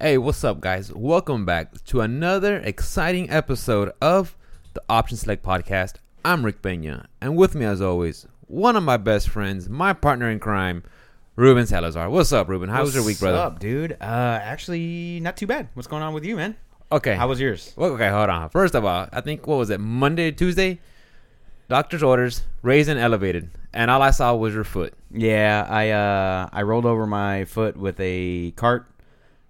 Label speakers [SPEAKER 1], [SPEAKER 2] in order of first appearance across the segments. [SPEAKER 1] Hey, what's up, guys? Welcome back to another exciting episode of the Option Select Podcast. I'm Rick Pena, and with me, as always, one of my best friends, my partner in crime, Ruben Salazar. What's up, Ruben? How was your week, brother?
[SPEAKER 2] What's up, dude? Uh, actually, not too bad. What's going on with you, man?
[SPEAKER 1] Okay.
[SPEAKER 2] How was yours?
[SPEAKER 1] Well, okay, hold on. First of all, I think what was it, Monday, Tuesday? Doctor's orders, raised and elevated, and all I saw was your foot.
[SPEAKER 2] Yeah, I uh, I rolled over my foot with a cart,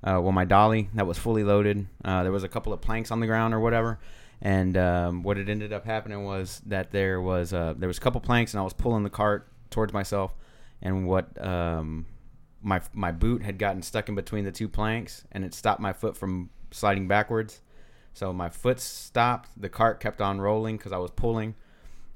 [SPEAKER 2] uh, well, my dolly that was fully loaded. Uh, there was a couple of planks on the ground or whatever, and um, what it ended up happening was that there was uh, there was a couple planks, and I was pulling the cart towards myself, and what um, my my boot had gotten stuck in between the two planks, and it stopped my foot from sliding backwards. So my foot stopped. The cart kept on rolling because I was pulling,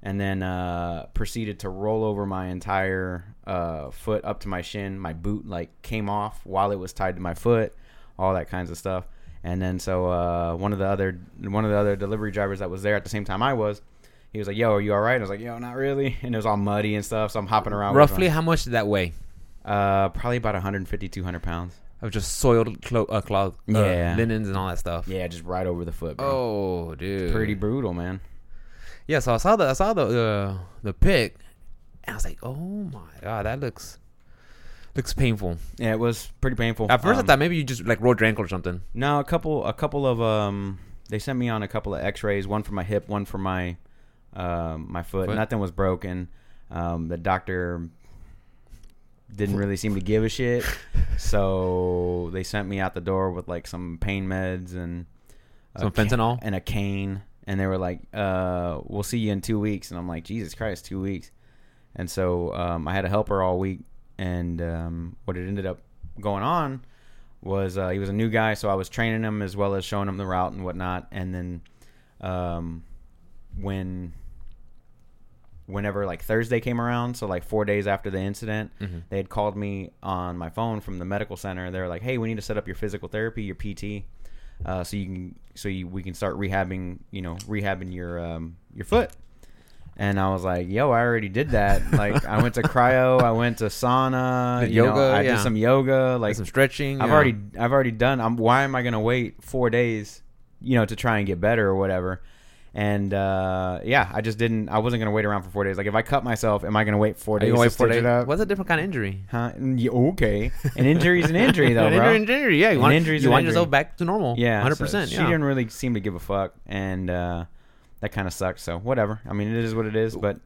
[SPEAKER 2] and then uh, proceeded to roll over my entire uh, foot up to my shin. My boot like came off while it was tied to my foot, all that kinds of stuff. And then so uh, one of the other one of the other delivery drivers that was there at the same time I was, he was like, "Yo, are you all right?" And I was like, "Yo, not really." And it was all muddy and stuff. So I'm hopping around. with
[SPEAKER 1] Roughly,
[SPEAKER 2] him.
[SPEAKER 1] how much did that weigh?
[SPEAKER 2] uh, probably about 150, 200 pounds.
[SPEAKER 1] Of just soiled clo- uh, cloth, uh,
[SPEAKER 2] Yeah.
[SPEAKER 1] linens, and all that stuff.
[SPEAKER 2] Yeah, just right over the foot. Bro.
[SPEAKER 1] Oh, dude.
[SPEAKER 2] pretty brutal, man.
[SPEAKER 1] Yeah, so I saw the I saw the the, the pic, and I was like, oh my god, that looks looks painful.
[SPEAKER 2] Yeah, it was pretty painful.
[SPEAKER 1] At first,
[SPEAKER 2] Um,
[SPEAKER 1] I thought maybe you just like rolled your ankle or something.
[SPEAKER 2] No, a couple, a couple of um, they sent me on a couple of X-rays. One for my hip, one for my, um, my foot.
[SPEAKER 1] Foot?
[SPEAKER 2] Nothing was broken. Um, the doctor didn't really seem to give a shit, so they sent me out the door with like some pain meds and a
[SPEAKER 1] Some
[SPEAKER 2] ca-
[SPEAKER 1] fentanyl?
[SPEAKER 2] and a cane. And they were like, uh, "We'll see you in two weeks." And I'm like, "Jesus Christ, two weeks!" And so um, I had a helper all week, and um, what it ended up going on was uh, he was a new guy, so I was training him as well as showing him the route and whatnot. And then um, when whenever like Thursday came around, so like four days after the incident,
[SPEAKER 1] Mm-hmm.
[SPEAKER 2] they had called me on my phone from the medical center. They were like, "Hey, we need to set up your physical therapy, your PT, uh, so you can so you, we can start rehabbing, you know, rehabbing your um, your foot." And I was like, "Yo, I already did that. Like, I went to cryo, I went to sauna,
[SPEAKER 1] The
[SPEAKER 2] you know,
[SPEAKER 1] yoga,
[SPEAKER 2] I
[SPEAKER 1] yeah.
[SPEAKER 2] did some yoga,
[SPEAKER 1] Like
[SPEAKER 2] like
[SPEAKER 1] some stretching.
[SPEAKER 2] I've
[SPEAKER 1] yeah.
[SPEAKER 2] already I've already done. I'm, why am I going to wait four days, you know, to try and get better or whatever? And uh, yeah, I just didn't. I wasn't going to wait around for four days. Like if I cut myself, am I going to wait four
[SPEAKER 1] Are
[SPEAKER 2] days?
[SPEAKER 1] you gonna wait
[SPEAKER 2] to
[SPEAKER 1] for
[SPEAKER 2] stitch
[SPEAKER 1] it?
[SPEAKER 2] it up?
[SPEAKER 1] What's a different kind of injury?
[SPEAKER 2] Huh? Mm, yeah, Okay, an injury's an injury though,
[SPEAKER 1] An
[SPEAKER 2] bro.
[SPEAKER 1] injury, an injury, yeah. You
[SPEAKER 2] An
[SPEAKER 1] want,
[SPEAKER 2] injury's
[SPEAKER 1] you
[SPEAKER 2] an
[SPEAKER 1] want
[SPEAKER 2] injury.
[SPEAKER 1] yourself back to normal.
[SPEAKER 2] Yeah,
[SPEAKER 1] hundred
[SPEAKER 2] so
[SPEAKER 1] percent.
[SPEAKER 2] She
[SPEAKER 1] Yeah.
[SPEAKER 2] didn't really seem to give a fuck, and uh, that kind of sucks. So whatever. I mean, it is what it is. But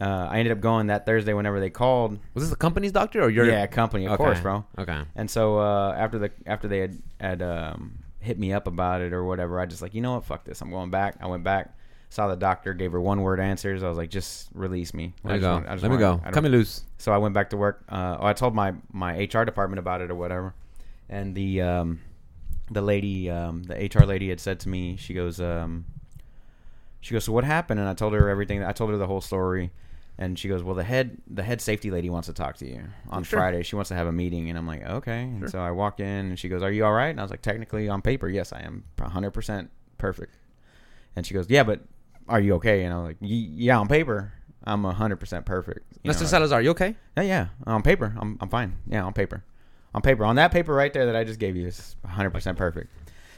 [SPEAKER 2] uh, I ended up going that Thursday whenever they called.
[SPEAKER 1] Was this the company's doctor or your?
[SPEAKER 2] yeah, company, of
[SPEAKER 1] Okay.
[SPEAKER 2] course, bro.
[SPEAKER 1] Okay.
[SPEAKER 2] And so uh, after the after they had, had um, hit me up about it or whatever, I just like, you know what, fuck this. I'm going back. I went back, saw the doctor, gave her one word answers. I was like, just release me.
[SPEAKER 1] Let
[SPEAKER 2] I
[SPEAKER 1] me
[SPEAKER 2] just
[SPEAKER 1] go.
[SPEAKER 2] want- I just
[SPEAKER 1] Let me
[SPEAKER 2] want-
[SPEAKER 1] go.
[SPEAKER 2] I don't-
[SPEAKER 1] Cut me loose.
[SPEAKER 2] so I went back to work. Uh, oh, I told my my HR department about it or whatever, and the um, the lady, um, the HR lady, had said to me, she goes, um, she goes, so what happened? And I told her everything. I told her the whole story, and she goes, well, the head the head safety lady wants to talk to you on
[SPEAKER 1] Sure.
[SPEAKER 2] Friday. She wants to have a meeting, and I'm like, okay. And so I walk in, and she goes, are you all right? And I was like, technically on paper, yes, I am 100 percent perfect. And she goes, yeah, but are you okay? And I was like, "Y- yeah, on paper. I'm 100% perfect. You
[SPEAKER 1] Mr.
[SPEAKER 2] know,
[SPEAKER 1] Salazar, you okay?
[SPEAKER 2] yeah, yeah. On paper, I'm I'm fine. Yeah, on paper, on paper, on that paper right there that I just gave you is 100 percent perfect.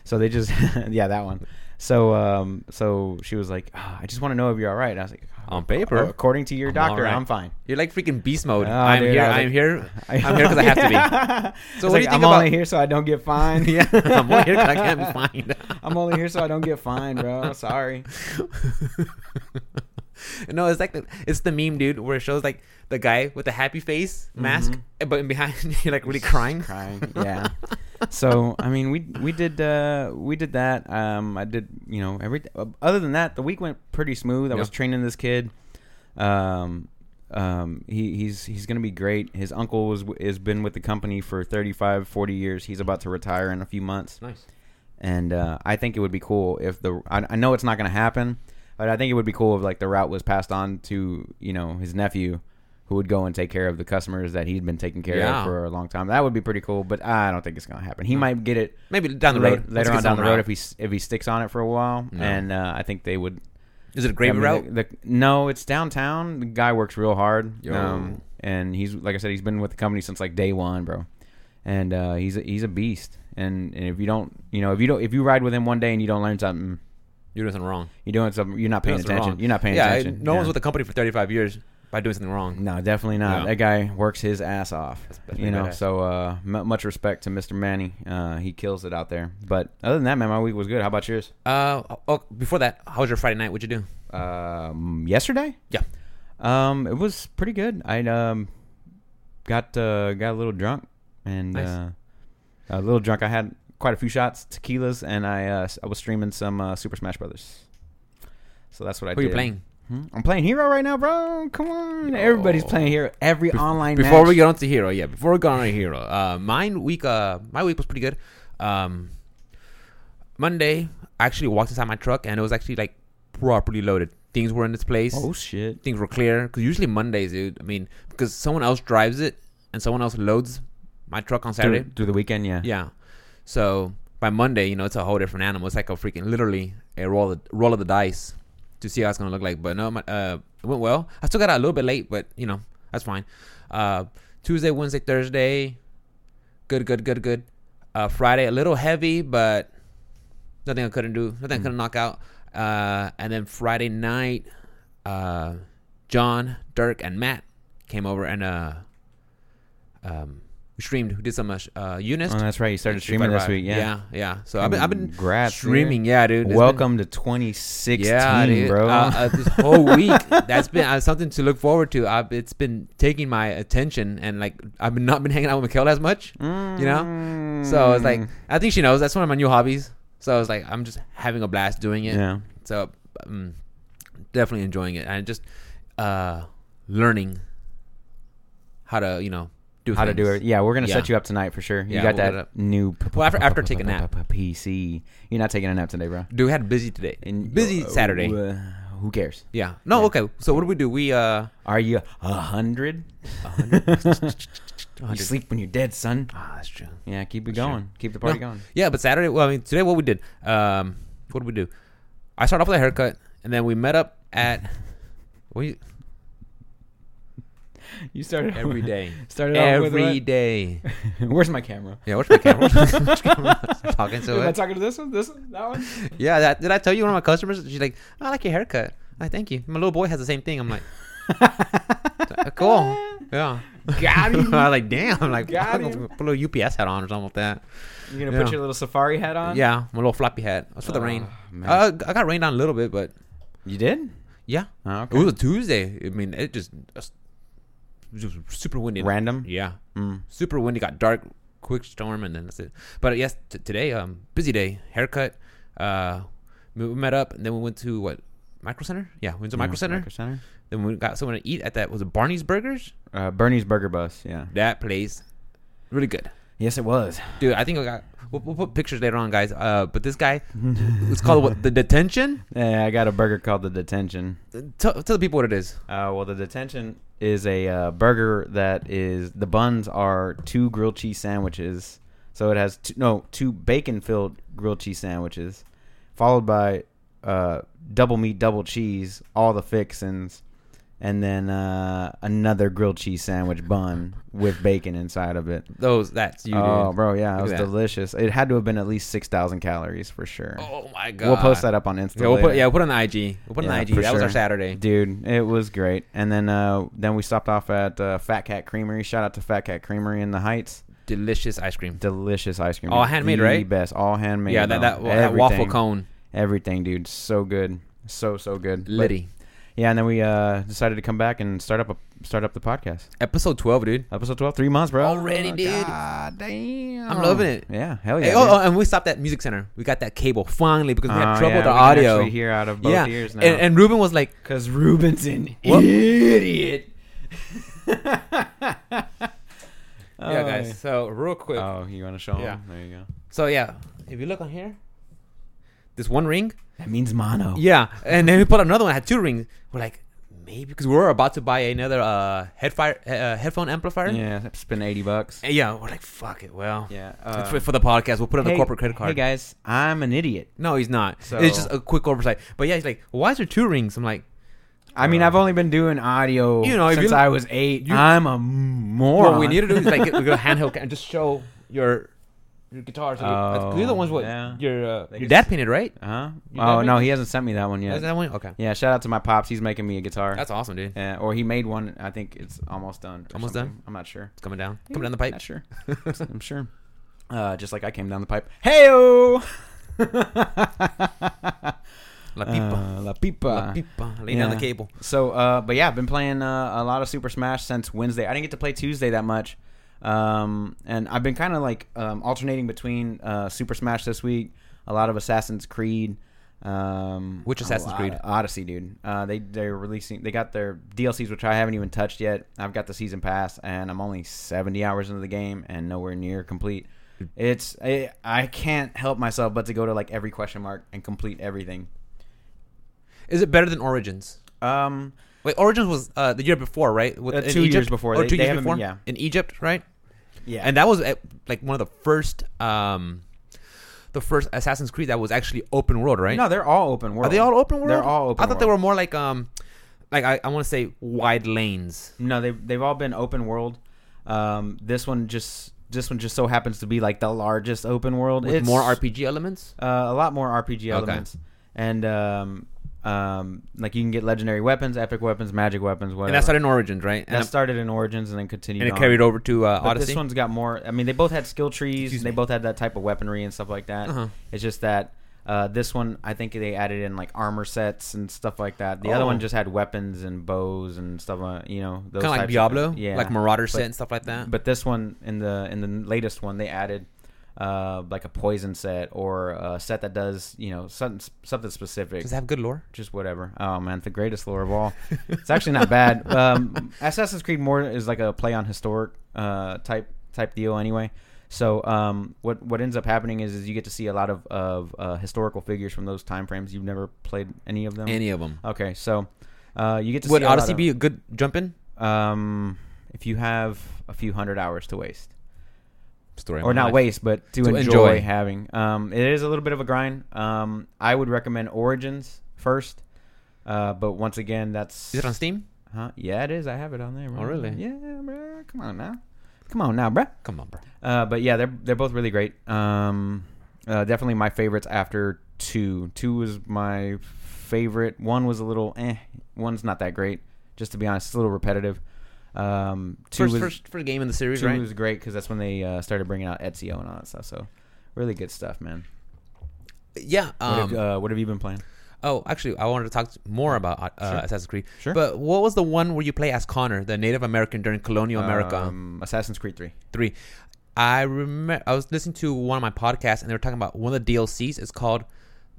[SPEAKER 2] So they just, yeah, that one. So um, so she was like, "Ah, I just want to know if you're all right. And I was like, "Ah,
[SPEAKER 1] On paper?
[SPEAKER 2] according to your
[SPEAKER 1] I'm all
[SPEAKER 2] doctor,
[SPEAKER 1] right."
[SPEAKER 2] I'm fine.
[SPEAKER 1] You're like freaking beast mode.
[SPEAKER 2] Oh,
[SPEAKER 1] I'm,
[SPEAKER 2] dude,
[SPEAKER 1] here,
[SPEAKER 2] I was
[SPEAKER 1] I'm
[SPEAKER 2] like-
[SPEAKER 1] here. I'm here. because I have to be.
[SPEAKER 2] be.
[SPEAKER 1] So
[SPEAKER 2] So
[SPEAKER 1] what do you think
[SPEAKER 2] I'm
[SPEAKER 1] about-
[SPEAKER 2] only here so I don't get fined.
[SPEAKER 1] yeah, I'm only here because I can't be fined.
[SPEAKER 2] I'm only here so I don't get fined, bro. I'm sorry.
[SPEAKER 1] no, it's like the, it's the meme, dude, where it shows like the guy with the happy face mask, eh, but in behind you're like really Mm-hmm. crying.
[SPEAKER 2] crying. Yeah. so I mean, we we did uh, we did that. Um, I did you know every uh, other than that, the week went pretty smooth. I was
[SPEAKER 1] Yeah.
[SPEAKER 2] training this kid. Um, um, he, he's he's gonna be great. His uncle was has been with the company for 35, 40 years. He's about to retire in a few months
[SPEAKER 1] Nice.
[SPEAKER 2] and uh, I think it would be cool if the I, I know it's not going to happen, but I think it would be cool if like the route was passed on to you know his nephew, who would go and take care of the customers that he'd been taking care
[SPEAKER 1] Yeah. Mm.
[SPEAKER 2] of for a long time. That would be pretty cool, but I don't think it's going to happen. He might get it
[SPEAKER 1] Maybe down the
[SPEAKER 2] la-
[SPEAKER 1] road. Let's
[SPEAKER 2] later
[SPEAKER 1] get
[SPEAKER 2] on down the
[SPEAKER 1] someone
[SPEAKER 2] road
[SPEAKER 1] out.
[SPEAKER 2] if he s- if he sticks on it for a while,
[SPEAKER 1] No.
[SPEAKER 2] and uh, I think they would
[SPEAKER 1] is it a gravy
[SPEAKER 2] I mean,
[SPEAKER 1] route?
[SPEAKER 2] The, the- no, it's downtown. The guy works real hard.
[SPEAKER 1] Yo.
[SPEAKER 2] Um, and he's like I said, he's been with the company since like day one, bro. and uh, he's a, he's a beast. And, and if you don't, you know, if you don't, if you ride with him one day and you don't learn something,
[SPEAKER 1] You're doing something wrong.
[SPEAKER 2] you're doing something. You're not paying
[SPEAKER 1] That's
[SPEAKER 2] attention.
[SPEAKER 1] wrong.
[SPEAKER 2] You're not paying
[SPEAKER 1] yeah,
[SPEAKER 2] attention.
[SPEAKER 1] no
[SPEAKER 2] Yeah.
[SPEAKER 1] one's with the company for 35 years by doing something wrong.
[SPEAKER 2] No, definitely not.
[SPEAKER 1] No.
[SPEAKER 2] That guy works his ass off.
[SPEAKER 1] That's- that's
[SPEAKER 2] you
[SPEAKER 1] pretty
[SPEAKER 2] know,
[SPEAKER 1] badass.
[SPEAKER 2] so uh, m- much respect to Mr. Manny. Uh, he kills it out there. But other than that, man, my week was good. How about yours?
[SPEAKER 1] Uh, oh, before that, how was your Friday night? What'd you do?
[SPEAKER 2] Um, yesterday,
[SPEAKER 1] Yeah.
[SPEAKER 2] um, it was pretty good. I um, got uh, got a little drunk and
[SPEAKER 1] Nice.
[SPEAKER 2] uh, a little drunk. I had quite a few shots, tequilas, and I uh, s- I was streaming some uh, Super Smash Brothers. So that's what I
[SPEAKER 1] Who
[SPEAKER 2] did.
[SPEAKER 1] you playing?
[SPEAKER 2] Hmm? I'm playing Hero right now, bro. Come on, everybody's
[SPEAKER 1] Yo.
[SPEAKER 2] playing Hero. Every online
[SPEAKER 1] Before
[SPEAKER 2] match.
[SPEAKER 1] we get on to Hero, yeah. Before we get on to Hero, uh, mine week, uh, my week was pretty good. Um, Monday, I actually walked inside my truck and it was actually like properly loaded. Things were in its place.
[SPEAKER 2] Oh shit!
[SPEAKER 1] Things were clear because usually Mondays, dude. I mean, because someone else drives it and someone else loads my truck on Saturday.
[SPEAKER 2] Through, through the weekend, yeah.
[SPEAKER 1] Yeah. So by Monday, you know, it's a whole different animal. It's like a freaking literally a roll of, roll of the dice to see how it's gonna look like. But no, my, uh, it went well. I still got out a little bit late, but you know, that's fine. Uh, Tuesday, Wednesday, Thursday, good, good, good, good. Uh, Friday, a little heavy, but nothing I couldn't do, nothing I couldn't knock out. Uh, and then Friday night, uh, John, Dirk, and Matt came over and uh, um, we streamed. We did some uh, sh- uh, Eunice.
[SPEAKER 2] Oh, that's right. You started streaming this week, yeah.
[SPEAKER 1] yeah, yeah. So I've been, I've been
[SPEAKER 2] Congrats, dude.
[SPEAKER 1] streaming, yeah, dude. It's been-
[SPEAKER 2] Welcome to 2016,
[SPEAKER 1] dude.
[SPEAKER 2] bro.
[SPEAKER 1] Uh, uh, this whole week, that's been uh, something to look forward to. I've, it's been taking my attention, and like I've been not been hanging out with Mikkel as much, you know. So it's
[SPEAKER 2] Mm.
[SPEAKER 1] like I think she knows that's one of my new hobbies. So it's like I'm just having a blast doing it.
[SPEAKER 2] yeah.
[SPEAKER 1] So um, definitely enjoying it and just uh, learning how to you know do
[SPEAKER 2] How to do
[SPEAKER 1] things.
[SPEAKER 2] it? Yeah, we're gonna set
[SPEAKER 1] Yeah.
[SPEAKER 2] you up tonight for sure. You
[SPEAKER 1] Yeah,
[SPEAKER 2] got
[SPEAKER 1] we'll get
[SPEAKER 2] that
[SPEAKER 1] up.
[SPEAKER 2] new. p-
[SPEAKER 1] Well, after-
[SPEAKER 2] p-
[SPEAKER 1] after
[SPEAKER 2] p-
[SPEAKER 1] take a
[SPEAKER 2] p-
[SPEAKER 1] nap.
[SPEAKER 2] p- PC. You're not taking a nap today, bro.
[SPEAKER 1] Dude, we had a busy today,
[SPEAKER 2] And-
[SPEAKER 1] busy
[SPEAKER 2] uh,
[SPEAKER 1] Saturday.
[SPEAKER 2] uh, Who cares?
[SPEAKER 1] Yeah. No. Okay. So what do we do? We uh.
[SPEAKER 2] Are you a hundred? You
[SPEAKER 1] 100.
[SPEAKER 2] sleep when you're dead, son.
[SPEAKER 1] Ah, that's true.
[SPEAKER 2] Yeah, keep it
[SPEAKER 1] Sure.
[SPEAKER 2] going. Keep the party
[SPEAKER 1] No.
[SPEAKER 2] going.
[SPEAKER 1] Yeah, but Saturday. Well, I mean, today what we did. Um, what did we do? I started off with a haircut, and then we met up at. We
[SPEAKER 2] You started
[SPEAKER 1] every day.
[SPEAKER 2] Started off with
[SPEAKER 1] Every
[SPEAKER 2] what?
[SPEAKER 1] day.
[SPEAKER 2] Where's my camera?
[SPEAKER 1] Yeah, where's my camera? talking to
[SPEAKER 2] Am I
[SPEAKER 1] it.
[SPEAKER 2] talking to this one? This one? That one?
[SPEAKER 1] Yeah, that, did I tell you one of my customers? She's like, I like your haircut. I thank you. My little boy has the same thing. I'm like, cool. Yeah.
[SPEAKER 2] Got
[SPEAKER 1] I was
[SPEAKER 2] him.
[SPEAKER 1] like, damn. I'm like,
[SPEAKER 2] Got
[SPEAKER 1] I'm gonna
[SPEAKER 2] him.
[SPEAKER 1] put a little UPS hat on or something like that.
[SPEAKER 2] You're gonna
[SPEAKER 1] Yeah.
[SPEAKER 2] put your little safari hat on.
[SPEAKER 1] Yeah, my little floppy hat. That's for the rain.
[SPEAKER 2] Oh, man.
[SPEAKER 1] Uh, I got rained on a little bit, but
[SPEAKER 2] you did?
[SPEAKER 1] yeah,
[SPEAKER 2] Oh,
[SPEAKER 1] it was a Tuesday. I mean, it just, it was super windy.
[SPEAKER 2] Random.
[SPEAKER 1] Yeah,
[SPEAKER 2] Mm.
[SPEAKER 1] super windy. Got dark, quick storm, and then that's it. But yes, t- today, um, busy day. Haircut. Uh, we we met up, and then we went to what? Micro Center. Yeah, we went to
[SPEAKER 2] Mm,
[SPEAKER 1] Micro Center. Then we got someone to eat at that. Was it Barney's Burgers?
[SPEAKER 2] Uh, Bernie's Burger Bus. Yeah.
[SPEAKER 1] That place, really good.
[SPEAKER 2] Yes, it was.
[SPEAKER 1] dude. I think I got. We'll, we'll put pictures later on, guys. Uh, but this guy, it's called what the detention.
[SPEAKER 2] Yeah, I got a burger called the Detention.
[SPEAKER 1] Tell, tell the people what it is.
[SPEAKER 2] Uh, well, the Detention is a uh, burger that is the buns are two grilled cheese sandwiches. So it has two, no two bacon filled grilled cheese sandwiches, followed by uh, double meat, double cheese, all the fixins, and then uh, another grilled cheese sandwich bun with bacon inside of it.
[SPEAKER 1] Those that's you.
[SPEAKER 2] oh,
[SPEAKER 1] dude.
[SPEAKER 2] bro, yeah,
[SPEAKER 1] Look
[SPEAKER 2] it was
[SPEAKER 1] at that.
[SPEAKER 2] delicious. It had to have been at least six thousand calories for sure.
[SPEAKER 1] Oh my god.
[SPEAKER 2] we'll post that up on Instagram.
[SPEAKER 1] Yeah, we'll put yeah, we'll put it on IG. We'll put it on
[SPEAKER 2] Yeah,
[SPEAKER 1] IG.
[SPEAKER 2] for
[SPEAKER 1] That was our
[SPEAKER 2] sure.
[SPEAKER 1] Saturday.
[SPEAKER 2] dude, it was great. And then uh, then we stopped off at uh, Fat Cat Creamery. Shout out to Fat Cat Creamery in the Heights.
[SPEAKER 1] Delicious ice cream.
[SPEAKER 2] Delicious ice cream,
[SPEAKER 1] All handmade,
[SPEAKER 2] the
[SPEAKER 1] right?
[SPEAKER 2] Best, all handmade.
[SPEAKER 1] yeah, that,
[SPEAKER 2] bro.
[SPEAKER 1] that, that waffle
[SPEAKER 2] Everything.
[SPEAKER 1] cone,
[SPEAKER 2] everything, dude, so good, so so good. But-
[SPEAKER 1] Liddy.
[SPEAKER 2] yeah, and then we uh, decided to come back and start up a, start up the podcast.
[SPEAKER 1] Episode twelve, dude.
[SPEAKER 2] Episode twelve, three months, bro.
[SPEAKER 1] Already, dude.
[SPEAKER 2] Oh, God damn,
[SPEAKER 1] I'm loving it.
[SPEAKER 2] Yeah, hell yeah.
[SPEAKER 1] Hey, oh,
[SPEAKER 2] dude.
[SPEAKER 1] oh, and we stopped at music center. We got that cable finally because we had
[SPEAKER 2] Oh,
[SPEAKER 1] trouble
[SPEAKER 2] yeah,
[SPEAKER 1] with the
[SPEAKER 2] we can
[SPEAKER 1] audio.
[SPEAKER 2] actually hear out of both
[SPEAKER 1] yeah,
[SPEAKER 2] ears now.
[SPEAKER 1] and and Ruben was like,
[SPEAKER 2] Cause Ruben's an
[SPEAKER 1] What?
[SPEAKER 2] idiot.
[SPEAKER 1] "Yeah, guys." Uh, So real quick,
[SPEAKER 2] Oh, you want to show
[SPEAKER 1] Yeah.
[SPEAKER 2] him? There you go.
[SPEAKER 1] so yeah, if you look on here, this one ring,
[SPEAKER 2] That means mono.
[SPEAKER 1] Yeah, and then we put another one. I had two rings. We're like, maybe because we were about to buy another uh, headfire, uh, headphone amplifier. Yeah.
[SPEAKER 2] Yeah, spend eighty bucks.
[SPEAKER 1] yeah, we're like, fuck it. Well,
[SPEAKER 2] Yeah. uh,
[SPEAKER 1] it's for, for the podcast. We'll put it on the corporate credit
[SPEAKER 2] Um, Hey
[SPEAKER 1] card.
[SPEAKER 2] guys, I'm an idiot.
[SPEAKER 1] no, he's not.
[SPEAKER 2] So-
[SPEAKER 1] It's just a quick oversight. But yeah, he's like, why is there two rings? I'm like,
[SPEAKER 2] I mean, I've only been doing audio
[SPEAKER 1] You know, if
[SPEAKER 2] since
[SPEAKER 1] you-
[SPEAKER 2] I was eight.
[SPEAKER 1] you-
[SPEAKER 2] I'm a moron.
[SPEAKER 1] what we need to do is like get, we go handheld cam- and just show your your guitars. that you-
[SPEAKER 2] Oh,
[SPEAKER 1] they're the ones what
[SPEAKER 2] yeah.
[SPEAKER 1] your uh,
[SPEAKER 2] They
[SPEAKER 1] your
[SPEAKER 2] could
[SPEAKER 1] dad
[SPEAKER 2] s-
[SPEAKER 1] painted, right?
[SPEAKER 2] Huh?
[SPEAKER 1] You got
[SPEAKER 2] Oh
[SPEAKER 1] me?
[SPEAKER 2] no, he hasn't sent me that one
[SPEAKER 1] Is
[SPEAKER 2] yet.
[SPEAKER 1] that one? Okay,
[SPEAKER 2] Yeah, shout out to my pops. He's making me a guitar.
[SPEAKER 1] that's awesome, dude.
[SPEAKER 2] Yeah, or he made one. I think it's almost done. or
[SPEAKER 1] Almost
[SPEAKER 2] something. I'm not sure.
[SPEAKER 1] It's coming down, coming down the pipe.
[SPEAKER 2] Not sure. I'm sure. Uh, just like I came down the pipe. Heyo.
[SPEAKER 1] La pipa,
[SPEAKER 2] Uh, la pipa.
[SPEAKER 1] la pipa, laying down the
[SPEAKER 2] yeah.
[SPEAKER 1] cable.
[SPEAKER 2] So, uh, but yeah, I've been playing uh, a lot of Super Smash since Wednesday. I didn't get to play Tuesday that much, um, and I've been kind of like um, alternating between uh, Super Smash this week, a lot of Assassin's Creed. Um,
[SPEAKER 1] Which
[SPEAKER 2] a
[SPEAKER 1] Assassin's
[SPEAKER 2] lot
[SPEAKER 1] Creed?
[SPEAKER 2] of Odyssey, dude. Uh, they they're releasing. They got their DLCs, which I haven't even touched yet. I've got the season pass, and I'm only 70 hours into the game and nowhere near complete. It's I, I can't help myself but to go to like every question mark and complete everything.
[SPEAKER 1] Is it better than Origins?
[SPEAKER 2] Um,
[SPEAKER 1] Wait, Origins was uh, the year before, right? With,
[SPEAKER 2] Uh,
[SPEAKER 1] in
[SPEAKER 2] two years
[SPEAKER 1] Egypt?
[SPEAKER 2] before.
[SPEAKER 1] or
[SPEAKER 2] They-
[SPEAKER 1] two
[SPEAKER 2] they
[SPEAKER 1] years
[SPEAKER 2] haven't
[SPEAKER 1] before,
[SPEAKER 2] been- yeah.
[SPEAKER 1] in Egypt, right?
[SPEAKER 2] yeah,
[SPEAKER 1] And that was uh, like one of the first, um, the first Assassin's Creed that was actually open world, right?
[SPEAKER 2] No, they're all open world.
[SPEAKER 1] Are they all open world?
[SPEAKER 2] They're all open.
[SPEAKER 1] I thought they were
[SPEAKER 2] world.
[SPEAKER 1] more like um, like I, I want to say wide lanes.
[SPEAKER 2] No, they they've all been open world. Um, this one just this one just so happens to be like the largest open world.
[SPEAKER 1] with
[SPEAKER 2] it's
[SPEAKER 1] more RPG elements.
[SPEAKER 2] uh, a lot more RPG elements, and um, um, like you can get legendary weapons, epic weapons, magic weapons, whatever.
[SPEAKER 1] And that started in Origins, right?
[SPEAKER 2] That
[SPEAKER 1] And,
[SPEAKER 2] started in Origins and then continued.
[SPEAKER 1] and it
[SPEAKER 2] on.
[SPEAKER 1] carried over to uh,
[SPEAKER 2] But
[SPEAKER 1] Odyssey.
[SPEAKER 2] this one's got more. I mean, they both had skill trees.
[SPEAKER 1] Excuse
[SPEAKER 2] they
[SPEAKER 1] me.
[SPEAKER 2] both had that type of weaponry and stuff like that.
[SPEAKER 1] Uh-huh.
[SPEAKER 2] It's just that uh, this one, I think they added in like armor sets and stuff like that. The other
[SPEAKER 1] Oh.
[SPEAKER 2] one just had weapons and bows and stuff. Uh, you know, those
[SPEAKER 1] kind of like
[SPEAKER 2] types
[SPEAKER 1] Diablo,
[SPEAKER 2] Of, yeah,
[SPEAKER 1] like Marauder
[SPEAKER 2] But-
[SPEAKER 1] set and stuff like that.
[SPEAKER 2] But this one in the in the latest one, they added uh, like a poison set or a set that does you know something something specific
[SPEAKER 1] Does it have good lore?
[SPEAKER 2] just whatever. Oh man, it's the greatest lore of all. It's actually not bad. Um, Assassin's Creed more is like a play on historic uh, type type deal anyway. So um, what what ends up happening is, is you get to see a lot of of uh, historical figures from those time frames. You've never played any of them.
[SPEAKER 1] Any of them?
[SPEAKER 2] okay, so uh, you get to
[SPEAKER 1] Would
[SPEAKER 2] Um, see a lot
[SPEAKER 1] Odyssey
[SPEAKER 2] of-
[SPEAKER 1] be a good jump in
[SPEAKER 2] um, if you have a few hundred hours to waste
[SPEAKER 1] story?
[SPEAKER 2] or not waste, but to,
[SPEAKER 1] To
[SPEAKER 2] enjoy,
[SPEAKER 1] enjoy.
[SPEAKER 2] having. Um, it is a little bit of a grind. Um, I would recommend Origins first, uh, but once again, that's
[SPEAKER 1] Is it on Steam?
[SPEAKER 2] Huh? Yeah, it is. I have it on there. Bro.
[SPEAKER 1] Oh, really?
[SPEAKER 2] Yeah, bro. Come on now, come on now, bro.
[SPEAKER 1] Come on, bro.
[SPEAKER 2] Uh, but yeah, they're they're both really great. Um, uh, definitely my favorites after two. Two was my favorite. One was a little eh. One's not that great. Just to be honest, it's a little repetitive. Um, two
[SPEAKER 1] First,
[SPEAKER 2] was
[SPEAKER 1] first, first game in the series,
[SPEAKER 2] two
[SPEAKER 1] right?
[SPEAKER 2] was great because that's when they uh, started bringing out Ezio and all that stuff. So really good stuff, man.
[SPEAKER 1] Yeah.
[SPEAKER 2] What,
[SPEAKER 1] Um,
[SPEAKER 2] have, uh, what have you been playing?
[SPEAKER 1] oh, actually, I wanted to talk more about uh,
[SPEAKER 2] Mm. Sure.
[SPEAKER 1] Assassin's Creed.
[SPEAKER 2] Sure.
[SPEAKER 1] But what was the one where you play as Connor, the Native American during colonial America?
[SPEAKER 2] Um, Assassin's Creed Three.
[SPEAKER 1] three. I remember I was listening to one of my podcasts and they were talking about one of the DLCs. It's called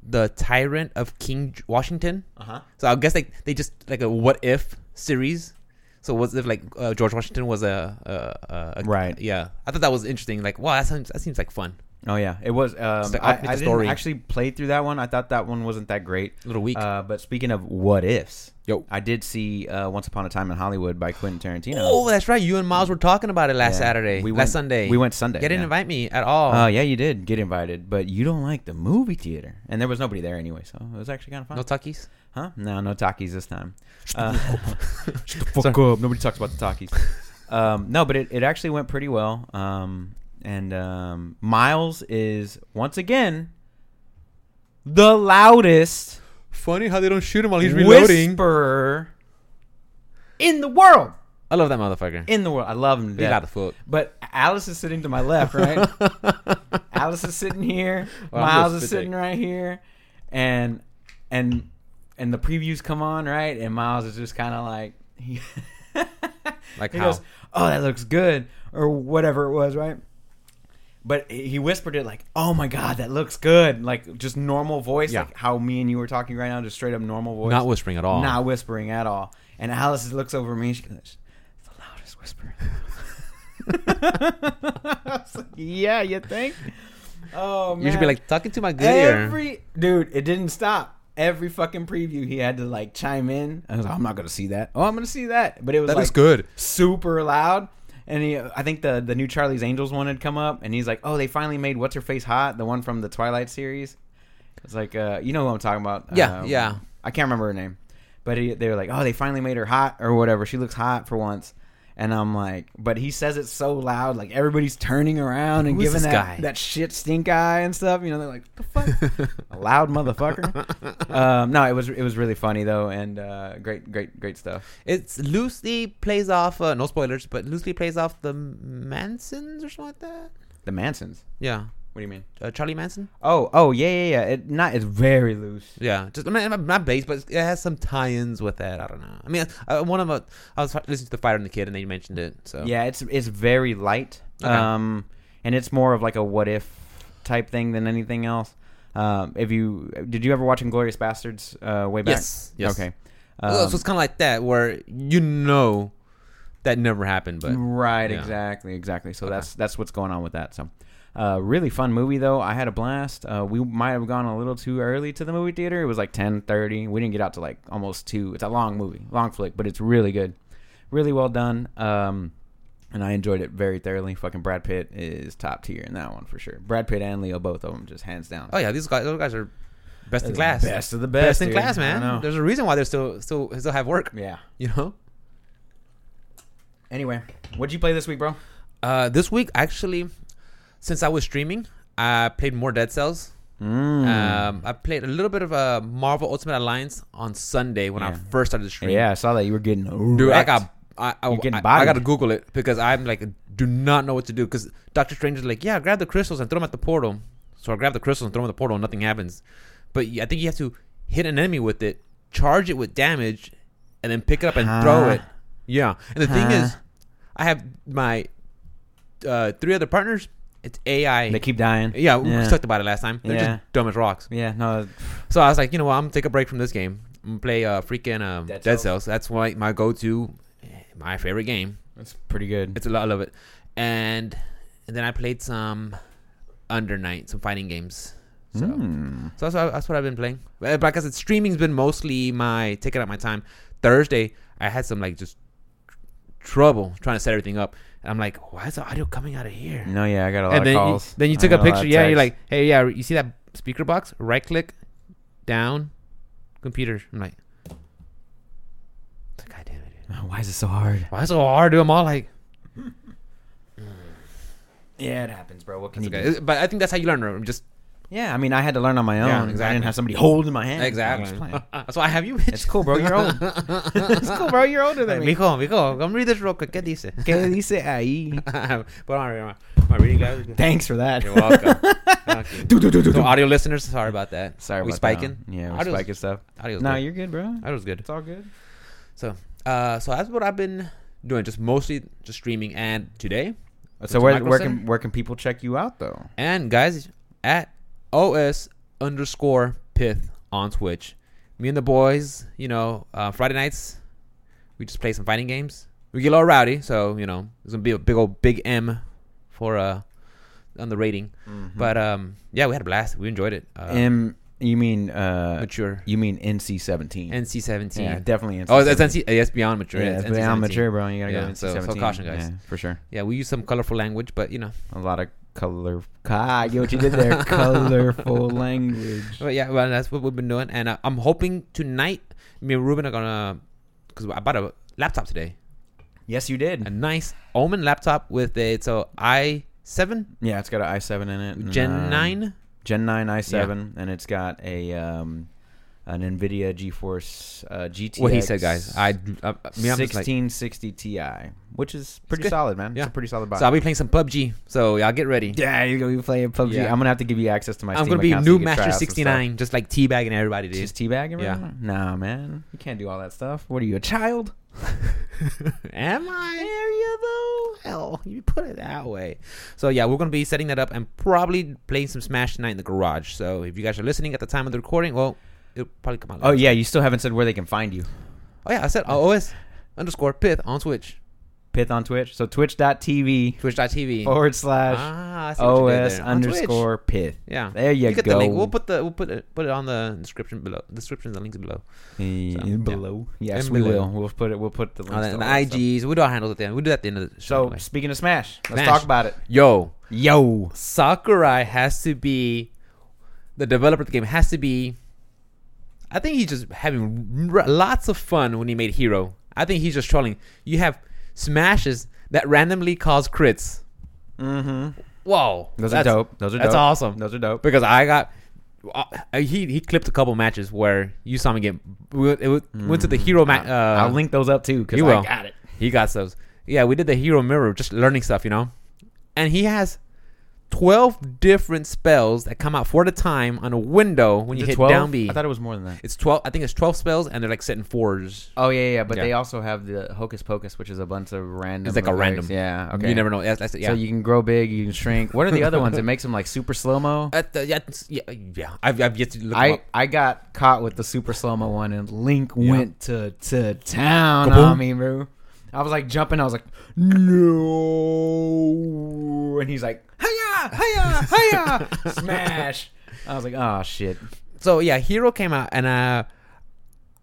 [SPEAKER 1] "The Tyrant of King J- Washington."
[SPEAKER 2] Uh huh.
[SPEAKER 1] So I guess like they just like a what if series. So what's if like uh, George Washington was a, a, a, a
[SPEAKER 2] Right.
[SPEAKER 1] Yeah, I thought that was interesting. Like wow, that sounds that seems like fun.
[SPEAKER 2] Oh yeah, it was. Um,
[SPEAKER 1] the
[SPEAKER 2] I, I
[SPEAKER 1] ultimate
[SPEAKER 2] didn't
[SPEAKER 1] story.
[SPEAKER 2] actually play through that one. I thought that one wasn't that great.
[SPEAKER 1] A little weak.
[SPEAKER 2] Uh, but speaking of what ifs,
[SPEAKER 1] Yo.
[SPEAKER 2] I did see uh, Once Upon a Time in Hollywood by Quentin Tarantino.
[SPEAKER 1] oh, that's right. You and Miles were talking about it last
[SPEAKER 2] Yeah.
[SPEAKER 1] Saturday,
[SPEAKER 2] We
[SPEAKER 1] last
[SPEAKER 2] went-
[SPEAKER 1] Sunday.
[SPEAKER 2] we went Sunday,
[SPEAKER 1] You didn't
[SPEAKER 2] yeah.
[SPEAKER 1] invite me at all.
[SPEAKER 2] Uh, yeah, you did get invited, but you don't like the movie theater, and there was nobody there anyway, so it was actually kind of fun.
[SPEAKER 1] no Takis.
[SPEAKER 2] Huh? No, no Takis this time. Uh, shut the fuck up. Nobody talks about the Takis. Um, no, but it, it actually went pretty well. Um, and um, Miles is, once again, the loudest
[SPEAKER 1] Funny how they don't shoot him while
[SPEAKER 2] whisperer in the world.
[SPEAKER 1] I love that motherfucker.
[SPEAKER 2] In the world. I love him to
[SPEAKER 1] He's
[SPEAKER 2] death.
[SPEAKER 1] out of foot.
[SPEAKER 2] But Alice is sitting to my left, right? Alice is sitting here.
[SPEAKER 1] Well, I'm
[SPEAKER 2] Miles
[SPEAKER 1] just
[SPEAKER 2] is sitting
[SPEAKER 1] spitting.
[SPEAKER 2] right here, and and and the previews come on, right? And Miles is just kind of like, he,
[SPEAKER 1] Like
[SPEAKER 2] he
[SPEAKER 1] how?
[SPEAKER 2] goes, "Oh, that looks good," or whatever it was, right? But he whispered it like, "Oh my god, that looks good!" Like just normal voice,
[SPEAKER 1] Yeah.
[SPEAKER 2] like how me and you were talking right now, just straight up normal voice,
[SPEAKER 1] Not whispering at all.
[SPEAKER 2] not whispering at all. And Alice looks over me. She goes, "The loudest whisper." I was like, yeah, you think? Oh man,
[SPEAKER 1] You should be like talking to my good ear.
[SPEAKER 2] every dude. It didn't stop. Every fucking preview, he had to like chime in. I was like, I'm not gonna see that. Oh, I'm gonna see that. But it was
[SPEAKER 1] That
[SPEAKER 2] like
[SPEAKER 1] is good.
[SPEAKER 2] super loud. And he, I think the the new Charlie's Angels one had come up, and he's like, "Oh, they finally made what's her face hot, the one from the Twilight series." It's like, uh, you know who I'm talking about?
[SPEAKER 1] Yeah,
[SPEAKER 2] Uh,
[SPEAKER 1] yeah.
[SPEAKER 2] I can't remember her name, but he, they were like, "Oh, they finally made her hot or whatever. She looks hot for once." And I'm like, but he says it so loud, like everybody's turning around and
[SPEAKER 1] Who is
[SPEAKER 2] giving
[SPEAKER 1] this
[SPEAKER 2] that
[SPEAKER 1] guy?
[SPEAKER 2] that shit stink eye and stuff. You know, they're like, the fuck, a loud motherfucker. um, no, it was it was really funny though, and uh, great, great, great stuff.
[SPEAKER 1] It's loosely plays off. Uh, no spoilers, but loosely plays off the Mansons or something like that.
[SPEAKER 2] The Mansons.
[SPEAKER 1] Yeah,
[SPEAKER 2] What do you mean?
[SPEAKER 1] uh, Charlie Manson.
[SPEAKER 2] Oh, oh yeah, yeah, yeah. It not. It's very loose.
[SPEAKER 1] Yeah, just I mean, not- not base, but it has some tie-ins with that. I don't know. I mean, uh, one of the, I was listening to the Fighter and the Kid, and they mentioned it. So
[SPEAKER 2] Yeah, it's it's very light.
[SPEAKER 1] Oh. Okay.
[SPEAKER 2] Um, and it's more of like a what if type thing than anything else. Um, if you did you ever watch Inglorious Bastards uh, way back?
[SPEAKER 1] Yes, yes.
[SPEAKER 2] Okay.
[SPEAKER 1] Uh,
[SPEAKER 2] Um,
[SPEAKER 1] so it's kind of like that, where you know that never happened, but
[SPEAKER 2] right.
[SPEAKER 1] yeah.
[SPEAKER 2] Exactly. Exactly. So
[SPEAKER 1] Okay.
[SPEAKER 2] that's that's what's going on with that. So. Uh, really fun movie though. I had a blast. Uh, we might have gone a little too early to the movie theater. It was like ten thirty. We didn't get out to like almost two. It's a long movie, long flick, but it's really good, really well done. Um, and I enjoyed it very thoroughly. Fucking Brad Pitt is top tier in that one for sure. Brad Pitt and Leo, both of them, just hands down.
[SPEAKER 1] oh yeah, these guys, those guys are best in
[SPEAKER 2] The
[SPEAKER 1] class,
[SPEAKER 2] best of the best,
[SPEAKER 1] best in
[SPEAKER 2] dude.
[SPEAKER 1] class,
[SPEAKER 2] I know.
[SPEAKER 1] man. There's a reason why they're still still still have work.
[SPEAKER 2] Yeah.
[SPEAKER 1] You know.
[SPEAKER 2] Anyway, what'd you play this week, bro?
[SPEAKER 1] Uh, this week, actually, since I was streaming, I played more Dead Cells.
[SPEAKER 2] Hmm.
[SPEAKER 1] Um, I played a little bit of uh, Marvel Ultimate Alliance on Sunday when I
[SPEAKER 2] Yeah.
[SPEAKER 1] first started streaming.
[SPEAKER 2] yeah, I saw that you were getting.
[SPEAKER 1] dude,
[SPEAKER 2] wrecked.
[SPEAKER 1] I got. I, I,
[SPEAKER 2] You're getting
[SPEAKER 1] I, I
[SPEAKER 2] bodied.
[SPEAKER 1] gotta Google it because I'm like, do not know what to do. Because Doctor Strange is like, yeah, grab the crystals and throw them at the portal. So I grab the crystals and throw them at the portal, and nothing happens. But y- I think you have to hit an enemy with it, charge it with damage, and then pick it up and throw
[SPEAKER 2] Huh?
[SPEAKER 1] it. Yeah. And the thing
[SPEAKER 2] Huh?
[SPEAKER 1] is, I have my uh, three other partners. It's AI.
[SPEAKER 2] They keep dying.
[SPEAKER 1] yeah, we
[SPEAKER 2] Yeah.
[SPEAKER 1] talked about it last time. They're
[SPEAKER 2] Yeah.
[SPEAKER 1] just dumb as rocks.
[SPEAKER 2] Yeah, no,
[SPEAKER 1] So I was like, you know what? I'm gonna take a break from this game. I'm gonna play uh, freaking uh, Dead,
[SPEAKER 2] Dead
[SPEAKER 1] Cells.
[SPEAKER 2] Cells.
[SPEAKER 1] That's why my go-to, eh, my favorite game.
[SPEAKER 2] that's pretty good.
[SPEAKER 1] It's a lot. I love it. And and then I played some Under Night, some fighting games. So,
[SPEAKER 2] Mm.
[SPEAKER 1] so that's, what, that's what I've been playing. But like I said, streaming's been mostly my taking up my time. Thursday, I had some like just tr- trouble trying to set everything up. And I'm like, why is the audio coming out of here?
[SPEAKER 2] No, yeah, I got a lot
[SPEAKER 1] and
[SPEAKER 2] of
[SPEAKER 1] then
[SPEAKER 2] calls.
[SPEAKER 1] You, then you
[SPEAKER 2] I
[SPEAKER 1] took a
[SPEAKER 2] got lot
[SPEAKER 1] picture.
[SPEAKER 2] of
[SPEAKER 1] Yeah, you're
[SPEAKER 2] texts.
[SPEAKER 1] like, hey, yeah, you see that speaker box? Right click, down, computer. I'm like, God damn it! dude.
[SPEAKER 2] why is it so hard?
[SPEAKER 1] Why is it so hard? Dude? I'm all like,
[SPEAKER 2] Yeah, it happens, bro. What can
[SPEAKER 1] it's
[SPEAKER 2] you
[SPEAKER 1] okay.
[SPEAKER 2] do?
[SPEAKER 1] But I think that's how you learn. right? Just
[SPEAKER 2] Yeah, I mean, I had to learn on my own.
[SPEAKER 1] Yeah,
[SPEAKER 2] I
[SPEAKER 1] exactly.
[SPEAKER 2] didn't have somebody holding my hand. I was
[SPEAKER 1] exactly.
[SPEAKER 2] playing.
[SPEAKER 1] so I have you. Bitch.
[SPEAKER 2] it's cool, bro. You're old. it's cool, bro. You're older
[SPEAKER 1] Like,
[SPEAKER 2] than me.
[SPEAKER 1] mijo, mijo, come read this real quick. ¿Qué dice?
[SPEAKER 2] ¿Qué dice ahí?
[SPEAKER 1] Put on my, my reading glasses.
[SPEAKER 2] Thanks for that.
[SPEAKER 1] You're welcome. Thank you.
[SPEAKER 2] Do, do, do, do,
[SPEAKER 1] So
[SPEAKER 2] do.
[SPEAKER 1] audio listeners, sorry about that.
[SPEAKER 2] Sorry,
[SPEAKER 1] we
[SPEAKER 2] about
[SPEAKER 1] spiking.
[SPEAKER 2] That. Yeah, we
[SPEAKER 1] Audio's-
[SPEAKER 2] spiking stuff.
[SPEAKER 1] Audio's
[SPEAKER 2] No,
[SPEAKER 1] good.
[SPEAKER 2] you're good, bro.
[SPEAKER 1] audio's good.
[SPEAKER 2] It's all good.
[SPEAKER 1] So, uh, so that's what I've been doing, just mostly just streaming. And today, Went
[SPEAKER 2] So
[SPEAKER 1] to
[SPEAKER 2] where,
[SPEAKER 1] Michael's
[SPEAKER 2] where
[SPEAKER 1] Center?
[SPEAKER 2] can where can people check you out though?
[SPEAKER 1] and guys at os underscore pith on Twitch, me and the boys, you know, uh, Friday nights, we just play some fighting games. We get a little rowdy, so you know, there's gonna be a big old big M for uh on the rating.
[SPEAKER 2] Mm-hmm.
[SPEAKER 1] But um, yeah, we had a blast. We enjoyed it. Uh,
[SPEAKER 2] M, Um, you mean uh,
[SPEAKER 1] mature
[SPEAKER 2] you mean NC seventeen?
[SPEAKER 1] NC seventeen.
[SPEAKER 2] Yeah, definitely NC.
[SPEAKER 1] Oh, that's NC. Yes, beyond mature.
[SPEAKER 2] Yeah,
[SPEAKER 1] it's
[SPEAKER 2] but I'm
[SPEAKER 1] NC-17.
[SPEAKER 2] mature, bro. You gotta
[SPEAKER 1] Yeah,
[SPEAKER 2] go NC
[SPEAKER 1] so- so
[SPEAKER 2] seventeen.
[SPEAKER 1] caution, guys.
[SPEAKER 2] Yeah, for sure.
[SPEAKER 1] Yeah, we use some colorful language, but you know.
[SPEAKER 2] A lot of color. Ah, I get what you did there. Colorful language.
[SPEAKER 1] But yeah, well, that's what we've been doing, and uh, I'm hoping tonight me and Ruben are gonna, cause I bought a laptop today,
[SPEAKER 2] Yes, you
[SPEAKER 1] a
[SPEAKER 2] did.
[SPEAKER 1] nice Omen laptop with a it's a i7
[SPEAKER 2] Yeah, it's got an i7 in it. and,
[SPEAKER 1] Gen
[SPEAKER 2] um,
[SPEAKER 1] 9.
[SPEAKER 2] Gen 9 i7, and it's got a um, an NVIDIA GeForce uh, GTX.
[SPEAKER 1] What he said, guys. I, I, I mean, I'm just like,
[SPEAKER 2] 1660 Ti, which is pretty
[SPEAKER 1] good.
[SPEAKER 2] solid, man.
[SPEAKER 1] Yeah.
[SPEAKER 2] It's a pretty solid buy.
[SPEAKER 1] so I'll be playing some PUBG. So y'all get ready.
[SPEAKER 2] yeah, you're gonna be playing PUBG.
[SPEAKER 1] Yeah.
[SPEAKER 2] I'm gonna have to give you access to my.
[SPEAKER 1] I'm
[SPEAKER 2] Steam
[SPEAKER 1] gonna be
[SPEAKER 2] account so
[SPEAKER 1] new
[SPEAKER 2] you can try out
[SPEAKER 1] Master
[SPEAKER 2] some stuff.
[SPEAKER 1] 69, just like teabagging everybody, dude.
[SPEAKER 2] Just teabagging,
[SPEAKER 1] Yeah.
[SPEAKER 2] yeah. Nah, man, you can't do all that stuff. What are you, a child?
[SPEAKER 1] Am I? Area though? Hell, you put it that way. So yeah, we're gonna be setting that up and probably playing some Smash tonight in the garage. So if you guys are listening at the time of the recording, well, it'll probably come out.
[SPEAKER 2] Oh yeah, you still haven't said where they can find you.
[SPEAKER 1] Oh yeah, I said OS underscore Pith on Twitch,
[SPEAKER 2] Pith on Twitch. So twitch.tv
[SPEAKER 1] Twitch.tv.
[SPEAKER 2] forward slash
[SPEAKER 1] ah, I see what you did
[SPEAKER 2] OS
[SPEAKER 1] there. On Twitch.
[SPEAKER 2] underscore Pith.
[SPEAKER 1] Yeah,
[SPEAKER 2] There you
[SPEAKER 1] get
[SPEAKER 2] go.
[SPEAKER 1] the link. We'll put the we'll put it put it on the description below. Description, the links below.
[SPEAKER 2] Eh,
[SPEAKER 1] So, yeah.
[SPEAKER 2] below. Yes,
[SPEAKER 1] And
[SPEAKER 2] we
[SPEAKER 1] below.
[SPEAKER 2] will. We'll put it. We'll put the links.
[SPEAKER 1] On
[SPEAKER 2] to
[SPEAKER 1] the,
[SPEAKER 2] all
[SPEAKER 1] Oh, the
[SPEAKER 2] that stuff.
[SPEAKER 1] IGs, we do our handles at the end. We do that at the end of the show.
[SPEAKER 2] So
[SPEAKER 1] anyway.
[SPEAKER 2] speaking of Smash, let's
[SPEAKER 1] Smash.
[SPEAKER 2] talk about it.
[SPEAKER 1] yo,
[SPEAKER 2] Yo,
[SPEAKER 1] Sakurai has to be the developer of the game has to be. I think he's just having r- lots of fun when he made Hero. I think he's just trolling. You have smashes that randomly cause crits.
[SPEAKER 2] Mm-hmm.
[SPEAKER 1] Whoa,
[SPEAKER 2] Those
[SPEAKER 1] that's-
[SPEAKER 2] are dope. Those are
[SPEAKER 1] that's
[SPEAKER 2] dope.
[SPEAKER 1] awesome.
[SPEAKER 2] Those are dope.
[SPEAKER 1] Because I got uh, he he clipped a couple matches where you saw me get we- it was- went to the
[SPEAKER 2] Hmm.
[SPEAKER 1] hero match. Uh,
[SPEAKER 2] I'll link those up too because I
[SPEAKER 1] you will.
[SPEAKER 2] got it.
[SPEAKER 1] He got those. Yeah, we did the hero mirror, just learning stuff, you know. And he has twelve different spells that come out four at a time on a window when
[SPEAKER 2] Is
[SPEAKER 1] you
[SPEAKER 2] it
[SPEAKER 1] hit
[SPEAKER 2] 12?
[SPEAKER 1] down B.
[SPEAKER 2] I thought it was more than that.
[SPEAKER 1] It's twelve. I think it's twelve spells, and they're like set in fours.
[SPEAKER 2] Oh yeah, yeah. But
[SPEAKER 1] Yeah.
[SPEAKER 2] they also have the hocus pocus, which is a bunch of random.
[SPEAKER 1] It's like a
[SPEAKER 2] effects.
[SPEAKER 1] random.
[SPEAKER 2] Yeah. Okay.
[SPEAKER 1] You never know. That's, that's it. Yeah.
[SPEAKER 2] So you can grow big, you can shrink. What are the other ones? It makes them like super slow mo.
[SPEAKER 1] At the- yeah, it's- yeah, yeah. I've, I've yet to look them
[SPEAKER 2] I,
[SPEAKER 1] up.
[SPEAKER 2] I got caught with the super slow mo one, and Link
[SPEAKER 1] Yeah.
[SPEAKER 2] went to to town
[SPEAKER 1] Kaboom.
[SPEAKER 2] on me, bro. I was like jumping. I was like, no, and he's like, hiya, hiya, hiya, smash. I was like, oh shit.
[SPEAKER 1] So yeah, Hero came out, and uh,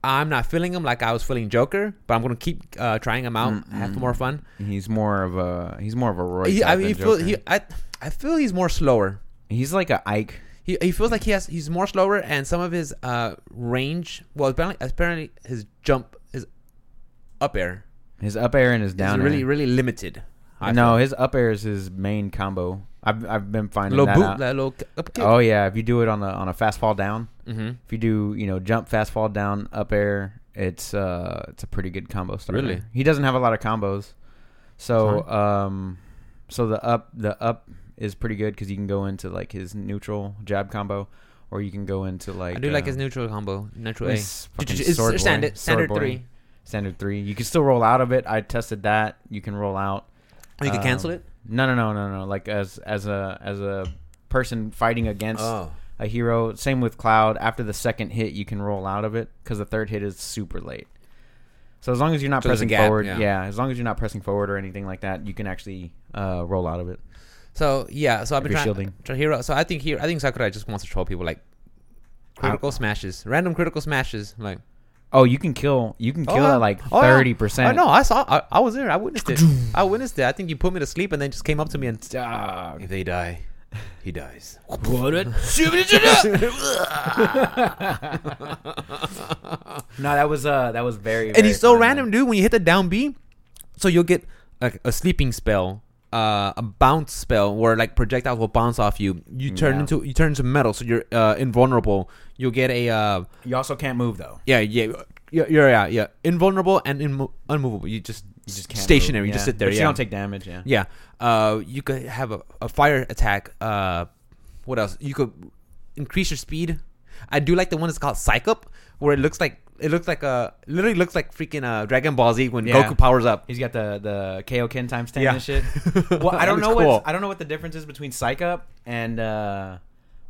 [SPEAKER 1] I'm not feeling him like I was feeling Joker, but I'm gonna keep uh, trying him out, have more fun.
[SPEAKER 2] He's more of a he's more of a Roy.
[SPEAKER 1] He,
[SPEAKER 2] type
[SPEAKER 1] I mean, he
[SPEAKER 2] than
[SPEAKER 1] feel,
[SPEAKER 2] Joker.
[SPEAKER 1] he, I, I feel he's more slower.
[SPEAKER 2] he's like a Ike.
[SPEAKER 1] He, he feels like he has he's more slower, and some of his uh range. Well, apparently, apparently his jump is up air.
[SPEAKER 2] His up air and his down
[SPEAKER 1] is
[SPEAKER 2] air.
[SPEAKER 1] really really limited. I
[SPEAKER 2] no,
[SPEAKER 1] feel.
[SPEAKER 2] his up air is his main combo. I've I've been finding
[SPEAKER 1] little
[SPEAKER 2] that
[SPEAKER 1] boot,
[SPEAKER 2] out.
[SPEAKER 1] like, little up kick.
[SPEAKER 2] Oh yeah, if you do it on a on a fast fall down,
[SPEAKER 1] hmm
[SPEAKER 2] if you do you know jump fast fall down up air, it's uh it's a pretty good combo starter.
[SPEAKER 1] Really?
[SPEAKER 2] he doesn't have a lot of combos, so um so the up the up is pretty good because you can go into like his neutral jab combo, or you can go into like
[SPEAKER 1] I do like
[SPEAKER 2] uh,
[SPEAKER 1] his neutral combo, neutral A.
[SPEAKER 2] his fucking
[SPEAKER 1] It's
[SPEAKER 2] sword boy-
[SPEAKER 1] standard
[SPEAKER 2] sword
[SPEAKER 1] standard
[SPEAKER 2] boy.
[SPEAKER 1] three.
[SPEAKER 2] standard three. You can still roll out of it. I tested that. You can roll out.
[SPEAKER 1] Oh, you can cancel
[SPEAKER 2] Um,
[SPEAKER 1] it.
[SPEAKER 2] No, no, no, no, no. Like as as a as a person fighting against
[SPEAKER 1] Oh.
[SPEAKER 2] a hero. Same with Cloud. After the second hit, you can roll out of it because the third hit is super late. So as long as you're not
[SPEAKER 1] So there's a
[SPEAKER 2] pressing
[SPEAKER 1] gap,
[SPEAKER 2] forward,
[SPEAKER 1] yeah.
[SPEAKER 2] yeah. As long as you're not pressing forward or anything like that, you can actually uh, roll out of it.
[SPEAKER 1] So yeah, so I've been
[SPEAKER 2] If you're
[SPEAKER 1] trying,
[SPEAKER 2] shielding.
[SPEAKER 1] try hero. So I think here, I think Sakurai just wants to troll people like critical smashes, random critical smashes. Like
[SPEAKER 2] Oh, you can kill. You can
[SPEAKER 1] Oh,
[SPEAKER 2] kill
[SPEAKER 1] yeah.
[SPEAKER 2] at like
[SPEAKER 1] Oh, yeah.
[SPEAKER 2] thirty percent.
[SPEAKER 1] I know, I saw, I, I was there, I witnessed it, I witnessed it. I think you put me to sleep and then just came up to me and
[SPEAKER 2] Dog.
[SPEAKER 1] if they die, he dies.
[SPEAKER 2] No, that was uh, that was very.
[SPEAKER 1] and
[SPEAKER 2] very
[SPEAKER 1] he's so
[SPEAKER 2] fun, man.
[SPEAKER 1] random, dude. When you hit the down B, so you'll get like a sleeping spell, uh, a bounce spell, where like projectiles will bounce off you. You turn
[SPEAKER 2] Yeah.
[SPEAKER 1] into you turn into metal, so you're uh, invulnerable. You'll get a uh,
[SPEAKER 2] You also can't move though.
[SPEAKER 1] yeah, yeah, yeah, yeah, yeah, yeah. invulnerable and immo- unmovable. You just
[SPEAKER 2] You just can't move.
[SPEAKER 1] stationary. You just
[SPEAKER 2] Yeah.
[SPEAKER 1] sit there.
[SPEAKER 2] But
[SPEAKER 1] yeah,
[SPEAKER 2] you don't take damage. Yeah.
[SPEAKER 1] yeah. Uh, you could have a, a fire attack. Uh, what else? You could increase your speed. I do like the one that's called Psych Up, where it looks like it looks like a literally looks like freaking uh, Dragon Ball Z when
[SPEAKER 2] Yeah.
[SPEAKER 1] Goku powers up.
[SPEAKER 2] He's got the the KO Ken times ten
[SPEAKER 1] Yeah.
[SPEAKER 2] and shit. Well, I
[SPEAKER 1] That
[SPEAKER 2] don't know
[SPEAKER 1] looks
[SPEAKER 2] what
[SPEAKER 1] cool.
[SPEAKER 2] I don't know what the difference is between Psych Up and uh,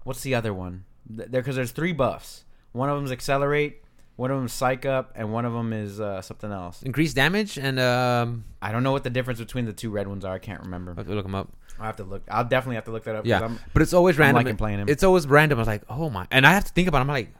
[SPEAKER 2] what's the other one? Th- There because there's three buffs. One of them's Accelerate, one of them's Psych Up, and one of them is uh, something else.
[SPEAKER 1] Increase damage and um,
[SPEAKER 2] I don't know what the difference between the two red ones are. I can't remember.
[SPEAKER 1] I have to look them up.
[SPEAKER 2] I'll have to look. I'll definitely have to look that up. 'cause
[SPEAKER 1] Yeah,
[SPEAKER 2] I'm-
[SPEAKER 1] but it's always random.
[SPEAKER 2] liking playing him.
[SPEAKER 1] It's always random. I was like, oh my, and I have to think about. it. I'm like,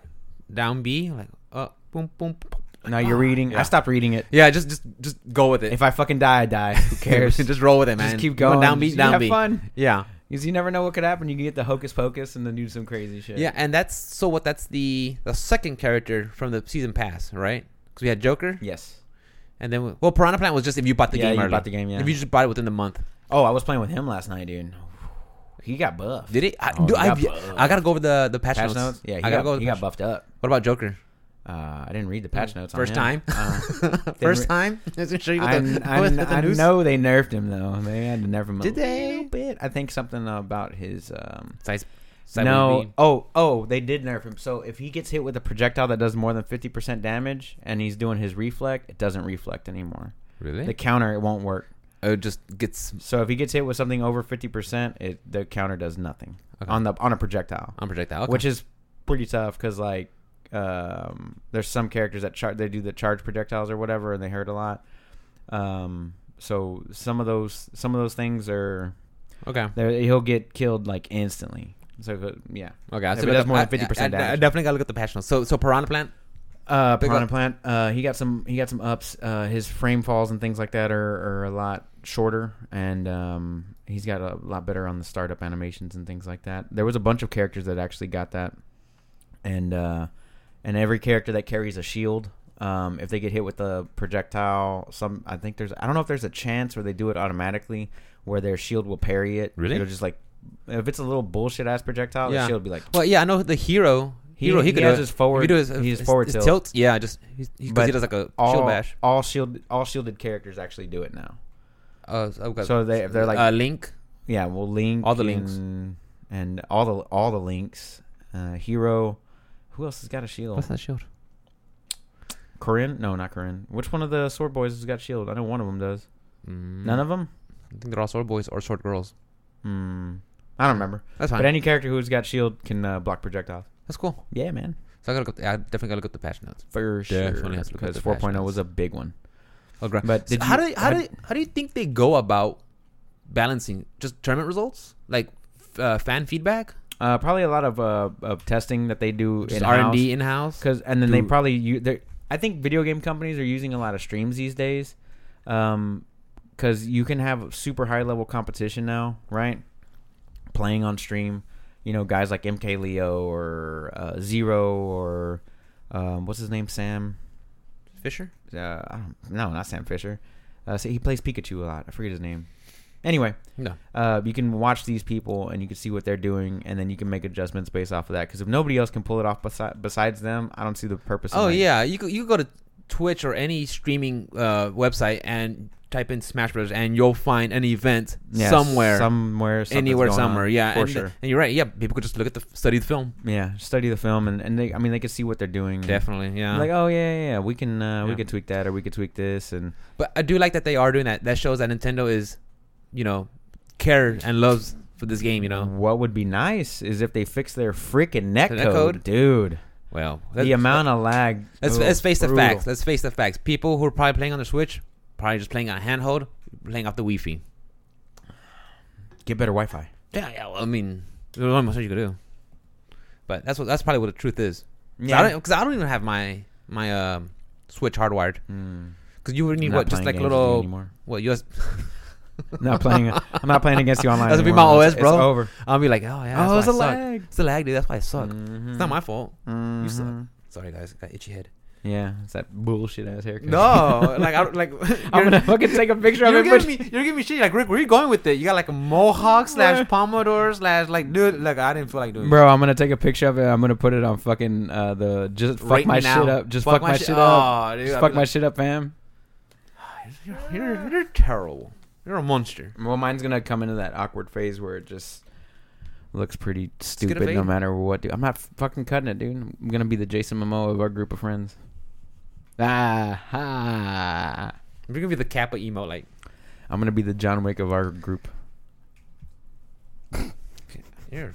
[SPEAKER 1] down B, like, uh, boom, boom. boom.
[SPEAKER 2] no, you're reading.
[SPEAKER 1] Ah, Yeah.
[SPEAKER 2] I stopped reading it.
[SPEAKER 1] Yeah, just just just go with it.
[SPEAKER 2] If I fucking die, I die. Who cares?
[SPEAKER 1] just roll with it, man.
[SPEAKER 2] Just keep
[SPEAKER 1] You want
[SPEAKER 2] going.
[SPEAKER 1] Down B,
[SPEAKER 2] Just
[SPEAKER 1] down
[SPEAKER 2] have
[SPEAKER 1] B.
[SPEAKER 2] fun.
[SPEAKER 1] Yeah.
[SPEAKER 2] Because you never know what could happen. You can get the hocus pocus and then do some crazy shit.
[SPEAKER 1] Yeah, and that's so what that's the the second character from the season pass, right? Because we had Joker,
[SPEAKER 2] Yes.
[SPEAKER 1] and then we, well, Piranha Plant was just if you bought the
[SPEAKER 2] Yeah,
[SPEAKER 1] game.
[SPEAKER 2] you
[SPEAKER 1] early.
[SPEAKER 2] bought the game, yeah.
[SPEAKER 1] If you just bought it within the month,
[SPEAKER 2] Oh, I was playing with him last night, dude. He got buffed.
[SPEAKER 1] did it? I,
[SPEAKER 2] Oh,
[SPEAKER 1] dude,
[SPEAKER 2] he
[SPEAKER 1] I,
[SPEAKER 2] got buffed.
[SPEAKER 1] I gotta go over the the patch,
[SPEAKER 2] patch notes?
[SPEAKER 1] notes.
[SPEAKER 2] Yeah, he
[SPEAKER 1] I gotta
[SPEAKER 2] got,
[SPEAKER 1] go. over
[SPEAKER 2] he
[SPEAKER 1] the
[SPEAKER 2] got
[SPEAKER 1] patch-
[SPEAKER 2] buffed up.
[SPEAKER 1] What about Joker?
[SPEAKER 2] Uh, I didn't read the patch notes. on
[SPEAKER 1] First
[SPEAKER 2] him.
[SPEAKER 1] time,
[SPEAKER 2] Uh,
[SPEAKER 1] first
[SPEAKER 2] re-
[SPEAKER 1] time. Doesn't show you
[SPEAKER 2] I,
[SPEAKER 1] what the-
[SPEAKER 2] I,
[SPEAKER 1] what the
[SPEAKER 2] I
[SPEAKER 1] news-
[SPEAKER 2] know they nerfed him though. They had to nerf him. a
[SPEAKER 1] Did they?
[SPEAKER 2] little Bit. I think something about his. Um,
[SPEAKER 1] Size, size would
[SPEAKER 2] no.
[SPEAKER 1] be-
[SPEAKER 2] Oh, oh, they did nerf him. So if he gets hit with a projectile that does more than fifty percent damage, and he's doing his reflect, it doesn't reflect anymore.
[SPEAKER 1] really?
[SPEAKER 2] The counter it won't work.
[SPEAKER 1] Oh, it just gets
[SPEAKER 2] So if he gets hit with something over fifty percent, it the counter does nothing
[SPEAKER 1] Okay.
[SPEAKER 2] on the on a projectile.
[SPEAKER 1] on projectile. Okay.
[SPEAKER 2] which is pretty tough because like um, there's some characters that char- they do the charge projectiles or whatever, and they hurt a lot. Um, so some of those some of those things are
[SPEAKER 1] okay.
[SPEAKER 2] they're- he'll get killed like instantly. So uh, yeah,
[SPEAKER 1] Okay, I
[SPEAKER 2] If
[SPEAKER 1] said
[SPEAKER 2] it
[SPEAKER 1] look
[SPEAKER 2] does
[SPEAKER 1] up-
[SPEAKER 2] more than
[SPEAKER 1] I-
[SPEAKER 2] 50%
[SPEAKER 1] I- I- I
[SPEAKER 2] damage.
[SPEAKER 1] definitely gotta look at the patch notes. So, so Piranha Plant,
[SPEAKER 2] uh,
[SPEAKER 1] Big
[SPEAKER 2] Piranha
[SPEAKER 1] up.
[SPEAKER 2] Plant uh, he got some he got some ups. Uh, his frame falls and things like that are, are a lot shorter, and um, he's got a lot better on the startup animations and things like that. There was a bunch of characters that actually got that. and uh, and every character that carries a shield Um, if they get hit with a projectile, some I think there's I don't know if there's a chance where they do it automatically where their shield will parry it.
[SPEAKER 1] Really?
[SPEAKER 2] It'll just like if it's a little bullshit ass projectile, the
[SPEAKER 1] Yeah.
[SPEAKER 2] shield will be like.
[SPEAKER 1] Well, yeah, I know the hero.
[SPEAKER 2] He-
[SPEAKER 1] Hero, he,
[SPEAKER 2] he
[SPEAKER 1] could
[SPEAKER 2] has
[SPEAKER 1] do it.
[SPEAKER 2] his forward-
[SPEAKER 1] If you do his,
[SPEAKER 2] he has
[SPEAKER 1] his-
[SPEAKER 2] forward
[SPEAKER 1] his
[SPEAKER 2] tilt.
[SPEAKER 1] Yeah, just because he,
[SPEAKER 2] But
[SPEAKER 1] does like a
[SPEAKER 2] All,
[SPEAKER 1] shield bash.
[SPEAKER 2] all shield, all shielded characters actually do it now.
[SPEAKER 1] Uh, so I've got-
[SPEAKER 2] So they- if they're like-
[SPEAKER 1] uh, Link,
[SPEAKER 2] Yeah, well, Link,
[SPEAKER 1] All the links.
[SPEAKER 2] and, and all the all the links, uh, hero. Who else has got a shield?
[SPEAKER 1] what's that shield?
[SPEAKER 2] Corinne? No, not Corinne. Which one of the sword boys has got shield? I know one of them does.
[SPEAKER 1] Mm,
[SPEAKER 2] None of them.
[SPEAKER 1] I think they're all sword boys or sword girls.
[SPEAKER 2] Hmm. I don't remember.
[SPEAKER 1] That's fine.
[SPEAKER 2] But any character who's got shield can uh, block projectiles.
[SPEAKER 1] That's cool.
[SPEAKER 2] Yeah, man,
[SPEAKER 1] So I gotta look. Up, I definitely gotta look up the patch notes.
[SPEAKER 2] for
[SPEAKER 1] Definitely has to
[SPEAKER 2] sure.
[SPEAKER 1] look at
[SPEAKER 2] Because
[SPEAKER 1] the
[SPEAKER 2] 4.0
[SPEAKER 1] patch
[SPEAKER 2] was a big one.
[SPEAKER 1] Oh, great.
[SPEAKER 2] But
[SPEAKER 1] So
[SPEAKER 2] did
[SPEAKER 1] how
[SPEAKER 2] you-
[SPEAKER 1] do you, how
[SPEAKER 2] had-
[SPEAKER 1] do how do you think they go about balancing just tournament results like f- uh, fan feedback,
[SPEAKER 2] Uh, probably a lot of uh, of testing that they do
[SPEAKER 1] just
[SPEAKER 2] in
[SPEAKER 1] R and D in house?
[SPEAKER 2] Cause, and then they
[SPEAKER 1] Do-
[SPEAKER 2] probably u- they're- I think video game companies are using a lot of streams these days, um, because you can have super high level competition now, right? Playing on stream, you know, guys like MK Leo or uh, Zero or um, what's his name, Sam?
[SPEAKER 1] Fisher.
[SPEAKER 2] Uh, I don't, no, not Sam Fisher. Uh, so he plays Pikachu a lot. I forget his name. Anyway,
[SPEAKER 1] No.
[SPEAKER 2] uh, you can watch these people and you can see what they're doing, and then you can make adjustments based off of that. Because if nobody else can pull it off besi- besides them, I don't see the purpose. in,
[SPEAKER 1] Oh
[SPEAKER 2] like,
[SPEAKER 1] yeah, you could, you could go to Twitch or any streaming uh, website and type in Smash Bros. and you'll find an event
[SPEAKER 2] yeah,
[SPEAKER 1] somewhere,
[SPEAKER 2] somewhere, something's
[SPEAKER 1] anywhere,
[SPEAKER 2] going on,
[SPEAKER 1] somewhere. Yeah,
[SPEAKER 2] for
[SPEAKER 1] and,
[SPEAKER 2] sure.
[SPEAKER 1] and you're right. Yeah, people could just look at the f- study the film.
[SPEAKER 2] Yeah, study the film, and, and they, I mean, they can see what they're doing. and
[SPEAKER 1] Definitely. Yeah.
[SPEAKER 2] Mm. Like, oh yeah, yeah, yeah, we can, uh,
[SPEAKER 1] Yeah.
[SPEAKER 2] we can tweak that, or we could tweak this, and
[SPEAKER 1] but I do like that they are doing that. That shows that Nintendo is, you know, cares and loves for this game. You know.
[SPEAKER 2] what would be nice is if they fix their freaking net
[SPEAKER 1] The
[SPEAKER 2] code,
[SPEAKER 1] net code?
[SPEAKER 2] dude.
[SPEAKER 1] Well,
[SPEAKER 2] The amount of lag.
[SPEAKER 1] Let's,
[SPEAKER 2] oh,
[SPEAKER 1] let's face the
[SPEAKER 2] brutal.
[SPEAKER 1] facts. Let's face the facts. People who are probably playing on the Switch, probably just playing on handheld, playing off the Wi-Fi.
[SPEAKER 2] Get better Wi-Fi.
[SPEAKER 1] Yeah, yeah. Well, I mean, there's only much you could do. But that's what that's probably what the truth is. Yeah.
[SPEAKER 2] Yeah.
[SPEAKER 1] Because I, don't even have my my um, Switch hardwired.
[SPEAKER 2] Mm.
[SPEAKER 1] Because you would
[SPEAKER 2] I'm
[SPEAKER 1] need
[SPEAKER 2] not
[SPEAKER 1] what, just
[SPEAKER 2] playing
[SPEAKER 1] like
[SPEAKER 2] games with you
[SPEAKER 1] little
[SPEAKER 2] anymore.
[SPEAKER 1] what US.
[SPEAKER 2] not playing. I'm not playing against you online.
[SPEAKER 1] That's gonna be
[SPEAKER 2] anymore,
[SPEAKER 1] my
[SPEAKER 2] man.
[SPEAKER 1] OS,
[SPEAKER 2] It's-
[SPEAKER 1] bro.
[SPEAKER 2] It's over.
[SPEAKER 1] I'll be like, oh yeah.
[SPEAKER 2] Oh,
[SPEAKER 1] that's
[SPEAKER 2] it's a
[SPEAKER 1] why I suck. Mm-hmm.
[SPEAKER 2] lag.
[SPEAKER 1] It's a lag, Mm. dude. That's why I suck. It's not
[SPEAKER 2] Mhm.
[SPEAKER 1] my fault. You suck.
[SPEAKER 2] Mhm.
[SPEAKER 1] Sorry guys, I got itchy head.
[SPEAKER 2] Yeah, it's that bullshit ass haircut.
[SPEAKER 1] No, like I like
[SPEAKER 2] I'm gonna fucking take a picture of
[SPEAKER 1] You're
[SPEAKER 2] it.
[SPEAKER 1] giving
[SPEAKER 2] but-
[SPEAKER 1] me, you're giving me shit. Like Rick, where you going with it? You got like a mohawk slash pompadour slash like, dude. Look, I didn't feel like doing.
[SPEAKER 2] Bro, I'm gonna take a picture of it. I'm gonna put it on fucking uh, the just
[SPEAKER 1] it.
[SPEAKER 2] fuck my shit up. Just fuck, my shit up.
[SPEAKER 1] Oh, dude,
[SPEAKER 2] Just
[SPEAKER 1] I'd
[SPEAKER 2] fuck
[SPEAKER 1] be
[SPEAKER 2] my
[SPEAKER 1] like,
[SPEAKER 2] shit up, fam.
[SPEAKER 1] You're, you're you're terrible. You're a monster.
[SPEAKER 2] Well, mine's gonna come into that awkward phase where it just looks pretty
[SPEAKER 1] get a
[SPEAKER 2] stupid no
[SPEAKER 1] fade.
[SPEAKER 2] matter what. Dude, I'm not fucking cutting it, dude. I'm gonna be the Jason Momoa of our group of friends. Ah ha!
[SPEAKER 1] You're gonna be the Kappa emo. Like,
[SPEAKER 2] I'm gonna be the John Wick of our group.
[SPEAKER 1] you're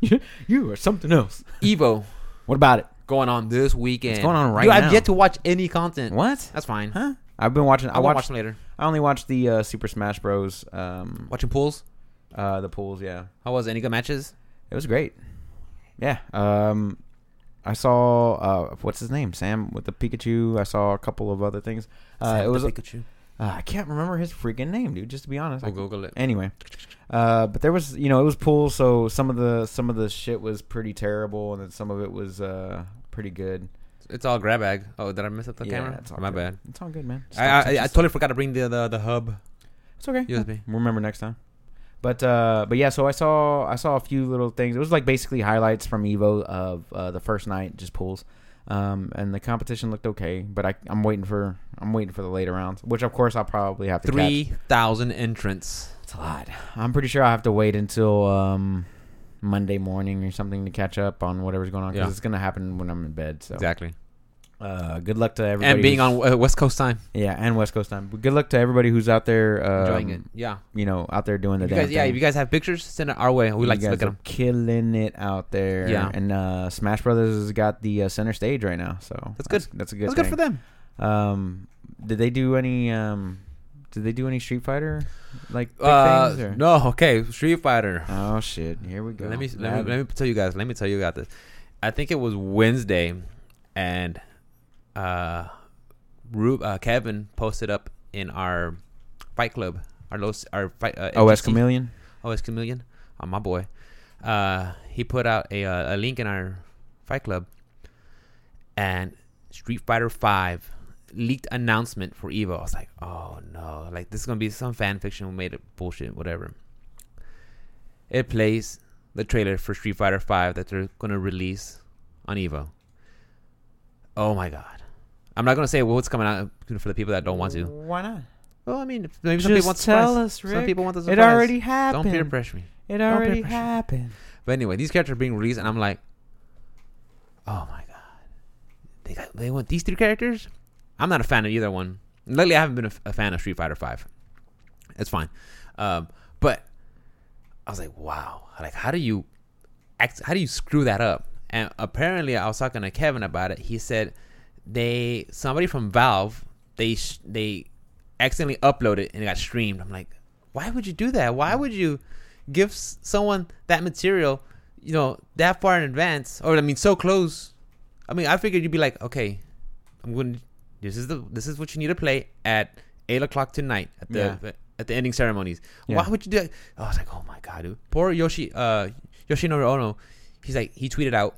[SPEAKER 2] You are something else.
[SPEAKER 1] Evo
[SPEAKER 2] What about it?
[SPEAKER 1] going on this weekend.
[SPEAKER 2] It's going on right
[SPEAKER 1] Dude,
[SPEAKER 2] now.
[SPEAKER 1] I've yet to watch any content.
[SPEAKER 2] What?
[SPEAKER 1] That's fine.
[SPEAKER 2] Huh? I've been watching. I
[SPEAKER 1] I'll watch
[SPEAKER 2] watched.
[SPEAKER 1] them later.
[SPEAKER 2] I only watched the uh, Super Smash Bros. Um,
[SPEAKER 1] Watching pools.
[SPEAKER 2] uh, the pools. Yeah.
[SPEAKER 1] How was it? any good matches?
[SPEAKER 2] It was great. Yeah. Um, I saw uh, what's his name, Sam with the Pikachu. I saw a couple of other things. Uh, it was uh,
[SPEAKER 1] Pikachu.
[SPEAKER 2] I can't remember his freaking name, dude. Just to be honest.
[SPEAKER 1] I'll
[SPEAKER 2] I-
[SPEAKER 1] Google it.
[SPEAKER 2] Anyway, uh, but there was you know it was pool, so some of the some of the shit was pretty terrible, and then some of it was uh, pretty good.
[SPEAKER 1] It's all grab bag. Oh, did I mess up the
[SPEAKER 2] Yeah,
[SPEAKER 1] camera?
[SPEAKER 2] it's all
[SPEAKER 1] My
[SPEAKER 2] good.
[SPEAKER 1] bad.
[SPEAKER 2] It's all good, man.
[SPEAKER 1] I, I, I totally forgot to bring the the, the hub
[SPEAKER 2] it's okay.
[SPEAKER 1] USB.
[SPEAKER 2] remember next time. But uh, but yeah, so I saw I saw a few little things. It was like basically highlights from Evo of uh, the first night, just pools, um, and the competition looked okay. But I I'm waiting for I'm waiting for the later rounds, which of course I'll probably have to catch.
[SPEAKER 1] Three thousand entrants.
[SPEAKER 2] It's a lot. I'm pretty sure I'll have to wait until um, Monday morning or something to catch up on whatever's going on because
[SPEAKER 1] Yeah.
[SPEAKER 2] it's gonna happen when I'm in bed. So
[SPEAKER 1] Exactly.
[SPEAKER 2] uh, good luck to everybody.
[SPEAKER 1] and being
[SPEAKER 2] who's-
[SPEAKER 1] on uh, West Coast time,
[SPEAKER 2] yeah, and West Coast time. But good luck to everybody who's out there um,
[SPEAKER 1] enjoying it. Yeah.
[SPEAKER 2] You know, out there doing the
[SPEAKER 1] If you
[SPEAKER 2] damn
[SPEAKER 1] guys, yeah.
[SPEAKER 2] thing.
[SPEAKER 1] If you guys have pictures, send it our way. We
[SPEAKER 2] You
[SPEAKER 1] like to look
[SPEAKER 2] guys
[SPEAKER 1] at
[SPEAKER 2] are
[SPEAKER 1] them.
[SPEAKER 2] Killing it out there.
[SPEAKER 1] Yeah.
[SPEAKER 2] And uh, Smash Brothers has got the uh, center stage right now, so
[SPEAKER 1] That's
[SPEAKER 2] That's, a good.
[SPEAKER 1] That's good for
[SPEAKER 2] thing.
[SPEAKER 1] them.
[SPEAKER 2] Um, did they do any? Um, did they do any Street Fighter like big
[SPEAKER 1] Uh,
[SPEAKER 2] things? Or?
[SPEAKER 1] no, okay. Street Fighter.
[SPEAKER 2] Oh shit! Here we go.
[SPEAKER 1] Let me, let
[SPEAKER 2] Now-
[SPEAKER 1] me let me tell you guys. Let me tell you about this. I think it was Wednesday, and uh, Rube, uh Kevin posted up in our Fight Club, our los, our fight, uh,
[SPEAKER 2] OS
[SPEAKER 1] NGC
[SPEAKER 2] Oh, Chameleon.
[SPEAKER 1] OS Oh, Chameleon, uh, my boy. Uh, he put out a uh, a link in our Fight Club, and Street Fighter Five leaked announcement for Evo. I was like, oh no, like this is gonna be some fan fiction made of bullshit, whatever. It plays the trailer for Street Fighter Five that they're gonna release on Evo. Oh my god. I'm not gonna say what's coming out for the people that don't want to.
[SPEAKER 2] Why not?
[SPEAKER 1] Well, I mean, maybe some
[SPEAKER 2] Just
[SPEAKER 1] people want
[SPEAKER 2] tell
[SPEAKER 1] surprise.
[SPEAKER 2] us,
[SPEAKER 1] Some
[SPEAKER 2] Rick.
[SPEAKER 1] people want the surprise.
[SPEAKER 2] It already happened.
[SPEAKER 1] Don't peer pressure me.
[SPEAKER 2] It
[SPEAKER 1] peer
[SPEAKER 2] already
[SPEAKER 1] pressure.
[SPEAKER 2] happened.
[SPEAKER 1] But anyway, these characters are being released, and I'm like, oh my god, they got they want these three characters. I'm not a fan of either one. Lately, I haven't been a, f- a fan of Street Fighter Five. It's fine, um, but I was like, wow, like how do you, act, how do you screw that up? And apparently, I was talking to Kevin about it. He said they somebody from Valve they sh- they accidentally uploaded and it got streamed. I'm like, why would you do that? Why would you give s- someone that material, you know, that far in advance, or I mean, so close? I mean, I figured you'd be like, okay, I'm going. to This is the this is what you need to play at eight o'clock tonight at the at the ending ceremonies. Why
[SPEAKER 2] Yeah.
[SPEAKER 1] would you do that? I was like, oh my god, dude. Poor Yoshi, uh, Yoshinori Ono. He's like, he tweeted out,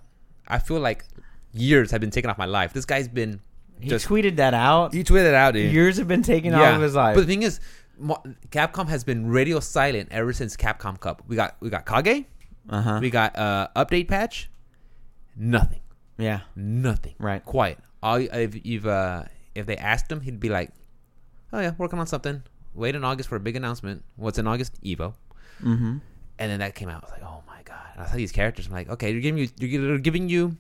[SPEAKER 1] I feel like years have been taken off my life. This guy's been
[SPEAKER 2] He
[SPEAKER 1] Just-
[SPEAKER 2] tweeted that out.
[SPEAKER 1] he tweeted it out, dude.
[SPEAKER 2] Years have been taken out of his life.
[SPEAKER 1] But the thing is, Mo- Capcom has been radio silent ever since Capcom Cup. We got we got Kage,
[SPEAKER 2] uh huh.
[SPEAKER 1] we got uh, update patch, nothing,
[SPEAKER 2] Yeah.
[SPEAKER 1] nothing,
[SPEAKER 2] Right.
[SPEAKER 1] quiet. All if you've uh, if they asked him, he'd be like, "Oh yeah, working on something. Wait in August for a big announcement. What's in August? Evo."
[SPEAKER 2] Mm-hmm.
[SPEAKER 1] And then that came out. I was like, "Oh my god!" And I saw these characters. I'm like, "Okay, they're giving you, they're, gi- they're giving you,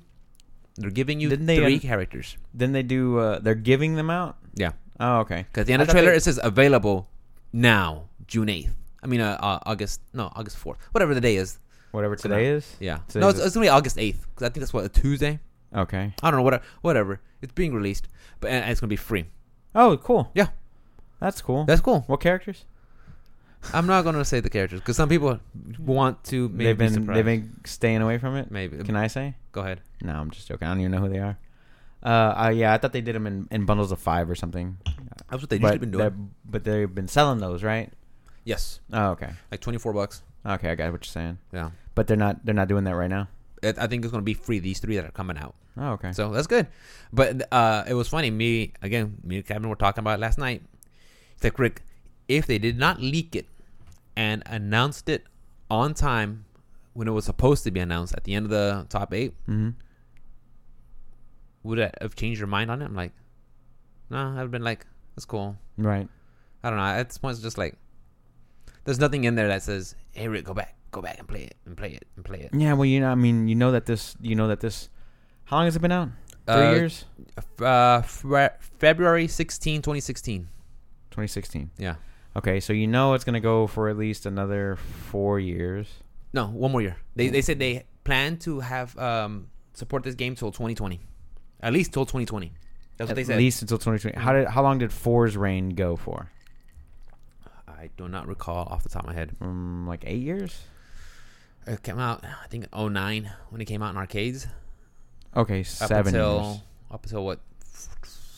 [SPEAKER 1] they're giving you
[SPEAKER 2] Didn't they,
[SPEAKER 1] three
[SPEAKER 2] um,
[SPEAKER 1] characters."
[SPEAKER 2] Then they do. Uh, they're giving them out.
[SPEAKER 1] Yeah.
[SPEAKER 2] Oh, okay.
[SPEAKER 1] Because the end of the
[SPEAKER 2] I thought
[SPEAKER 1] trailer
[SPEAKER 2] they-
[SPEAKER 1] it says available now, June eighth. I mean, uh, uh, August no, August fourth, whatever the day is.
[SPEAKER 2] Whatever
[SPEAKER 1] So
[SPEAKER 2] today is.
[SPEAKER 1] Yeah,
[SPEAKER 2] So
[SPEAKER 1] no,
[SPEAKER 2] is
[SPEAKER 1] it's,
[SPEAKER 2] it-
[SPEAKER 1] it's gonna be August eighth because I think that's what a Tuesday.
[SPEAKER 2] Okay.
[SPEAKER 1] I don't know, whatever, whatever. It's being released, but and, and it's gonna be free.
[SPEAKER 2] Oh, cool.
[SPEAKER 1] Yeah.
[SPEAKER 2] That's cool.
[SPEAKER 1] That's cool.
[SPEAKER 2] what characters?
[SPEAKER 1] I'm not gonna say the characters because some people want to maybe
[SPEAKER 2] they've
[SPEAKER 1] be
[SPEAKER 2] been
[SPEAKER 1] surprised.
[SPEAKER 2] they've been staying away from it.
[SPEAKER 1] maybe.
[SPEAKER 2] Can I say?
[SPEAKER 1] Go ahead.
[SPEAKER 2] No, I'm just joking. I don't even know who they are. Uh, uh yeah, I thought they did them in, in bundles of five or something.
[SPEAKER 1] That's what they
[SPEAKER 2] but
[SPEAKER 1] usually been doing.
[SPEAKER 2] they're- But they've been selling those, right?
[SPEAKER 1] Yes,
[SPEAKER 2] Oh, okay.
[SPEAKER 1] like twenty four bucks.
[SPEAKER 2] Okay, I got what you're saying.
[SPEAKER 1] Yeah,
[SPEAKER 2] But they're not they're not doing that right now.
[SPEAKER 1] it, I think it's gonna be free. These three that are coming out.
[SPEAKER 2] Oh, okay.
[SPEAKER 1] So that's good. But uh, it was funny. Me again. Me and Kevin were talking about it last night. He's like, Rick, if they did not leak it and announced it on time when it was supposed to be announced at the end of the top eight,
[SPEAKER 2] mm-hmm.
[SPEAKER 1] would that have changed your mind on it? I'm like, no, I've been like, that's cool.
[SPEAKER 2] Right.
[SPEAKER 1] I don't know. At this point, it's just like, there's nothing in there that says, hey, Rick, go back, go back and play it and play it and play it.
[SPEAKER 2] Yeah. Well, you know, I mean, you know that this, you know that this. How long has it been out? Three
[SPEAKER 1] Uh,
[SPEAKER 2] years.
[SPEAKER 1] F- Uh, Fe- February 16, 2016.
[SPEAKER 2] 2016.
[SPEAKER 1] Yeah.
[SPEAKER 2] Okay, so you know it's gonna go for at least another four years.
[SPEAKER 1] No, one more year. They they said they plan to have um support this game till 2020, at least till 2020. That's what
[SPEAKER 2] at
[SPEAKER 1] they said.
[SPEAKER 2] least until 2020. How did how long did Four's reign go for?
[SPEAKER 1] I do not recall off the top of my head.
[SPEAKER 2] Um, like eight years.
[SPEAKER 1] It came out I think in 09 when it came out in arcades.
[SPEAKER 2] Okay, seven
[SPEAKER 1] until
[SPEAKER 2] years.
[SPEAKER 1] up until what? f-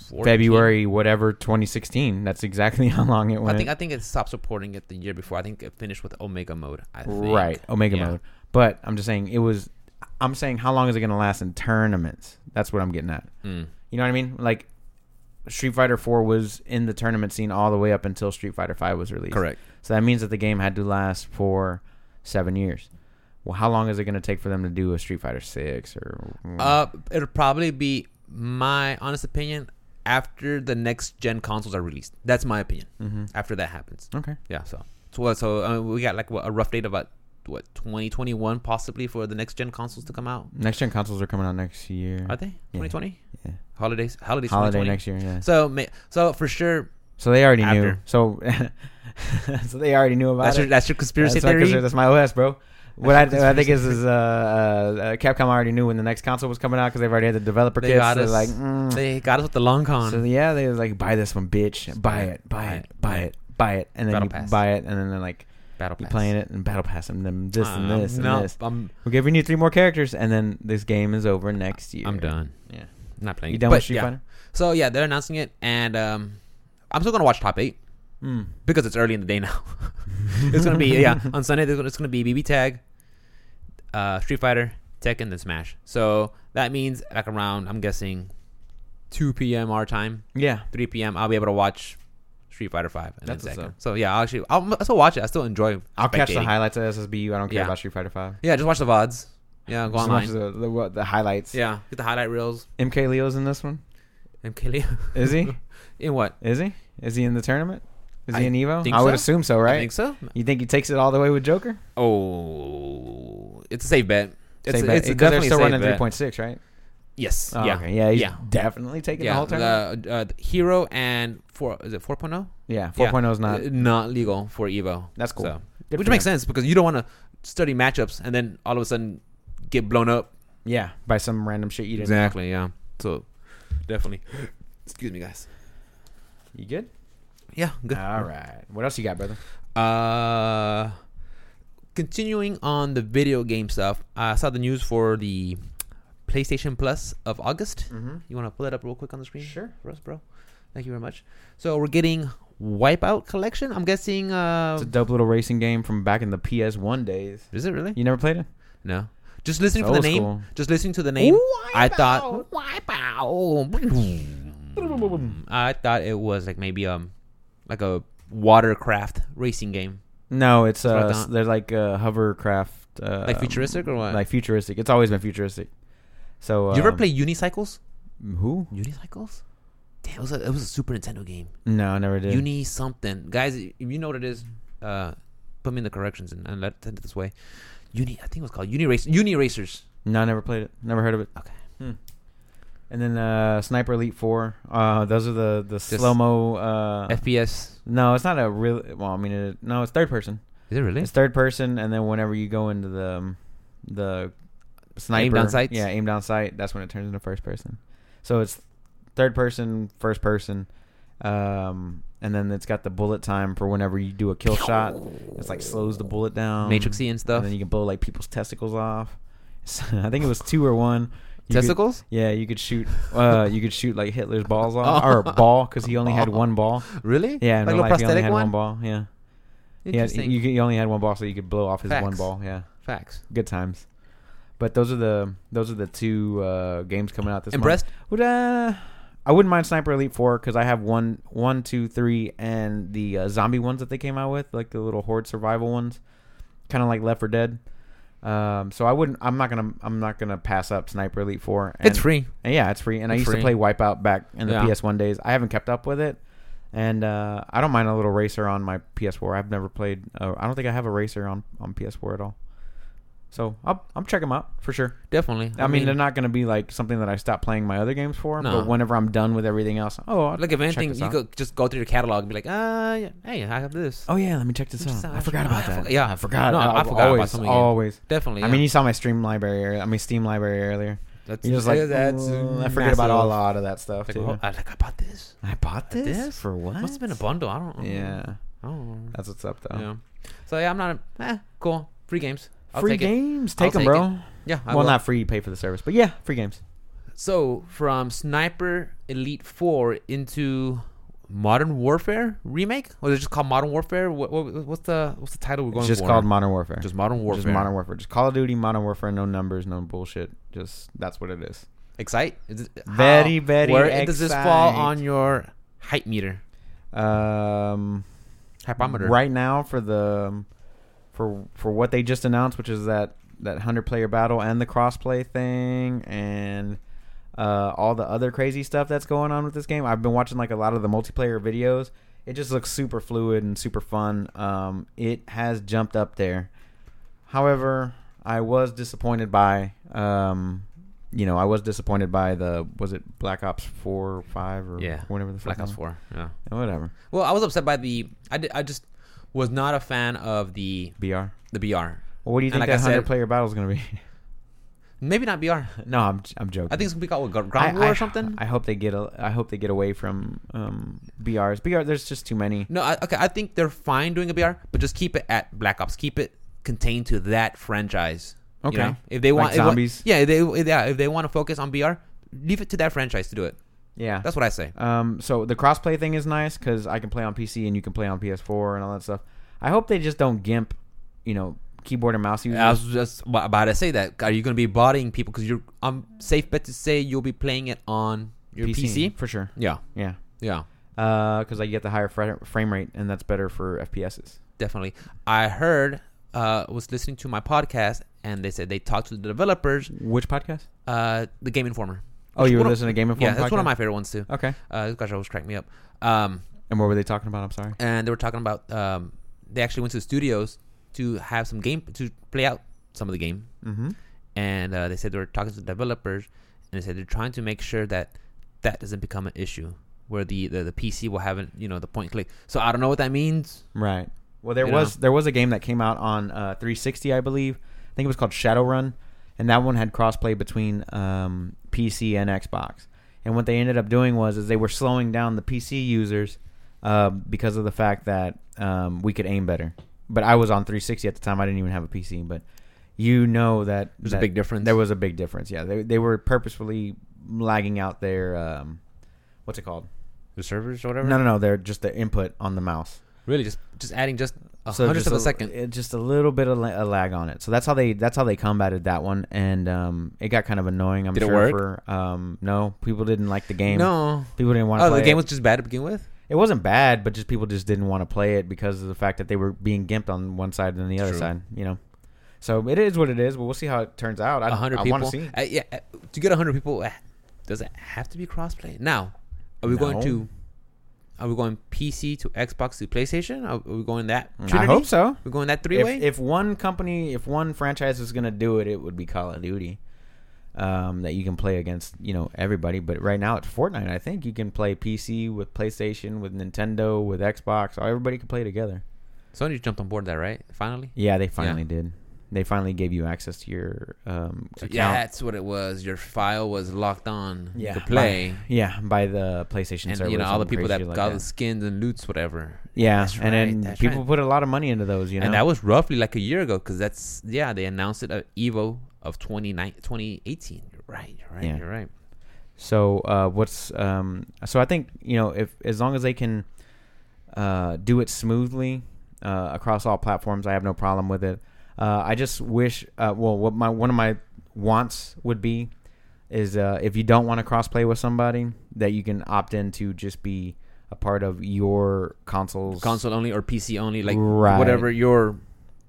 [SPEAKER 1] 14?
[SPEAKER 2] February whatever 2016. That's exactly how long it
[SPEAKER 1] I
[SPEAKER 2] went.
[SPEAKER 1] think I think it stopped supporting it the year before. I think it finished with Omega mode. I think.
[SPEAKER 2] right, Oh, Omega
[SPEAKER 1] Yeah.
[SPEAKER 2] mode. But I'm just saying it was. I'm saying how long is it gonna last in tournaments? That's what I'm getting at.
[SPEAKER 1] Mm.
[SPEAKER 2] You know what I mean? Like Street Fighter 4 was in the tournament scene all the way up until Street Fighter 5 was released.
[SPEAKER 1] Correct.
[SPEAKER 2] So that means that the game had to last for seven years. Well, how long is it going to take for them to do a Street Fighter Six or?
[SPEAKER 1] Uh, it'll probably be my honest opinion after the next gen consoles are released. That's my opinion.
[SPEAKER 2] Mhm.
[SPEAKER 1] After that happens.
[SPEAKER 2] okay,
[SPEAKER 1] Yeah. So so what- so uh, we got like what, a rough date about what 2021 possibly for the next gen consoles to come out.
[SPEAKER 2] next gen consoles are coming out next year.
[SPEAKER 1] Are they 2020
[SPEAKER 2] Yeah.
[SPEAKER 1] holidays? Holidays.
[SPEAKER 2] Holiday
[SPEAKER 1] 2020.
[SPEAKER 2] next year. Yeah.
[SPEAKER 1] So ma- so for sure
[SPEAKER 2] So they already knew.
[SPEAKER 1] After.
[SPEAKER 2] So, so they already knew about
[SPEAKER 1] that's
[SPEAKER 2] it.
[SPEAKER 1] your that's your
[SPEAKER 2] That's
[SPEAKER 1] conspiracy
[SPEAKER 2] my
[SPEAKER 1] theory.
[SPEAKER 2] conspiracy- that's my OS, bro. What I,
[SPEAKER 1] That's your
[SPEAKER 2] I think is,
[SPEAKER 1] conspiracy
[SPEAKER 2] is uh, uh, uh, Capcom already knew when the next console was coming out because they've already had the developer
[SPEAKER 1] They
[SPEAKER 2] kits.
[SPEAKER 1] got
[SPEAKER 2] so
[SPEAKER 1] us.
[SPEAKER 2] like, mm.
[SPEAKER 1] they got us with the long con.
[SPEAKER 2] So yeah, they was like, buy this one, bitch.
[SPEAKER 1] Just
[SPEAKER 2] Buy it, buy it, buy it, buy it, and then
[SPEAKER 1] Battle
[SPEAKER 2] you
[SPEAKER 1] Pass.
[SPEAKER 2] buy it, and then they're like,
[SPEAKER 1] Battle
[SPEAKER 2] you
[SPEAKER 1] pass.
[SPEAKER 2] playing it and battle pass and then this and
[SPEAKER 1] Uh,
[SPEAKER 2] this and
[SPEAKER 1] no,
[SPEAKER 2] this.
[SPEAKER 1] I'm
[SPEAKER 2] We're giving you three more characters and then this game is over next year.
[SPEAKER 1] I'm done.
[SPEAKER 2] Yeah.
[SPEAKER 1] I'm not playing.
[SPEAKER 2] You
[SPEAKER 1] it.
[SPEAKER 2] done
[SPEAKER 1] But
[SPEAKER 2] with Street
[SPEAKER 1] yeah.
[SPEAKER 2] Fighter?
[SPEAKER 1] So yeah, they're announcing it, and um, I'm still gonna watch top eight
[SPEAKER 2] Mm.
[SPEAKER 1] because it's early in the day now. it's gonna be yeah on Sunday. there's gonna- It's gonna be BB Tag, uh, Street Fighter, Tekken, then Smash. So that means like around I'm guessing 2 p.m. our time,
[SPEAKER 2] Yeah.
[SPEAKER 1] 3 p.m. I'll be able to watch Street Fighter Five. And
[SPEAKER 2] That's
[SPEAKER 1] then
[SPEAKER 2] what's
[SPEAKER 1] Tekken.
[SPEAKER 2] up.
[SPEAKER 1] So yeah, I'll actually I'll, I'll still watch it. I still enjoy.
[SPEAKER 2] I'll catch the
[SPEAKER 1] spectating.
[SPEAKER 2] highlights of SSBU. I don't care
[SPEAKER 1] Yeah.
[SPEAKER 2] about Street Fighter Five.
[SPEAKER 1] Yeah, just watch the vods. Yeah, go
[SPEAKER 2] Just watch
[SPEAKER 1] online.
[SPEAKER 2] the, the, what, the highlights.
[SPEAKER 1] yeah, get the highlight reels.
[SPEAKER 2] MK Leo's in this one.
[SPEAKER 1] MK Leo.
[SPEAKER 2] Is he?
[SPEAKER 1] in what?
[SPEAKER 2] Is he? Is he in the tournament? Is
[SPEAKER 1] I
[SPEAKER 2] he in Evo?
[SPEAKER 1] think
[SPEAKER 2] I would
[SPEAKER 1] so.
[SPEAKER 2] assume so,
[SPEAKER 1] I
[SPEAKER 2] right?
[SPEAKER 1] think so.
[SPEAKER 2] You think he takes it all the way with Joker?
[SPEAKER 1] Oh, it's a safe bet. It's,
[SPEAKER 2] Same
[SPEAKER 1] a-
[SPEAKER 2] bet.
[SPEAKER 1] it's a
[SPEAKER 2] Because they're
[SPEAKER 1] definitely
[SPEAKER 2] still
[SPEAKER 1] safe
[SPEAKER 2] running
[SPEAKER 1] bet.
[SPEAKER 2] three point six, right?
[SPEAKER 1] Yes.
[SPEAKER 2] Oh,
[SPEAKER 1] yeah.
[SPEAKER 2] okay. yeah, he's
[SPEAKER 1] Yeah.
[SPEAKER 2] definitely taking the
[SPEAKER 1] Yeah.
[SPEAKER 2] whole tournament.
[SPEAKER 1] the, uh, the hero and four is it 4.0?
[SPEAKER 2] yeah,
[SPEAKER 1] yeah.
[SPEAKER 2] four point oh is not.
[SPEAKER 1] Uh, not legal for Evo.
[SPEAKER 2] That's cool.
[SPEAKER 1] So,
[SPEAKER 2] Good
[SPEAKER 1] which
[SPEAKER 2] for
[SPEAKER 1] makes
[SPEAKER 2] him.
[SPEAKER 1] sense because you don't want to study matchups and then all of a sudden get blown up.
[SPEAKER 2] Yeah, by some random shit you didn't.
[SPEAKER 1] Exactly. Yeah. So definitely. Excuse me, guys.
[SPEAKER 2] Know. You good?
[SPEAKER 1] Yeah. Good.
[SPEAKER 2] All right. What else you got, brother?
[SPEAKER 1] Uh, continuing on the video game stuff, I saw the news for the PlayStation Plus of August.
[SPEAKER 2] Mm-hmm.
[SPEAKER 1] You want to pull that up real quick on the screen?
[SPEAKER 2] Sure.
[SPEAKER 1] For us, bro. Thank you very much. So we're getting Wipeout Collection. I'm guessing.
[SPEAKER 2] It's a
[SPEAKER 1] Uh,
[SPEAKER 2] dope little racing game from back in the PS One days.
[SPEAKER 1] is it really?
[SPEAKER 2] You never played it?
[SPEAKER 1] No. Just listening
[SPEAKER 2] It's
[SPEAKER 1] for the
[SPEAKER 2] old
[SPEAKER 1] name.
[SPEAKER 2] school.
[SPEAKER 1] Just listening to the name. I thought
[SPEAKER 2] Wipeout.
[SPEAKER 1] Wipeout. I thought it was like maybe um, like a watercraft racing game,
[SPEAKER 2] No, it's
[SPEAKER 1] That's what I
[SPEAKER 2] uh,
[SPEAKER 1] thought.
[SPEAKER 2] they're like uh, hovercraft, uh,
[SPEAKER 1] like futuristic or what?
[SPEAKER 2] like futuristic. It's always been futuristic. So
[SPEAKER 1] you ever
[SPEAKER 2] um,
[SPEAKER 1] play unicycles?
[SPEAKER 2] who?
[SPEAKER 1] Unicycles? Damn, it was a, it was a Super Nintendo game.
[SPEAKER 2] No, I never did.
[SPEAKER 1] Uni something, guys. If you know what it is, uh, put me in the corrections and, and let send it this way. Uni, I think it was called Uni Race. Uni Racers.
[SPEAKER 2] No, I never played it. Never heard of it.
[SPEAKER 1] Okay.
[SPEAKER 2] Hmm. And then uh, Sniper Elite Four. Uh, those are the the
[SPEAKER 1] Just
[SPEAKER 2] slow mo. Uh,
[SPEAKER 1] FPS.
[SPEAKER 2] no, it's not a real. Well, I mean, it, no, it's third person.
[SPEAKER 1] Is it really?
[SPEAKER 2] It's third person, and then whenever you go into the um, the sniper,
[SPEAKER 1] down sights?
[SPEAKER 2] Yeah, aim down sight. That's when it turns into first person. So it's third person, first person, um, and then it's got the bullet time for whenever you do a kill shot. It's like slows the bullet down.
[SPEAKER 1] Matrixy and stuff.
[SPEAKER 2] And then you can blow like people's testicles off. So, I think it was two or one. You could-
[SPEAKER 1] Testicles?
[SPEAKER 2] yeah, you could shoot. Uh, you could shoot like Hitler's balls off, or
[SPEAKER 1] Oh.
[SPEAKER 2] a ball, because he only had
[SPEAKER 1] Ball.
[SPEAKER 2] one ball.
[SPEAKER 1] Really?
[SPEAKER 2] Yeah, in
[SPEAKER 1] Like
[SPEAKER 2] real
[SPEAKER 1] a
[SPEAKER 2] life, he only
[SPEAKER 1] prosthetic
[SPEAKER 2] had
[SPEAKER 1] one.
[SPEAKER 2] one ball. Yeah, he, had,
[SPEAKER 1] Interesting.
[SPEAKER 2] you, you only had one ball, so you could blow off his one
[SPEAKER 1] Facts.
[SPEAKER 2] ball. Yeah,
[SPEAKER 1] Facts.
[SPEAKER 2] good times. But those are the those are the two uh, games coming out this
[SPEAKER 1] And
[SPEAKER 2] month.
[SPEAKER 1] breast?
[SPEAKER 2] Would, uh, I wouldn't mind Sniper Elite Four because I have one, one, two, three, and the uh, zombie ones that they came out with, like the little horde survival ones, kind of like Left 4 Dead. Um, so I wouldn't. I'm not gonna. I'm not gonna pass up Sniper Elite Four. And,
[SPEAKER 1] it's free.
[SPEAKER 2] and yeah, it's free. And I
[SPEAKER 1] It's
[SPEAKER 2] used to
[SPEAKER 1] free.
[SPEAKER 2] play Wipeout back in the
[SPEAKER 1] Yeah.
[SPEAKER 2] PS1 days. I haven't kept up with it, and uh, I don't mind a little racer on my PS4. I've never played. Uh, I don't think I have a racer on on PS4 at all. So I'll, I'm checking them out for sure.
[SPEAKER 1] Definitely.
[SPEAKER 2] I mean, they're not going to be like something that I stop playing my other games for.
[SPEAKER 1] No.
[SPEAKER 2] But whenever I'm done with everything else, oh, I'll
[SPEAKER 1] Like if
[SPEAKER 2] check
[SPEAKER 1] anything,
[SPEAKER 2] this
[SPEAKER 1] you
[SPEAKER 2] out.
[SPEAKER 1] could just go through your catalog and be like, uh, yeah, hey, I have this.
[SPEAKER 2] Oh yeah, let me check this
[SPEAKER 1] Just,
[SPEAKER 2] out.
[SPEAKER 1] uh,
[SPEAKER 2] I forgot about
[SPEAKER 1] I
[SPEAKER 2] that.
[SPEAKER 1] forgot- yeah.
[SPEAKER 2] I forgot.
[SPEAKER 1] No, I- I
[SPEAKER 2] I've
[SPEAKER 1] forgot about
[SPEAKER 2] always,
[SPEAKER 1] something again.
[SPEAKER 2] Always.
[SPEAKER 1] Definitely.
[SPEAKER 2] I mean, you saw my stream library. ear- I mean, Steam library earlier.
[SPEAKER 1] that's,
[SPEAKER 2] You're just like,
[SPEAKER 1] that's
[SPEAKER 2] "Mm, I forget
[SPEAKER 1] massive."
[SPEAKER 2] about all- a lot of that stuff.
[SPEAKER 1] Like,
[SPEAKER 2] too.
[SPEAKER 1] oh, I, like I bought this.
[SPEAKER 2] I bought this,
[SPEAKER 1] This?
[SPEAKER 2] for what?
[SPEAKER 1] Must have been a bundle. I don't.
[SPEAKER 2] Yeah,
[SPEAKER 1] I don't know.
[SPEAKER 2] that's what's up though.
[SPEAKER 1] Yeah. So yeah, I'm not. A, eh, cool. Free games. I'll
[SPEAKER 2] free
[SPEAKER 1] take It.
[SPEAKER 2] games,
[SPEAKER 1] I'll
[SPEAKER 2] take them,
[SPEAKER 1] take
[SPEAKER 2] bro.
[SPEAKER 1] Yeah. I
[SPEAKER 2] well,
[SPEAKER 1] will.
[SPEAKER 2] not free. You pay for the service, but yeah, free games.
[SPEAKER 1] So from Sniper Elite Four into Modern Warfare remake, or is it just called Modern Warfare? What, what, what's the what's the title we're going
[SPEAKER 2] It's just
[SPEAKER 1] for?
[SPEAKER 2] called Modern Warfare.
[SPEAKER 1] just Modern Warfare.
[SPEAKER 2] Just Modern Warfare. Just Call of Duty, Modern Warfare. No numbers, no bullshit. Just that's what it is.
[SPEAKER 1] Excite. Is it,
[SPEAKER 2] Very, very
[SPEAKER 1] Where does this fall
[SPEAKER 2] excite.
[SPEAKER 1] on your hype meter?
[SPEAKER 2] Um,
[SPEAKER 1] Hypometer.
[SPEAKER 2] right now for the um, for for what they just announced, which is that that hundred player battle and the crossplay thing and uh, all the other crazy stuff that's going on with this game. I've been watching like a lot of the multiplayer videos. It just looks super fluid and super fun. Um, it has jumped up there. However, I was disappointed by um, you know I was disappointed by the was it Black Ops four or five or
[SPEAKER 1] Yeah.
[SPEAKER 2] whatever the fuck
[SPEAKER 1] Black Ops
[SPEAKER 2] that-
[SPEAKER 1] Four. Yeah.
[SPEAKER 2] whatever
[SPEAKER 1] Well, I was upset by the. I, did, I just was not a fan of the
[SPEAKER 2] BR.
[SPEAKER 1] the BR.
[SPEAKER 2] Well, what do you
[SPEAKER 1] And
[SPEAKER 2] think
[SPEAKER 1] like I
[SPEAKER 2] that hundred
[SPEAKER 1] said-
[SPEAKER 2] player battle is going to be?
[SPEAKER 1] Maybe not BR.
[SPEAKER 2] no, I'm j- I'm joking.
[SPEAKER 1] I think it's gonna be called what,
[SPEAKER 2] I-
[SPEAKER 1] Ground War
[SPEAKER 2] I-
[SPEAKER 1] or something.
[SPEAKER 2] I hope they get a, I hope they get away from um, BRs. BR, there's just too many.
[SPEAKER 1] no, I, okay. I think they're fine doing a BR, but just keep it at Black Ops. Keep it contained to that franchise. you
[SPEAKER 2] Okay.
[SPEAKER 1] know? If they
[SPEAKER 2] Like
[SPEAKER 1] want if they want-
[SPEAKER 2] zombies?
[SPEAKER 1] yeah. If they yeah. If they want to focus on BR, leave it to that franchise to do it.
[SPEAKER 2] Yeah.
[SPEAKER 1] That's what I say.
[SPEAKER 2] Um. So the crossplay thing is nice because I can play on PC and you can play on PS4 and all that stuff. I hope they just don't gimp, you know, keyboard and mouse users.
[SPEAKER 1] I was just um, about to say that. Are you going to be bodying people? Because you're, I'm safe bet to say you'll be playing it on Your PC?
[SPEAKER 2] for sure.
[SPEAKER 1] Yeah,
[SPEAKER 2] Yeah,
[SPEAKER 1] yeah,
[SPEAKER 2] because I get the higher fra- frame rate, and that's better for FPSs.
[SPEAKER 1] definitely. I heard uh, was listening to my podcast, and they said they talked to the developers,
[SPEAKER 2] Which podcast?
[SPEAKER 1] uh, the Game Informer.
[SPEAKER 2] Oh,
[SPEAKER 1] Which
[SPEAKER 2] you were
[SPEAKER 1] one of-
[SPEAKER 2] listening to Game Informer.
[SPEAKER 1] yeah, that's one of
[SPEAKER 2] podcast?
[SPEAKER 1] my favorite ones too.
[SPEAKER 2] Okay,
[SPEAKER 1] Uh, gosh, always cracked me up. Um,
[SPEAKER 2] and what were they talking about? I'm sorry.
[SPEAKER 1] and they were talking about um, they actually went to the studios to have some game to play out some of the game,
[SPEAKER 2] Mm-hmm.
[SPEAKER 1] and uh, they said they were talking to the developers, and they said they're trying to make sure that that doesn't become an issue where the the, the PC will have an, you know the point and click. So I don't know what that means.
[SPEAKER 2] Right. Well, there
[SPEAKER 1] You
[SPEAKER 2] was there was a game that came out on uh, 360, I believe. I think it was called Shadowrun, and that one had crossplay between um, PC and Xbox. And what they ended up doing was is they were slowing down the PC users uh, because of the fact that um, we could aim better. But I was on 360 at the time. I didn't even have a PC, but you know that
[SPEAKER 1] There's a
[SPEAKER 2] that
[SPEAKER 1] big difference.
[SPEAKER 2] There was a big difference. Yeah, they they were purposefully lagging out their um, what's it called?
[SPEAKER 1] The servers or whatever.
[SPEAKER 2] No, no, no. They're just the input on the mouse
[SPEAKER 1] Really, just just adding just a
[SPEAKER 2] so
[SPEAKER 1] hundredth
[SPEAKER 2] just
[SPEAKER 1] of a second.
[SPEAKER 2] it- just a little bit of la- a lag on it. So that's how they that's how they combated that one, and um, it got kind of annoying. I'm
[SPEAKER 1] Did it
[SPEAKER 2] sure
[SPEAKER 1] work?
[SPEAKER 2] for um, no people didn't like the game.
[SPEAKER 1] No.
[SPEAKER 2] people didn't want. to
[SPEAKER 1] Oh, the game
[SPEAKER 2] it.
[SPEAKER 1] was just bad to begin with.
[SPEAKER 2] it wasn't bad, but just people just didn't want to play it because of the fact that they were being gimped on one side and the other
[SPEAKER 1] True.
[SPEAKER 2] side. You know, so it is what it is. But we'll see how it turns out. I,
[SPEAKER 1] A hundred
[SPEAKER 2] I
[SPEAKER 1] people.
[SPEAKER 2] want to see.
[SPEAKER 1] Uh, yeah, uh, to get a hundred people, uh, does it have to be crossplay? Now, are we going
[SPEAKER 2] No.
[SPEAKER 1] to? Are we going PC to Xbox to PlayStation? Are are we going that?
[SPEAKER 2] Mm, I
[SPEAKER 1] trinity?
[SPEAKER 2] hope so.
[SPEAKER 1] We're going that three
[SPEAKER 2] If,
[SPEAKER 1] way.
[SPEAKER 2] if one company, if one franchise is going to do it, it would be Call of Duty. Um, that you can play against, you know, everybody. But right now it's Fortnite. I think you can play PC with PlayStation, with Nintendo, with Xbox. Everybody can play together.
[SPEAKER 1] Sony jumped on board that right finally.
[SPEAKER 2] Yeah, they finally did. They finally gave you access to your um,
[SPEAKER 1] So
[SPEAKER 2] account.
[SPEAKER 1] yeah, that's what it was. Your file was locked on
[SPEAKER 2] Yeah,
[SPEAKER 1] to play,
[SPEAKER 2] Yeah, by the PlayStation
[SPEAKER 1] and
[SPEAKER 2] server.
[SPEAKER 1] you
[SPEAKER 2] or
[SPEAKER 1] know all the
[SPEAKER 2] something
[SPEAKER 1] people that
[SPEAKER 2] crazy like
[SPEAKER 1] got the skins and loots, whatever.
[SPEAKER 2] Yeah,
[SPEAKER 1] That's
[SPEAKER 2] and
[SPEAKER 1] right,
[SPEAKER 2] then
[SPEAKER 1] that's
[SPEAKER 2] people
[SPEAKER 1] right.
[SPEAKER 2] put a lot of money into those. You know,
[SPEAKER 1] And that was roughly like a year ago, because that's yeah, they announced it at Evo of 29 2018. You're right. You're right.
[SPEAKER 2] Yeah.
[SPEAKER 1] You're right.
[SPEAKER 2] So uh, what's um, so I think you know if as long as they can uh, do it smoothly uh, across all platforms, I have no problem with it. Uh, I just wish uh, well what my one of my wants would be is uh, if you don't want to crossplay with somebody that you can opt in to just be a part of your consoles
[SPEAKER 1] console only or PC only, like
[SPEAKER 2] Right.
[SPEAKER 1] whatever you're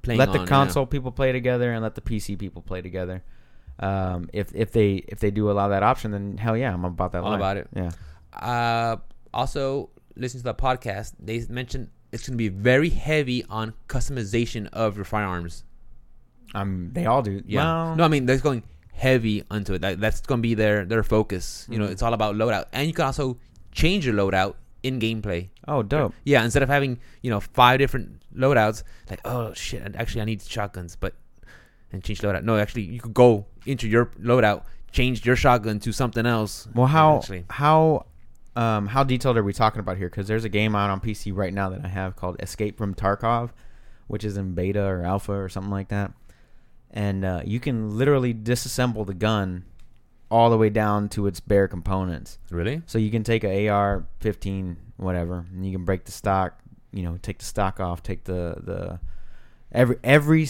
[SPEAKER 1] playing.
[SPEAKER 2] let
[SPEAKER 1] on,
[SPEAKER 2] the
[SPEAKER 1] yeah.
[SPEAKER 2] console people play together and let the PC people play together. Um, if if they if they do allow that option, then hell yeah, I'm about that.
[SPEAKER 1] All
[SPEAKER 2] life.
[SPEAKER 1] about it.
[SPEAKER 2] Yeah.
[SPEAKER 1] Uh, also, listen to the podcast. They mentioned it's going to be very heavy on customization of your firearms.
[SPEAKER 2] Um, they all do.
[SPEAKER 1] Yeah.
[SPEAKER 2] Well,
[SPEAKER 1] No, I mean, they're going heavy into it. That, that's going to be their their focus. You know,
[SPEAKER 2] Mhm.
[SPEAKER 1] it's all about loadout, and you can also change your loadout in gameplay.
[SPEAKER 2] Oh, dope.
[SPEAKER 1] Yeah, instead of having you know five different loadouts, like oh shit, and actually I need shotguns, but and change loadout. No, actually you could go into your loadout, change your shotgun to something else.
[SPEAKER 2] Well, how
[SPEAKER 1] Actually,
[SPEAKER 2] how um, how detailed are we talking about here? Because there's a game out on PC right now that I have called Escape from Tarkov, which is in beta or alpha or something like that, and uh, you can literally disassemble the gun all the way down to its bare components.
[SPEAKER 1] really?
[SPEAKER 2] So you can take a AR-15, whatever, and you can break the stock. You know, take the stock off, take the the every every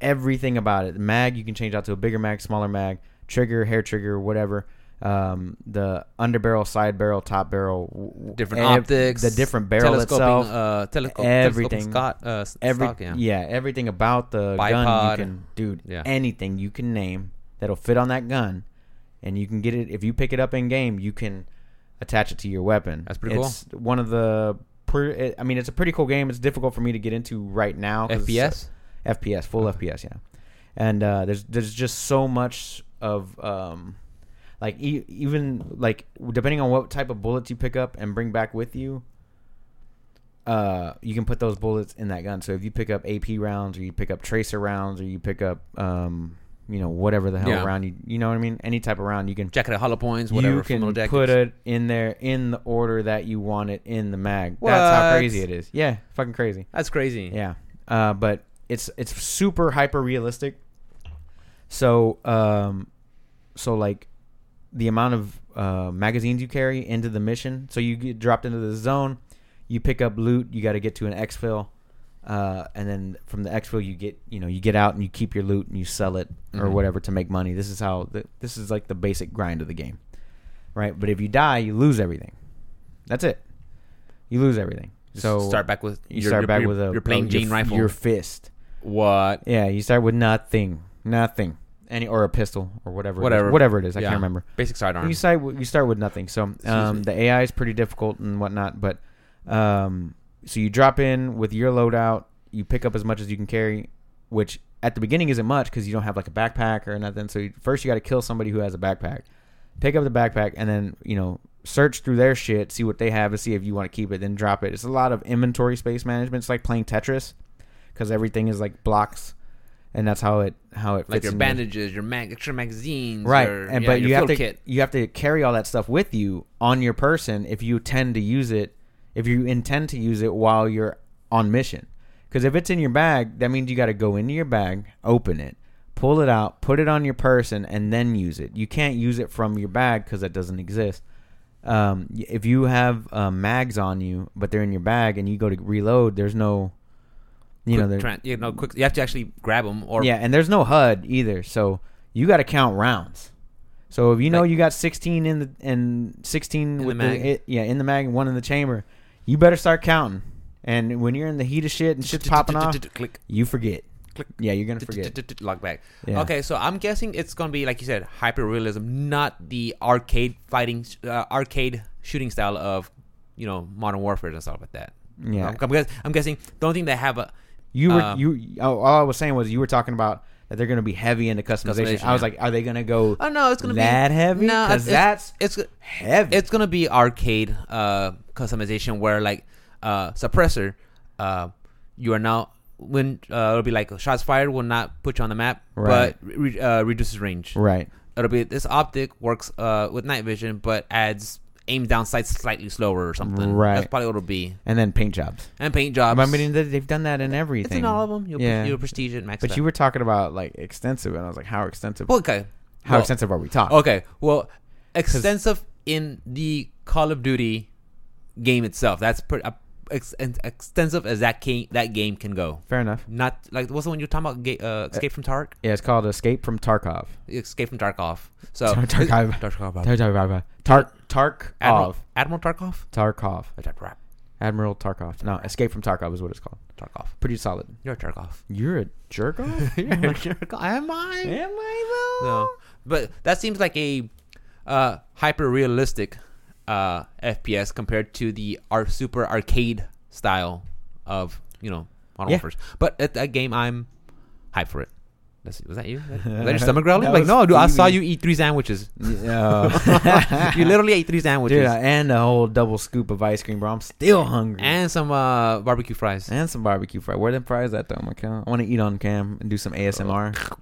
[SPEAKER 2] everything about it. The mag you can change out to a bigger mag, smaller mag, trigger, hair trigger, whatever. Um, the underbarrel, side barrel, top barrel, w- w-
[SPEAKER 1] Different
[SPEAKER 2] ev-
[SPEAKER 1] optics,
[SPEAKER 2] the different barrel itself,
[SPEAKER 1] uh, telescope,
[SPEAKER 2] everything.
[SPEAKER 1] telescoping Scott, uh, s-
[SPEAKER 2] every
[SPEAKER 1] stock, yeah.
[SPEAKER 2] yeah, everything about the gun you
[SPEAKER 1] Bipod.
[SPEAKER 2] can, dude,
[SPEAKER 1] Yeah.
[SPEAKER 2] anything you can name that'll fit on that gun, and you can get it if you pick it up in game. You can attach it to your weapon.
[SPEAKER 1] That's pretty
[SPEAKER 2] it's cool. One of the, pre- it- I mean, it's a pretty cool game. It's difficult for me to get into right now. 'cause it's,
[SPEAKER 1] FPS.
[SPEAKER 2] uh, FPS, full FPS, yeah. And uh, there's there's just so much of um, like e- even like depending on what type of bullets you pick up and bring back with you, uh, you can put those bullets in that gun. So if you pick up AP rounds, or you pick up tracer rounds, or you pick up um, you know whatever the hell
[SPEAKER 1] Yeah.
[SPEAKER 2] round you you know what I mean, any typ of round you can
[SPEAKER 1] Jacket of hollow points, whatever.
[SPEAKER 2] you
[SPEAKER 1] full
[SPEAKER 2] can
[SPEAKER 1] jackets.
[SPEAKER 2] put it in there in the order that you want it in the mag. That's how
[SPEAKER 1] What?
[SPEAKER 2] crazy it is. Yeah, fucking crazy.
[SPEAKER 1] That's crazy.
[SPEAKER 2] Yeah, uh, but it's it's super hyper realistic. So um, so like the amount of uh, magazines you carry into the mission. So you get dropped into the zone, you pick up loot. You got to get to an exfil, uh, and then from the exfil you get you know you get out and you keep your loot and you sell it or
[SPEAKER 1] Mhm.
[SPEAKER 2] whatever to make money. This is how the, this is like the basic grind of the game. right? But if you die, you lose everything. That's it. You lose everything.
[SPEAKER 1] Just
[SPEAKER 2] so
[SPEAKER 1] start back with
[SPEAKER 2] you
[SPEAKER 1] your-
[SPEAKER 2] start
[SPEAKER 1] your-
[SPEAKER 2] back
[SPEAKER 1] your-
[SPEAKER 2] with a
[SPEAKER 1] your plain
[SPEAKER 2] uh,
[SPEAKER 1] Jane rifle.
[SPEAKER 2] your fist.
[SPEAKER 1] what?
[SPEAKER 2] Yeah, you start with nothing, nothing, any or a pistol or whatever, it is.
[SPEAKER 1] Whatever.
[SPEAKER 2] whatever it is. I
[SPEAKER 1] Yeah.
[SPEAKER 2] can't remember.
[SPEAKER 1] Basic sidearm.
[SPEAKER 2] You start with- you start with nothing. So
[SPEAKER 1] Excuse me.
[SPEAKER 2] um, the AI is pretty difficult and whatnot, but um, so you drop in with your loadout, you pick up as much as you can carry, which at the beginning isn't much because you don't have like a backpack or nothing. So you, first you got to kill somebody who has a backpack, pick up the backpack, and then you know search through their shit, see what they have, and see if you want to keep it, then drop it. It's a lot of inventory space management. It's like playing Tetris because everything is like blocks. And that's how it how it fits
[SPEAKER 1] like your
[SPEAKER 2] in your-
[SPEAKER 1] bandages, your mag- extra magazines,
[SPEAKER 2] right
[SPEAKER 1] your-
[SPEAKER 2] and
[SPEAKER 1] yeah,
[SPEAKER 2] but
[SPEAKER 1] your
[SPEAKER 2] you have
[SPEAKER 1] field
[SPEAKER 2] to
[SPEAKER 1] kit.
[SPEAKER 2] you have to carry all that stuff with you on your person if you tend to use it if you intend to use it while you're on mission because if it's in your bag that means you got to go into your bag open it pull it out put it on your person and then use it you can't use it from your bag because that doesn't exist um, y- if you have uh, mags on you but they're in your bag and you go to reload there's no you know
[SPEAKER 1] Quick
[SPEAKER 2] there-
[SPEAKER 1] tran- you know, quick. You have to actually grab them or
[SPEAKER 2] yeah, and there's no HUD either, so you got to count rounds. So if you know
[SPEAKER 1] Like-
[SPEAKER 2] you got 16 in the and 16
[SPEAKER 1] the
[SPEAKER 2] with the
[SPEAKER 1] mag.
[SPEAKER 2] it, yeah in the mag and one in the chamber, you better start counting. And when you're in the heat of shit and shit's popping off,
[SPEAKER 1] Click,
[SPEAKER 2] you forget.
[SPEAKER 1] click.
[SPEAKER 2] Yeah, you're gonna forget.
[SPEAKER 1] Log back.
[SPEAKER 2] Yeah.
[SPEAKER 1] Okay, so I'm guessing it's gonna be like you said, hyper realism, not the arcade fighting, uh, arcade shooting style of, you know, modern warfare and stuff like that.
[SPEAKER 2] Yeah.
[SPEAKER 1] I'm, I'm, guess, I'm guessing. Don't think they have a.
[SPEAKER 2] You were
[SPEAKER 1] Um,
[SPEAKER 2] you. oh, All I was saying was you were talking about that they're gonna be heavy into customization. Uh,
[SPEAKER 1] Customization,
[SPEAKER 2] I
[SPEAKER 1] yeah.
[SPEAKER 2] was like, are they gonna go
[SPEAKER 1] Oh no, it's gonna
[SPEAKER 2] that
[SPEAKER 1] be
[SPEAKER 2] heavy?
[SPEAKER 1] No,
[SPEAKER 2] because that's
[SPEAKER 1] it's it's-
[SPEAKER 2] heavy.
[SPEAKER 1] it's gonna be arcade uh, customization where like uh, suppressor, uh, you are now when uh, it'll be like shots fired will not put you on the map,
[SPEAKER 2] Right.
[SPEAKER 1] but re- uh, reduces range.
[SPEAKER 2] right.
[SPEAKER 1] It'll be this optic works uh, with night vision, but adds aim down sight slightly slower or something.
[SPEAKER 2] Right.
[SPEAKER 1] that's probably what it'll be.
[SPEAKER 2] And then paint jobs.
[SPEAKER 1] And paint jobs.
[SPEAKER 2] I mean, they- they've done that in everything.
[SPEAKER 1] it's in all of them. You'll,
[SPEAKER 2] Yeah.
[SPEAKER 1] yeah. you'll prestige it, max.
[SPEAKER 2] But you were talking about like extensive, and I was like, how extensive?
[SPEAKER 1] okay.
[SPEAKER 2] how
[SPEAKER 1] Well,
[SPEAKER 2] extensive are we talking?
[SPEAKER 1] Okay. Well, extensive in the Call of Duty game itself. That's pretty uh, ex- and extensive as that game that game can go.
[SPEAKER 2] Fair enough.
[SPEAKER 1] Not like what's the one you're talking about? Ga- uh, Escape from Tark.
[SPEAKER 2] Yeah, it's called Escape from Tarkov.
[SPEAKER 1] Escape from Tarkov. So
[SPEAKER 2] Tarkov.
[SPEAKER 1] Tarkov.
[SPEAKER 2] Tar- Tarkov. Tark Tarkov.
[SPEAKER 1] Admiral, Admiral Tarkov.
[SPEAKER 2] Tarkov.
[SPEAKER 1] Tarkov.
[SPEAKER 2] Admiral Tarkov. No, Escape from Tarkov is what it's called.
[SPEAKER 1] Tarkov.
[SPEAKER 2] Pretty solid.
[SPEAKER 1] You're a Tarkov.
[SPEAKER 2] You're a jerk off?
[SPEAKER 1] You're a Tarkov. Am I?
[SPEAKER 2] Am I though?
[SPEAKER 1] No, but that seems like a uh, hyper realistic uh, FPS compared to the ar- super arcade style of you know Modern
[SPEAKER 2] Yeah.
[SPEAKER 1] Warfare. But at that game, I'm hyped for it. That's, was that you? Was that was that your stomach growling? Like
[SPEAKER 2] was
[SPEAKER 1] no, dude. I saw
[SPEAKER 2] Stevie.
[SPEAKER 1] you eat three sandwiches.
[SPEAKER 2] Yeah.
[SPEAKER 1] you literally ate three sandwiches
[SPEAKER 2] Dude, uh, and a whole double scoop of ice cream, bro. I'm still hungry.
[SPEAKER 1] and some uh, barbecue fries.
[SPEAKER 2] And some barbecue fry. Where them fries at though? I'm like, I want to eat on cam and do some ASMR.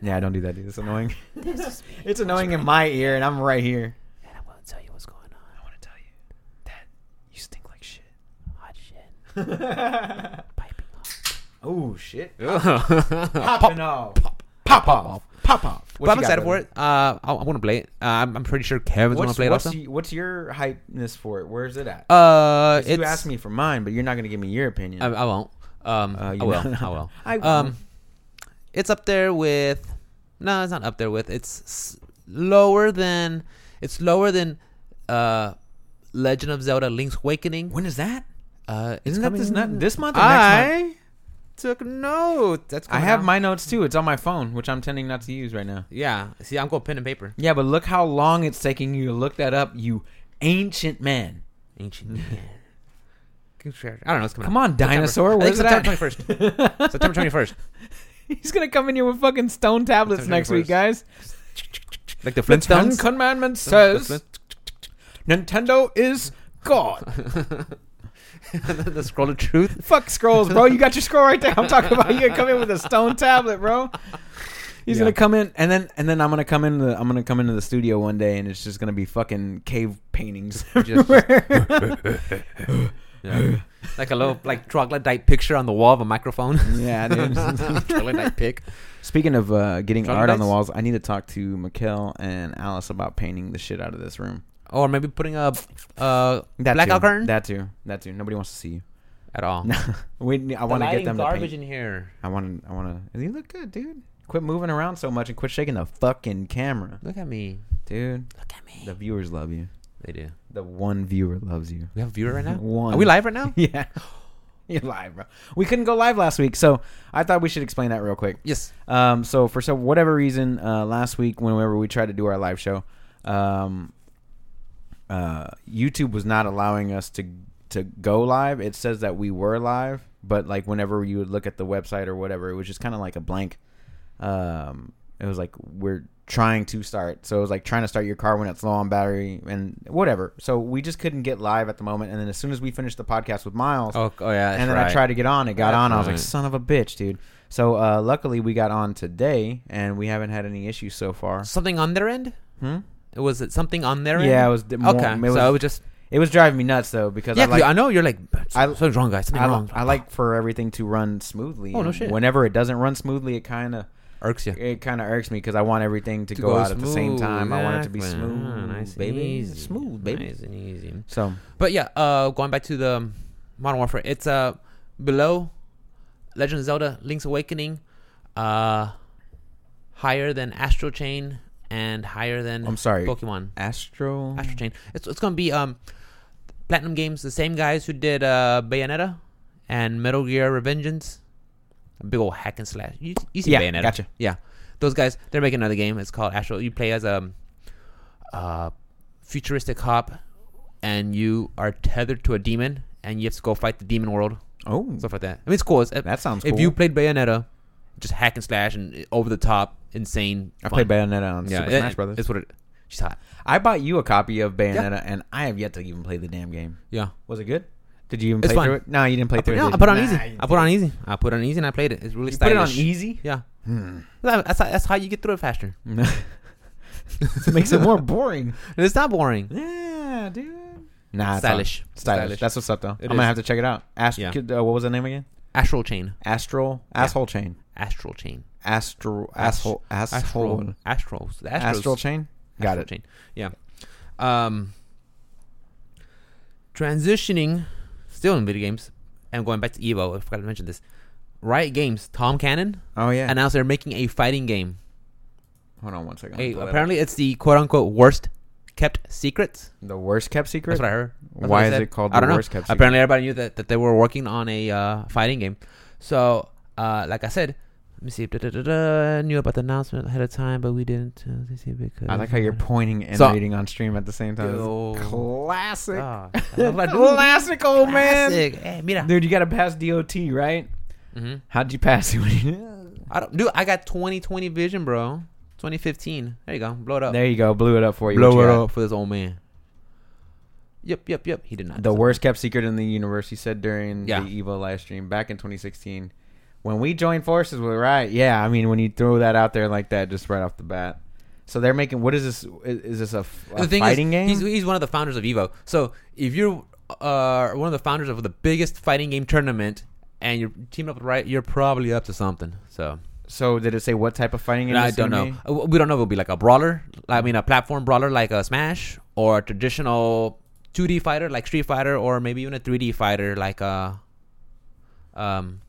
[SPEAKER 2] Yeah, don't do that. Dude. It's annoying. it's annoying in my ear, and I'm right here.
[SPEAKER 1] And I want to tell you what's going on. I want to tell you that
[SPEAKER 2] You stink like shit.
[SPEAKER 1] hot shit, piping
[SPEAKER 2] oh shit!
[SPEAKER 1] hot.
[SPEAKER 2] Popping off. Pop, pop off. Pop off.
[SPEAKER 1] but I'm excited for it. Uh, I, I want to play it. Uh, I'm, I'm pretty sure Kevin's going to
[SPEAKER 2] What's,
[SPEAKER 1] play it
[SPEAKER 2] what's,
[SPEAKER 1] also.
[SPEAKER 2] y- what's your hypeness for it? Where is it at?
[SPEAKER 1] uh, it's,
[SPEAKER 2] you asked me for mine, but you're not gonna give me your opinion.
[SPEAKER 1] I, I won't. Um,
[SPEAKER 2] Uh, you
[SPEAKER 1] I will.
[SPEAKER 2] know.
[SPEAKER 1] I will.
[SPEAKER 2] I
[SPEAKER 1] Um,
[SPEAKER 2] won't.
[SPEAKER 1] it's up there with. No, it's not up there with. It's s- lower than. It's lower than. Uh, Legend of Zelda: Link's Awakening.
[SPEAKER 2] when is that?
[SPEAKER 1] Uh, it's
[SPEAKER 2] Isn't that this,
[SPEAKER 1] coming-
[SPEAKER 2] not, this month or next
[SPEAKER 1] I
[SPEAKER 2] month?
[SPEAKER 1] took note. That's
[SPEAKER 2] I
[SPEAKER 1] coming
[SPEAKER 2] have
[SPEAKER 1] out.
[SPEAKER 2] my notes too. It's on my phone, which I'm tending not to use right now.
[SPEAKER 1] Yeah. See, I'm going pen and paper.
[SPEAKER 2] Yeah, but look how long it's taking you to look that up, you ancient man.
[SPEAKER 1] Ancient. I don't know. It's coming.
[SPEAKER 2] Mm. Come on, dinosaur.
[SPEAKER 1] September.
[SPEAKER 2] Where's it
[SPEAKER 1] September
[SPEAKER 2] at?
[SPEAKER 1] twenty first. September twenty first.
[SPEAKER 2] He's gonna come in here with fucking stone tablets
[SPEAKER 1] September
[SPEAKER 2] next week, guys.
[SPEAKER 1] Like the
[SPEAKER 2] The Ten
[SPEAKER 1] Flintstones.
[SPEAKER 2] Commandments
[SPEAKER 1] The
[SPEAKER 2] says Nintendo is God.
[SPEAKER 1] the scroll of truth.
[SPEAKER 2] Fuck scrolls, bro. You got your scroll right there. I'm talking about you gonna come in with a stone tablet, bro. He's
[SPEAKER 1] Yeah.
[SPEAKER 2] gonna come in, and then and then I'm gonna come in. The, I'm gonna come into the studio one day, and it's just gonna be fucking cave paintings
[SPEAKER 1] just-
[SPEAKER 2] everywhere.
[SPEAKER 1] Yeah. like a little like troglodyte picture on the wall of a microphone.
[SPEAKER 2] yeah, dude.
[SPEAKER 1] troglodyte pic.
[SPEAKER 2] Speaking of uh, getting
[SPEAKER 1] Drum
[SPEAKER 2] art on the
[SPEAKER 1] dice?
[SPEAKER 2] walls, I need to talk to Mikkel and Alice about painting the shit out of this room.
[SPEAKER 1] Or maybe putting a uh,
[SPEAKER 2] That
[SPEAKER 1] blackout
[SPEAKER 2] too.
[SPEAKER 1] curtain
[SPEAKER 2] That too. That too. Nobody wants to see you.
[SPEAKER 1] at all.
[SPEAKER 2] we, I want to get them to
[SPEAKER 1] garbage
[SPEAKER 2] paint.
[SPEAKER 1] in here.
[SPEAKER 2] I want to. I want to. You look good, dude. Quit moving around so much and quit shaking the fucking camera,
[SPEAKER 1] Look at me.
[SPEAKER 2] dude.
[SPEAKER 1] Look at me.
[SPEAKER 2] The viewers love you.
[SPEAKER 1] They do.
[SPEAKER 2] The one viewer loves you.
[SPEAKER 1] We have a viewer right now.
[SPEAKER 2] One.
[SPEAKER 1] Are we live right now?
[SPEAKER 2] yeah. You're live, bro. We couldn't go live last week, so I thought we should explain that real quick.
[SPEAKER 1] yes.
[SPEAKER 2] Um, so for so whatever reason, uh, last week whenever we tried to do our live show, um, uh, YouTube was not allowing us to to go live. It says that we were live, but like whenever you would look at the website or whatever, it was just kind of like a blank. Um, it was like we're trying to start, so it was like trying to start your car when it's low on battery and whatever. So we just couldn't get live at the moment. And then as soon as we finished the podcast with Miles,
[SPEAKER 1] Oh, oh yeah.
[SPEAKER 2] and then I tried to get on. It got
[SPEAKER 1] That's
[SPEAKER 2] on. I was
[SPEAKER 1] right.
[SPEAKER 2] like, son of a bitch, dude. So uh, luckily we got on today, and we haven't had any issues so far.
[SPEAKER 1] something on their end.
[SPEAKER 2] Hmm?
[SPEAKER 1] Was it something on their end?
[SPEAKER 2] Yeah, it was. di- more-
[SPEAKER 1] okay.
[SPEAKER 2] it was,
[SPEAKER 1] so it was just
[SPEAKER 2] it was driving me nuts though because
[SPEAKER 1] yeah.
[SPEAKER 2] I
[SPEAKER 1] 'cause
[SPEAKER 2] like
[SPEAKER 1] I know you're like
[SPEAKER 2] I-
[SPEAKER 1] something's wrong, guys. Something
[SPEAKER 2] I,
[SPEAKER 1] wrong.
[SPEAKER 2] I like for everything to run smoothly.
[SPEAKER 1] Oh, no
[SPEAKER 2] and
[SPEAKER 1] shit.
[SPEAKER 2] Whenever it doesn't run smoothly, it kind of
[SPEAKER 1] irks you.
[SPEAKER 2] it kind of irks me because I want everything to, go, out at the same
[SPEAKER 1] smooth,
[SPEAKER 2] time. I want it to be
[SPEAKER 1] exactly.
[SPEAKER 2] smooth,
[SPEAKER 1] Ah, nice and
[SPEAKER 2] baby.
[SPEAKER 1] easy.
[SPEAKER 2] Smooth, baby.
[SPEAKER 1] Nice and easy.
[SPEAKER 2] So
[SPEAKER 1] But yeah, uh, going back to the Modern Warfare, it's uh below Legend of Zelda: Link's Awakening, uh, higher than Astral Chain and higher than
[SPEAKER 2] I'm sorry.
[SPEAKER 1] Pokemon
[SPEAKER 2] Astro.
[SPEAKER 1] Astral Chain. It's it's gonna be um Platinum Games, the same guys who did uh Bayonetta and Metal Gear Revengeance, a big old hack and slash. You, you see
[SPEAKER 2] Yeah,
[SPEAKER 1] Bayonetta?
[SPEAKER 2] gotcha.
[SPEAKER 1] Yeah, those guys they're making another game. It's called Astral. You play as a uh, futuristic hop, and you are tethered to a demon, and you have to go fight the demon world,
[SPEAKER 2] Oh,
[SPEAKER 1] stuff like that. I mean, it's cool. It's,
[SPEAKER 2] that sounds.
[SPEAKER 1] if
[SPEAKER 2] cool.
[SPEAKER 1] you played Bayonetta, just hack and slash and over the top, insane.
[SPEAKER 2] I
[SPEAKER 1] fun.
[SPEAKER 2] played Bayonetta on Super
[SPEAKER 1] it-
[SPEAKER 2] Smash Brothers.
[SPEAKER 1] It's what it. She's hot.
[SPEAKER 2] I bought you a copy of Bayonetta, and I have yet to even play the damn game.
[SPEAKER 1] Yeah.
[SPEAKER 2] Was it good? Did you even
[SPEAKER 1] It's
[SPEAKER 2] play
[SPEAKER 1] fun.
[SPEAKER 2] through it? No, you didn't play
[SPEAKER 1] I
[SPEAKER 2] through
[SPEAKER 1] put,
[SPEAKER 2] it.
[SPEAKER 1] no,
[SPEAKER 2] did
[SPEAKER 1] I put it on
[SPEAKER 2] you?
[SPEAKER 1] easy.
[SPEAKER 2] Nah, you
[SPEAKER 1] I put it on
[SPEAKER 2] didn't.
[SPEAKER 1] easy. I put it on easy and I played it. It's really
[SPEAKER 2] You put
[SPEAKER 1] stylish.
[SPEAKER 2] it on easy.
[SPEAKER 1] Yeah.
[SPEAKER 2] Hmm.
[SPEAKER 1] That- That's, how- that's how you get through it faster.
[SPEAKER 2] it makes it more boring.
[SPEAKER 1] And it's not boring.
[SPEAKER 2] Yeah, dude. Nah, it's
[SPEAKER 1] stylish.
[SPEAKER 2] fun. Stylish. That's what's up, though. I'm gonna
[SPEAKER 1] is.
[SPEAKER 2] have to check it out. Ast-
[SPEAKER 1] Yeah.
[SPEAKER 2] uh, what was the name again?
[SPEAKER 1] Astral chain.
[SPEAKER 2] Astral
[SPEAKER 1] Yeah.
[SPEAKER 2] asshole chain.
[SPEAKER 1] Astral chain.
[SPEAKER 2] Astral
[SPEAKER 1] Ast-
[SPEAKER 2] asshole asshole
[SPEAKER 1] Astral. Astrals. The Astros.
[SPEAKER 2] astral chain. Got
[SPEAKER 1] Astral
[SPEAKER 2] it.
[SPEAKER 1] Chain. Yeah. Um, transitioning, still in video games, and going back to Evo. I forgot to mention this. Riot Games. Tom Cannon
[SPEAKER 2] Oh yeah.
[SPEAKER 1] announced they're making a fighting game.
[SPEAKER 2] Hold on one second.
[SPEAKER 1] Hey,
[SPEAKER 2] Pull that up.
[SPEAKER 1] apparently, it's the quote unquote worst kept secret.
[SPEAKER 2] the worst kept secret.
[SPEAKER 1] That's what I heard. That's
[SPEAKER 2] Why
[SPEAKER 1] what I
[SPEAKER 2] is
[SPEAKER 1] said.
[SPEAKER 2] it called
[SPEAKER 1] I
[SPEAKER 2] the
[SPEAKER 1] don't know.
[SPEAKER 2] worst kept secret?
[SPEAKER 1] Apparently, everybody knew that, that they were working on a uh, fighting game. So, uh, like I said, let me see. Da-da-da-da. Knew about the announcement ahead of time, but we didn't. Uh, let's see because
[SPEAKER 2] I like how you're pointing and
[SPEAKER 1] So-
[SPEAKER 2] reading on stream at the same time.
[SPEAKER 1] Yo.
[SPEAKER 2] Classic.
[SPEAKER 1] Ah,
[SPEAKER 2] Classic, old man.
[SPEAKER 1] Classic. Hey, mira.
[SPEAKER 2] Dude, you got to pass DOT, right?
[SPEAKER 1] Mhm.
[SPEAKER 2] How'd you pass it?
[SPEAKER 1] I don't, dude, I got 2020 vision, bro. 2015. There you go. Blow it up.
[SPEAKER 2] there you go. Blew it up for you.
[SPEAKER 1] Uh, Blow
[SPEAKER 2] What
[SPEAKER 1] it
[SPEAKER 2] you got?
[SPEAKER 1] up for this old man. Yep, yep, yep. He did not.
[SPEAKER 2] The worst kept secret in the universe, he said during
[SPEAKER 1] Yeah.
[SPEAKER 2] the Evo live stream back in 2016. When we joined forces with Riot, yeah, I mean, when you throw that out there like that, just right off the bat. So they're making, what is this? Is, is this a, f- a
[SPEAKER 1] the thing
[SPEAKER 2] fighting
[SPEAKER 1] is,
[SPEAKER 2] game?
[SPEAKER 1] He's, he's one of the founders of Evo. So if you're uh, one of the founders of the biggest fighting game tournament and you're teaming up with Riot, you're probably up to something. So
[SPEAKER 2] so did it say what type of fighting game?
[SPEAKER 1] I
[SPEAKER 2] it's gonna
[SPEAKER 1] don't know.
[SPEAKER 2] be?
[SPEAKER 1] Uh, We don't know. if It'll be like a brawler. I mean, a platform brawler like a Smash, or a traditional 2D fighter like Street Fighter, or maybe even a 3D fighter like a um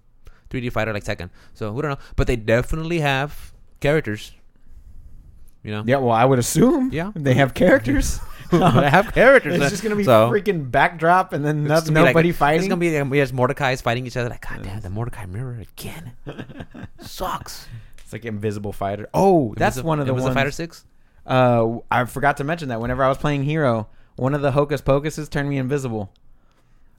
[SPEAKER 1] 3D fighter like Tekken. So we don't know, but they definitely have characters. You know.
[SPEAKER 2] Yeah, well, I would assume.
[SPEAKER 1] Yeah.
[SPEAKER 2] They have characters.
[SPEAKER 1] they have characters.
[SPEAKER 2] It's just gonna be
[SPEAKER 1] So-
[SPEAKER 2] freaking backdrop, and then
[SPEAKER 1] It's
[SPEAKER 2] noth-
[SPEAKER 1] gonna be like-
[SPEAKER 2] nobody fighting.
[SPEAKER 1] It's gonna be like, yes, Mordecai's fighting each other. Like, God damn, the Mordecai mirror again sucks.
[SPEAKER 2] It's like invisible fighter. Oh, that's
[SPEAKER 1] Invisi-
[SPEAKER 2] one of the
[SPEAKER 1] Invisible
[SPEAKER 2] ones.
[SPEAKER 1] Fighter Six.
[SPEAKER 2] Uh, I forgot to mention that whenever I was playing Hero, one of the Hocus Pocuses turned me invisible.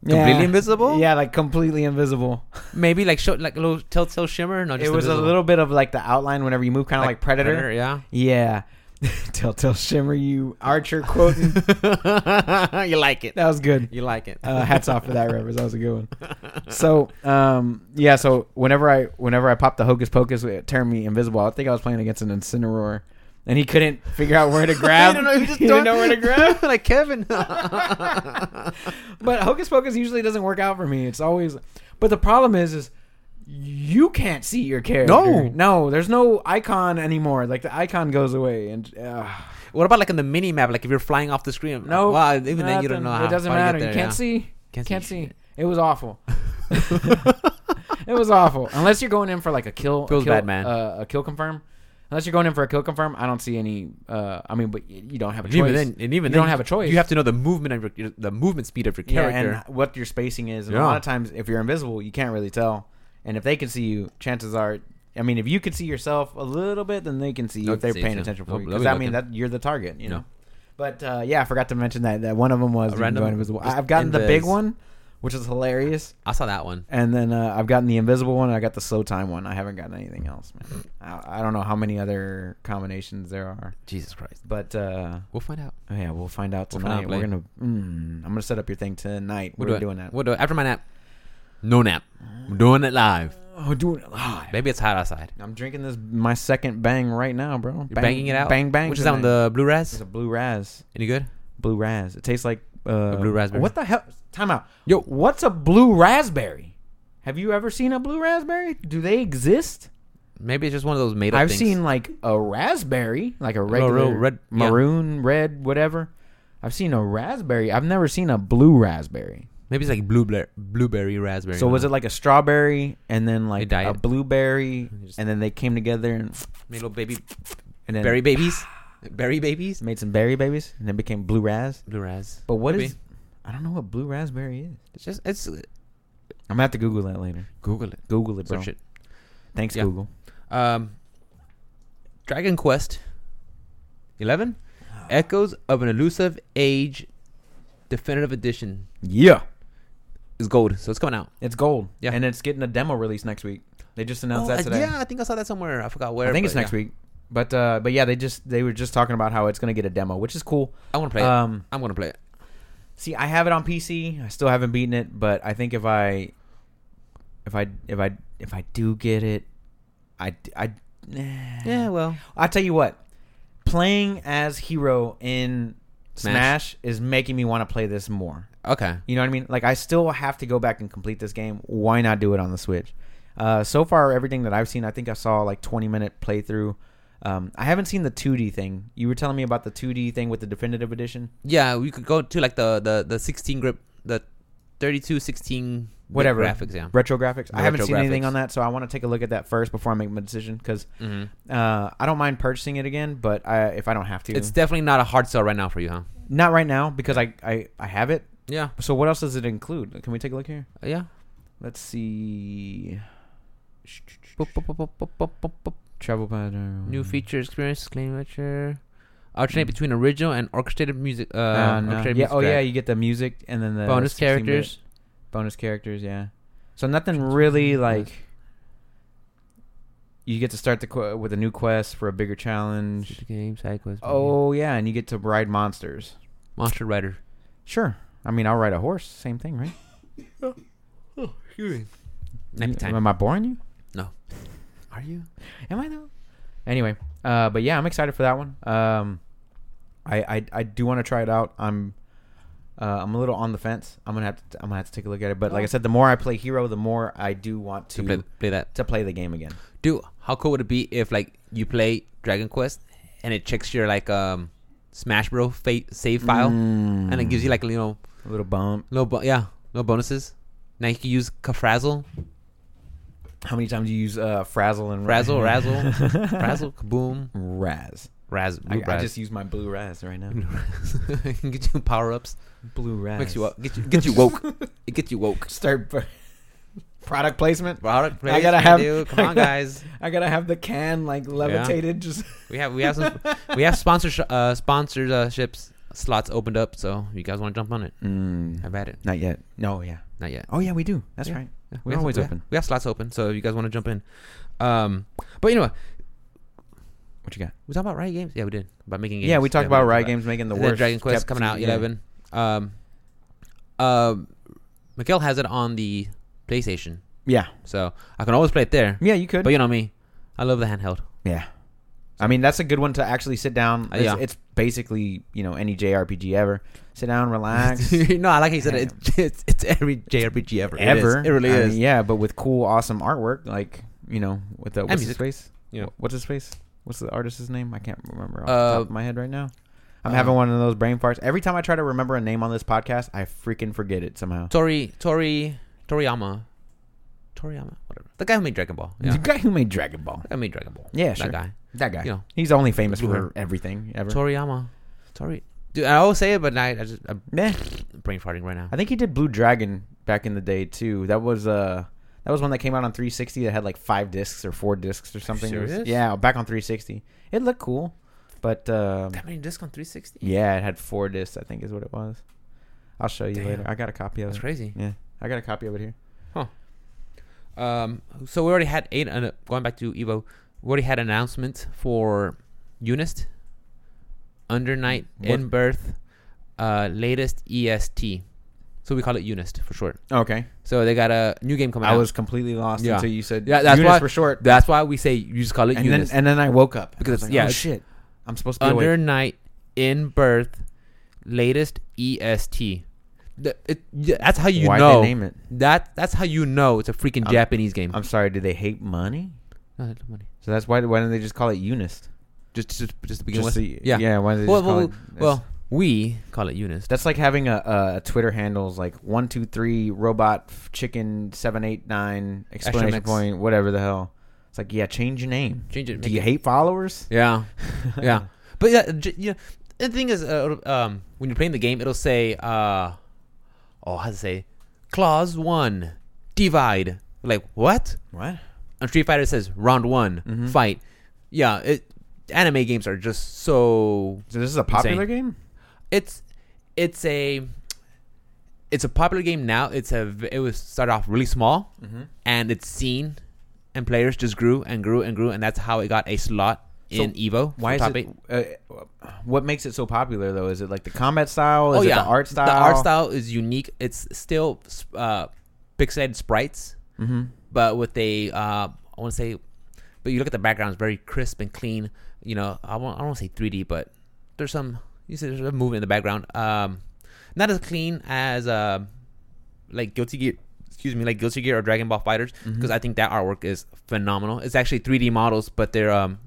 [SPEAKER 1] Completely invisible?
[SPEAKER 2] Yeah, like completely invisible.
[SPEAKER 1] Maybe like show like a little telltale shimmer. No, Oh, just
[SPEAKER 2] it was
[SPEAKER 1] invisible.
[SPEAKER 2] a little bit of like the outline whenever you move, kind of like, Predator.
[SPEAKER 1] yeah.
[SPEAKER 2] Yeah. Telltale Shimmer, you Archer quoting.
[SPEAKER 1] you like it.
[SPEAKER 2] that was good.
[SPEAKER 1] You like it.
[SPEAKER 2] uh, hats off for that reference. That was a good one. So, um, yeah. So whenever I whenever I popped the hocus pocus, it turned me invisible. I think I was playing against an incineroar, and he couldn't figure out where to grab.
[SPEAKER 1] you just
[SPEAKER 2] He didn't know where to grab.
[SPEAKER 1] like Kevin.
[SPEAKER 2] But hocus pocus usually doesn't work out for me. It's always. But the problem is, is you can't see your character.
[SPEAKER 1] No.
[SPEAKER 2] no. There's no icon anymore. Like the icon goes away, and uh,
[SPEAKER 1] what about like on the mini map? Like if you're flying off the screen.
[SPEAKER 2] no.
[SPEAKER 1] Well, even then you
[SPEAKER 2] nothing.
[SPEAKER 1] don't know how.
[SPEAKER 2] It doesn't
[SPEAKER 1] how get
[SPEAKER 2] matter.
[SPEAKER 1] there,
[SPEAKER 2] you can't
[SPEAKER 1] yeah.
[SPEAKER 2] see.
[SPEAKER 1] Can't see
[SPEAKER 2] Can't see.
[SPEAKER 1] shit.
[SPEAKER 2] It was awful. it was awful. Unless you're going in for like a kill, a
[SPEAKER 1] Feels
[SPEAKER 2] kill-
[SPEAKER 1] bad, man.
[SPEAKER 2] Uh, a kill confirm. Unless you're going in for a kill confirm, I don't see any. Uh, I mean, but y- you don't have a
[SPEAKER 1] And
[SPEAKER 2] choice.
[SPEAKER 1] even then, and even
[SPEAKER 2] you
[SPEAKER 1] then,
[SPEAKER 2] don't have a choice.
[SPEAKER 1] You have to know the movement of your, the movement speed of your character.
[SPEAKER 2] Yeah, and what your spacing is. And
[SPEAKER 1] Yeah.
[SPEAKER 2] a lot of times, if you're invisible, you can't really tell. And if they can see you, chances are, I mean, if you can see yourself a little bit, then they can see you
[SPEAKER 1] They'll
[SPEAKER 2] if they're
[SPEAKER 1] see
[SPEAKER 2] paying
[SPEAKER 1] you.
[SPEAKER 2] attention
[SPEAKER 1] They'll-
[SPEAKER 2] for you.
[SPEAKER 1] they'll
[SPEAKER 2] Because
[SPEAKER 1] be
[SPEAKER 2] I mean,
[SPEAKER 1] looking.
[SPEAKER 2] that you're the target, you
[SPEAKER 1] Yeah.
[SPEAKER 2] know. But uh, yeah, I forgot to mention that that one of them was
[SPEAKER 1] A
[SPEAKER 2] you can
[SPEAKER 1] random-
[SPEAKER 2] go invisible. I-
[SPEAKER 1] just
[SPEAKER 2] I've gotten the big
[SPEAKER 1] invis.
[SPEAKER 2] one, which is hilarious,
[SPEAKER 1] I saw that one.
[SPEAKER 2] and then uh, I've gotten the invisible one. and I got the slow time one. I haven't gotten anything else, man. I, I don't know how many other combinations there are,
[SPEAKER 1] Jesus Christ.
[SPEAKER 2] but uh,
[SPEAKER 1] We'll find out.
[SPEAKER 2] Oh, yeah, we'll find out
[SPEAKER 1] We'll find out,
[SPEAKER 2] tonight. We're gonna. Mm, I'm gonna set up your thing tonight.
[SPEAKER 1] We'll
[SPEAKER 2] We're
[SPEAKER 1] do it.
[SPEAKER 2] doing that.
[SPEAKER 1] We'll do it after my nap. No nap. We're doing it live.
[SPEAKER 2] Oh, doing it live.
[SPEAKER 1] Maybe it's hot outside.
[SPEAKER 2] I'm drinking this my second bang right now, bro.
[SPEAKER 1] You're
[SPEAKER 2] Bang-
[SPEAKER 1] banging it out.
[SPEAKER 2] Bang bang.
[SPEAKER 1] Which is on
[SPEAKER 2] tonight.
[SPEAKER 1] the blue
[SPEAKER 2] It's
[SPEAKER 1] raz.
[SPEAKER 2] a blue raz.
[SPEAKER 1] Any good?
[SPEAKER 2] Blue raz. It tastes like uh,
[SPEAKER 1] A blue raspberry.
[SPEAKER 2] What the hell? Time out.
[SPEAKER 1] Yo.
[SPEAKER 2] what's a blue raspberry? Have you ever seen a blue raspberry? Do they exist?
[SPEAKER 1] Maybe it's just one of those made up.
[SPEAKER 2] I've
[SPEAKER 1] things. Oh,
[SPEAKER 2] seen like a raspberry, like a
[SPEAKER 1] real
[SPEAKER 2] regular
[SPEAKER 1] red- yeah.
[SPEAKER 2] maroon, red, whatever. I've seen a raspberry. I've never seen a blue raspberry.
[SPEAKER 1] Maybe it's like blueberry, blueberry raspberry.
[SPEAKER 2] So was it like a strawberry and then like
[SPEAKER 1] died.
[SPEAKER 2] a blueberry
[SPEAKER 1] just-
[SPEAKER 2] and then they came together and
[SPEAKER 1] made little baby
[SPEAKER 2] and then
[SPEAKER 1] berry babies? berry babies?
[SPEAKER 2] made some berry babies and then became blue raz.
[SPEAKER 1] Blue raz.
[SPEAKER 2] But what is?
[SPEAKER 1] Maybe.
[SPEAKER 2] I don't know what blue raspberry is.
[SPEAKER 1] It's just it's
[SPEAKER 2] I'm gonna have to Google that later.
[SPEAKER 1] Google it.
[SPEAKER 2] Google it, bro.
[SPEAKER 1] Search it.
[SPEAKER 2] Thanks,
[SPEAKER 1] Yeah.
[SPEAKER 2] Google.
[SPEAKER 1] Um, Dragon Quest Eleven
[SPEAKER 2] Oh.
[SPEAKER 1] Echoes of an Elusive Age Definitive Edition
[SPEAKER 2] Yeah,
[SPEAKER 1] is gold, so it's coming out.
[SPEAKER 2] it's gold.
[SPEAKER 1] Yeah.
[SPEAKER 2] and it's getting a demo release next week. They just announced
[SPEAKER 1] Oh,
[SPEAKER 2] that
[SPEAKER 1] I-
[SPEAKER 2] today.
[SPEAKER 1] Yeah, I think I saw that somewhere. I forgot where.
[SPEAKER 2] I think
[SPEAKER 1] but
[SPEAKER 2] it's next
[SPEAKER 1] yeah.
[SPEAKER 2] week. But uh, but yeah, they just they were just talking about how it's gonna get a demo, which is cool.
[SPEAKER 1] I want to play it.
[SPEAKER 2] Um,
[SPEAKER 1] I'm gonna play it.
[SPEAKER 2] See, I have it on PC. I still haven't beaten it, but I think if I, if I, if I, if I do get it, I, I,
[SPEAKER 1] Yeah, well,
[SPEAKER 2] I tell you what, playing as hero in
[SPEAKER 1] Smash?
[SPEAKER 2] Smash, is making me want to play this more.
[SPEAKER 1] okay.
[SPEAKER 2] You know what I mean? Like I still have to go back and complete this game. Why not do it on the Switch? Uh, so far, everything that I've seen, I think I saw like 20 minute playthrough. Um, I haven't seen the 2D thing. You were telling me about the 2D thing with the definitive edition.
[SPEAKER 1] Yeah, we could go to like the the the 16 grip, the 32 16 bit
[SPEAKER 2] whatever
[SPEAKER 1] graphics. Yeah.
[SPEAKER 2] retro graphics. I haven't
[SPEAKER 1] retro
[SPEAKER 2] seen anything
[SPEAKER 1] graphics.
[SPEAKER 2] on that, so I want to take a look at that first before I make my decision because
[SPEAKER 1] hmm
[SPEAKER 2] uh, I don't mind purchasing it again, but I, if I don't have to,
[SPEAKER 1] It's definitely not a hard sell right now for you, huh?
[SPEAKER 2] not right now because I, I I have it.
[SPEAKER 1] Yeah.
[SPEAKER 2] So what else does it include? Can we take a look here?
[SPEAKER 1] Yeah.
[SPEAKER 2] Let's see.
[SPEAKER 1] Boop, boop, boop, boop, boop, boop, boop, boop.
[SPEAKER 2] Travel pattern.
[SPEAKER 1] New feature experience signature. Alternate between original and orchestrated music. Uh,
[SPEAKER 2] Uh, Mm. no.
[SPEAKER 1] orchestrated
[SPEAKER 2] Yeah.
[SPEAKER 1] music
[SPEAKER 2] Oh yeah,
[SPEAKER 1] track.
[SPEAKER 2] you get the music and then the
[SPEAKER 1] Bonus
[SPEAKER 2] 16-bit.
[SPEAKER 1] characters.
[SPEAKER 2] Bonus characters. Yeah. So nothing really like. You get to start the qu- with a new quest for a bigger challenge.
[SPEAKER 1] Game side quest.
[SPEAKER 2] Oh yeah, and you get to ride monsters.
[SPEAKER 1] Monster Rider.
[SPEAKER 2] Sure. I mean, I'll ride a horse. Same thing, right?
[SPEAKER 1] Nappy time.
[SPEAKER 2] Am I boring you?
[SPEAKER 1] Are you?
[SPEAKER 2] Am I though? Anyway, uh, but yeah, I'm excited for that one. Um, I I, I do want to try it out. I'm uh, I'm a little on the fence. I'm gonna have to I'm gonna have to take a look at it. But like I said, the more I play Hero, the more I do want
[SPEAKER 1] Oh. To
[SPEAKER 2] to
[SPEAKER 1] play, play that.
[SPEAKER 2] to play the game again.
[SPEAKER 1] Dude, how cool would it be if like you play Dragon Quest and it checks your like um Smash Bro fa- save file and it gives you like you know
[SPEAKER 2] a little bump.
[SPEAKER 1] little bo- yeah little bonuses. Now you can use Kafrazzle,
[SPEAKER 2] How many times do you use uh, Frazzle and
[SPEAKER 1] Frazzle, Razzle, Frazzle, Kaboom,
[SPEAKER 2] Raz?
[SPEAKER 1] Raz.
[SPEAKER 2] I,
[SPEAKER 1] Blue
[SPEAKER 2] I
[SPEAKER 1] Raz.
[SPEAKER 2] just use my blue Raz right now.
[SPEAKER 1] get you power ups.
[SPEAKER 2] Blue Raz
[SPEAKER 1] Makes you up. Get you get you woke. it gets you woke.
[SPEAKER 2] Start product placement.
[SPEAKER 1] Product
[SPEAKER 2] I
[SPEAKER 1] placement,
[SPEAKER 2] gotta have-
[SPEAKER 1] dude. Come on, guys.
[SPEAKER 2] I gotta have the can like levitated. Just
[SPEAKER 1] We have we have some we have sponsors uh sponsors uh, ships slots opened up. So you guys want to jump on it? I've had it.
[SPEAKER 2] not yet. No, yeah.
[SPEAKER 1] Not yet.
[SPEAKER 2] Oh yeah, we do. That's
[SPEAKER 1] Yeah.
[SPEAKER 2] right.
[SPEAKER 1] Yeah,
[SPEAKER 2] We're
[SPEAKER 1] have-
[SPEAKER 2] always
[SPEAKER 1] have-
[SPEAKER 2] open.
[SPEAKER 1] we have slots open, so if you guys want to jump in, um, but you know what?
[SPEAKER 2] What you got?
[SPEAKER 1] We talked about riot games. Yeah, we did about making games.
[SPEAKER 2] Yeah, we talked about
[SPEAKER 1] did
[SPEAKER 2] Riot
[SPEAKER 1] that.
[SPEAKER 2] Games making the
[SPEAKER 1] And
[SPEAKER 2] worst.
[SPEAKER 1] then Dragon Quest
[SPEAKER 2] kept-
[SPEAKER 1] coming out
[SPEAKER 2] yeah.
[SPEAKER 1] eleven. Um, um, Mikael has it on the PlayStation,
[SPEAKER 2] Yeah,
[SPEAKER 1] so I can always play it there.
[SPEAKER 2] yeah, you could.
[SPEAKER 1] But you know me, I love the handheld.
[SPEAKER 2] yeah, I mean that's a good one to actually sit down.
[SPEAKER 1] Uh,
[SPEAKER 2] It's,
[SPEAKER 1] yeah.
[SPEAKER 2] it's basically you know any JRPG ever. Sit down, relax.
[SPEAKER 1] no, I like how you said it. It's, it's it's every JRPG ever. It is.
[SPEAKER 2] ever,
[SPEAKER 1] It, really
[SPEAKER 2] I
[SPEAKER 1] is.
[SPEAKER 2] mean, yeah, but with cool, awesome artwork, like you know, with the what's his
[SPEAKER 1] music.
[SPEAKER 2] face?
[SPEAKER 1] Yeah.
[SPEAKER 2] What's his face? What's the artist's name? I can't remember off
[SPEAKER 1] Uh,
[SPEAKER 2] the top of my head right now. I'm
[SPEAKER 1] uh,
[SPEAKER 2] having one of those brain farts. Every time I try to remember a name on this podcast, I freaking forget it somehow.
[SPEAKER 1] Tori Tori Toriyama. Toriyama, whatever. The guy who made Dragon Ball. Yeah.
[SPEAKER 2] The guy who made Dragon Ball.
[SPEAKER 1] I made Dragon Ball.
[SPEAKER 2] Yeah,
[SPEAKER 1] that
[SPEAKER 2] sure.
[SPEAKER 1] guy.
[SPEAKER 2] That guy.
[SPEAKER 1] You know.
[SPEAKER 2] He's only famous
[SPEAKER 1] Blue
[SPEAKER 2] for
[SPEAKER 1] hair.
[SPEAKER 2] everything ever.
[SPEAKER 1] Toriyama. Tori. Dude, I always say it, but now I I just I'm
[SPEAKER 2] Meh.
[SPEAKER 1] brain farting right now.
[SPEAKER 2] I think he did Blue Dragon back in the day too. That was uh that was one that came out on 360 that had like five discs or four discs or something. It was-
[SPEAKER 1] serious?
[SPEAKER 2] yeah, back on 360. It looked cool, but um,
[SPEAKER 1] That many discs on 360.
[SPEAKER 2] yeah, it had four discs. I think is what it was. I'll show you
[SPEAKER 1] Damn.
[SPEAKER 2] later. I got a copy of
[SPEAKER 1] That's
[SPEAKER 2] it.
[SPEAKER 1] crazy.
[SPEAKER 2] Yeah, I got a copy of it here.
[SPEAKER 1] Um, so we already had eight. Uh, going back to Evo, we already had announcement for Unist, Undernight,
[SPEAKER 2] What-
[SPEAKER 1] In Birth, uh, latest EST. So we call it Unist for short.
[SPEAKER 2] Okay,
[SPEAKER 1] So they got a new game coming
[SPEAKER 2] I
[SPEAKER 1] out.
[SPEAKER 2] was completely lost
[SPEAKER 1] Yeah.
[SPEAKER 2] until you said
[SPEAKER 1] Yeah, that's
[SPEAKER 2] units
[SPEAKER 1] why-
[SPEAKER 2] for short.
[SPEAKER 1] That's why we say you just call it
[SPEAKER 2] and then
[SPEAKER 1] Unist.
[SPEAKER 2] and then I woke up
[SPEAKER 1] Because
[SPEAKER 2] I was like,
[SPEAKER 1] yeah,
[SPEAKER 2] oh
[SPEAKER 1] it's-
[SPEAKER 2] shit, I'm supposed to be awake.
[SPEAKER 1] Undernight, In Birth, latest EST. The, it, yeah, that's how you
[SPEAKER 2] Why'd
[SPEAKER 1] know.
[SPEAKER 2] they name it?
[SPEAKER 1] That that's how you know it's a freaking
[SPEAKER 2] I'm-
[SPEAKER 1] Japanese game.
[SPEAKER 2] I'm sorry. Do they hate money?
[SPEAKER 1] No, that's money.
[SPEAKER 2] So that's why. Why don't they just call it Unist?
[SPEAKER 1] Just just just to begin with.
[SPEAKER 2] Just the-
[SPEAKER 1] yeah.
[SPEAKER 2] yeah. Why don't they
[SPEAKER 1] Well,
[SPEAKER 2] just call
[SPEAKER 1] well,
[SPEAKER 2] it? it's-
[SPEAKER 1] well, we call it Unis.
[SPEAKER 2] That's like having a, a Twitter handles like one two three robot f- chicken seven eight nine exclamation
[SPEAKER 1] Astromix.
[SPEAKER 2] point whatever the hell. It's like yeah, change your name.
[SPEAKER 1] Change it.
[SPEAKER 2] Do
[SPEAKER 1] make
[SPEAKER 2] you
[SPEAKER 1] it-
[SPEAKER 2] hate followers?
[SPEAKER 1] Yeah, yeah. But yeah, j- you know, the thing is, uh, it'll- um, when you're playing the game, it'll say, uh, oh, how to say, clause one, divide. Like what?
[SPEAKER 2] What?
[SPEAKER 1] On Street Fighter it says round one,
[SPEAKER 2] Mhm.
[SPEAKER 1] fight. Yeah, it. Anime games are just so
[SPEAKER 2] So this is a popular
[SPEAKER 1] Insane.
[SPEAKER 2] game.
[SPEAKER 1] it's it's a it's a popular game now. It's a v- it was started off really small,
[SPEAKER 2] Mhm.
[SPEAKER 1] and it's seen, and players just grew and grew and grew, and that's how it got a slot
[SPEAKER 2] So
[SPEAKER 1] in Evo. for
[SPEAKER 2] Why is
[SPEAKER 1] top
[SPEAKER 2] it?
[SPEAKER 1] eight.
[SPEAKER 2] Uh, what makes it so popular though? Is it like the combat style? Is
[SPEAKER 1] oh
[SPEAKER 2] it
[SPEAKER 1] yeah,
[SPEAKER 2] the art style?
[SPEAKER 1] The art style is unique. It's still uh, pixelated sprites,
[SPEAKER 2] Mm-hmm.
[SPEAKER 1] but with a uh, I want to say, but you look at the background, it's very crisp and clean. You know, I won't I don't want to say 3D, but there's some you see there's a movement in the background. Um, not as clean as um like Guilty Gear. Excuse me, like Guilty Gear or Dragon Ball Fighters,
[SPEAKER 2] Mm-hmm.
[SPEAKER 1] because I think that artwork is phenomenal. It's actually 3D models, but they're um,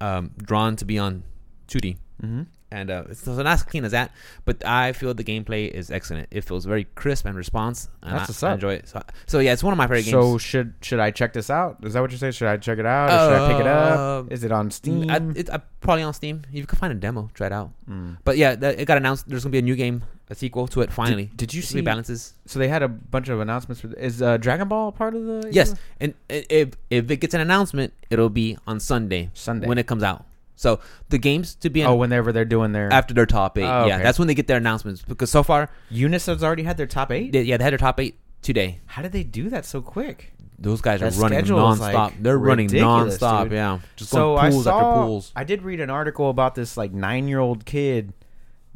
[SPEAKER 1] um, drawn to be on 2D
[SPEAKER 2] Mm-hmm.
[SPEAKER 1] and uh, it's so not as clean as that. But I feel the gameplay is excellent. It feels very crisp and response. And I,
[SPEAKER 2] That's what's up.
[SPEAKER 1] I enjoy it. So, so yeah, it's one of my favorite
[SPEAKER 2] So
[SPEAKER 1] games.
[SPEAKER 2] should should I check this out? Is that what you're saying? Should I check it out? Or should I pick it up?
[SPEAKER 1] Uh,
[SPEAKER 2] Is it on Steam?
[SPEAKER 1] I, it, I, probably on Steam. If you can find a demo, try it out.
[SPEAKER 2] Mm.
[SPEAKER 1] But yeah, that, it got announced. There's gonna be a new game, a sequel to it. Finally,
[SPEAKER 2] Did, did you
[SPEAKER 1] It
[SPEAKER 2] see?
[SPEAKER 1] rebalances?
[SPEAKER 2] So they had a bunch of announcements. For, is uh, Dragon Ball part of the?
[SPEAKER 1] Yes, and i- if if it gets an announcement, it'll be on Sunday
[SPEAKER 2] Sunday.
[SPEAKER 1] when it comes out. So the games to be in
[SPEAKER 2] oh, whenever they're doing their
[SPEAKER 1] after their top eight.
[SPEAKER 2] Oh,
[SPEAKER 1] Yeah,
[SPEAKER 2] okay.
[SPEAKER 1] that's when they get their announcements because so far,
[SPEAKER 2] Unis has already had their top eight.
[SPEAKER 1] they, yeah, they had their top eight today.
[SPEAKER 2] How did they do that so quick?
[SPEAKER 1] Those guys
[SPEAKER 2] That
[SPEAKER 1] are running
[SPEAKER 2] schedule is,
[SPEAKER 1] nonstop.
[SPEAKER 2] like,
[SPEAKER 1] They're running
[SPEAKER 2] ridiculous,
[SPEAKER 1] nonstop.
[SPEAKER 2] dude.
[SPEAKER 1] Yeah, just
[SPEAKER 2] so
[SPEAKER 1] going pools
[SPEAKER 2] I saw.
[SPEAKER 1] after pools.
[SPEAKER 2] I did read an article about this like nine year old kid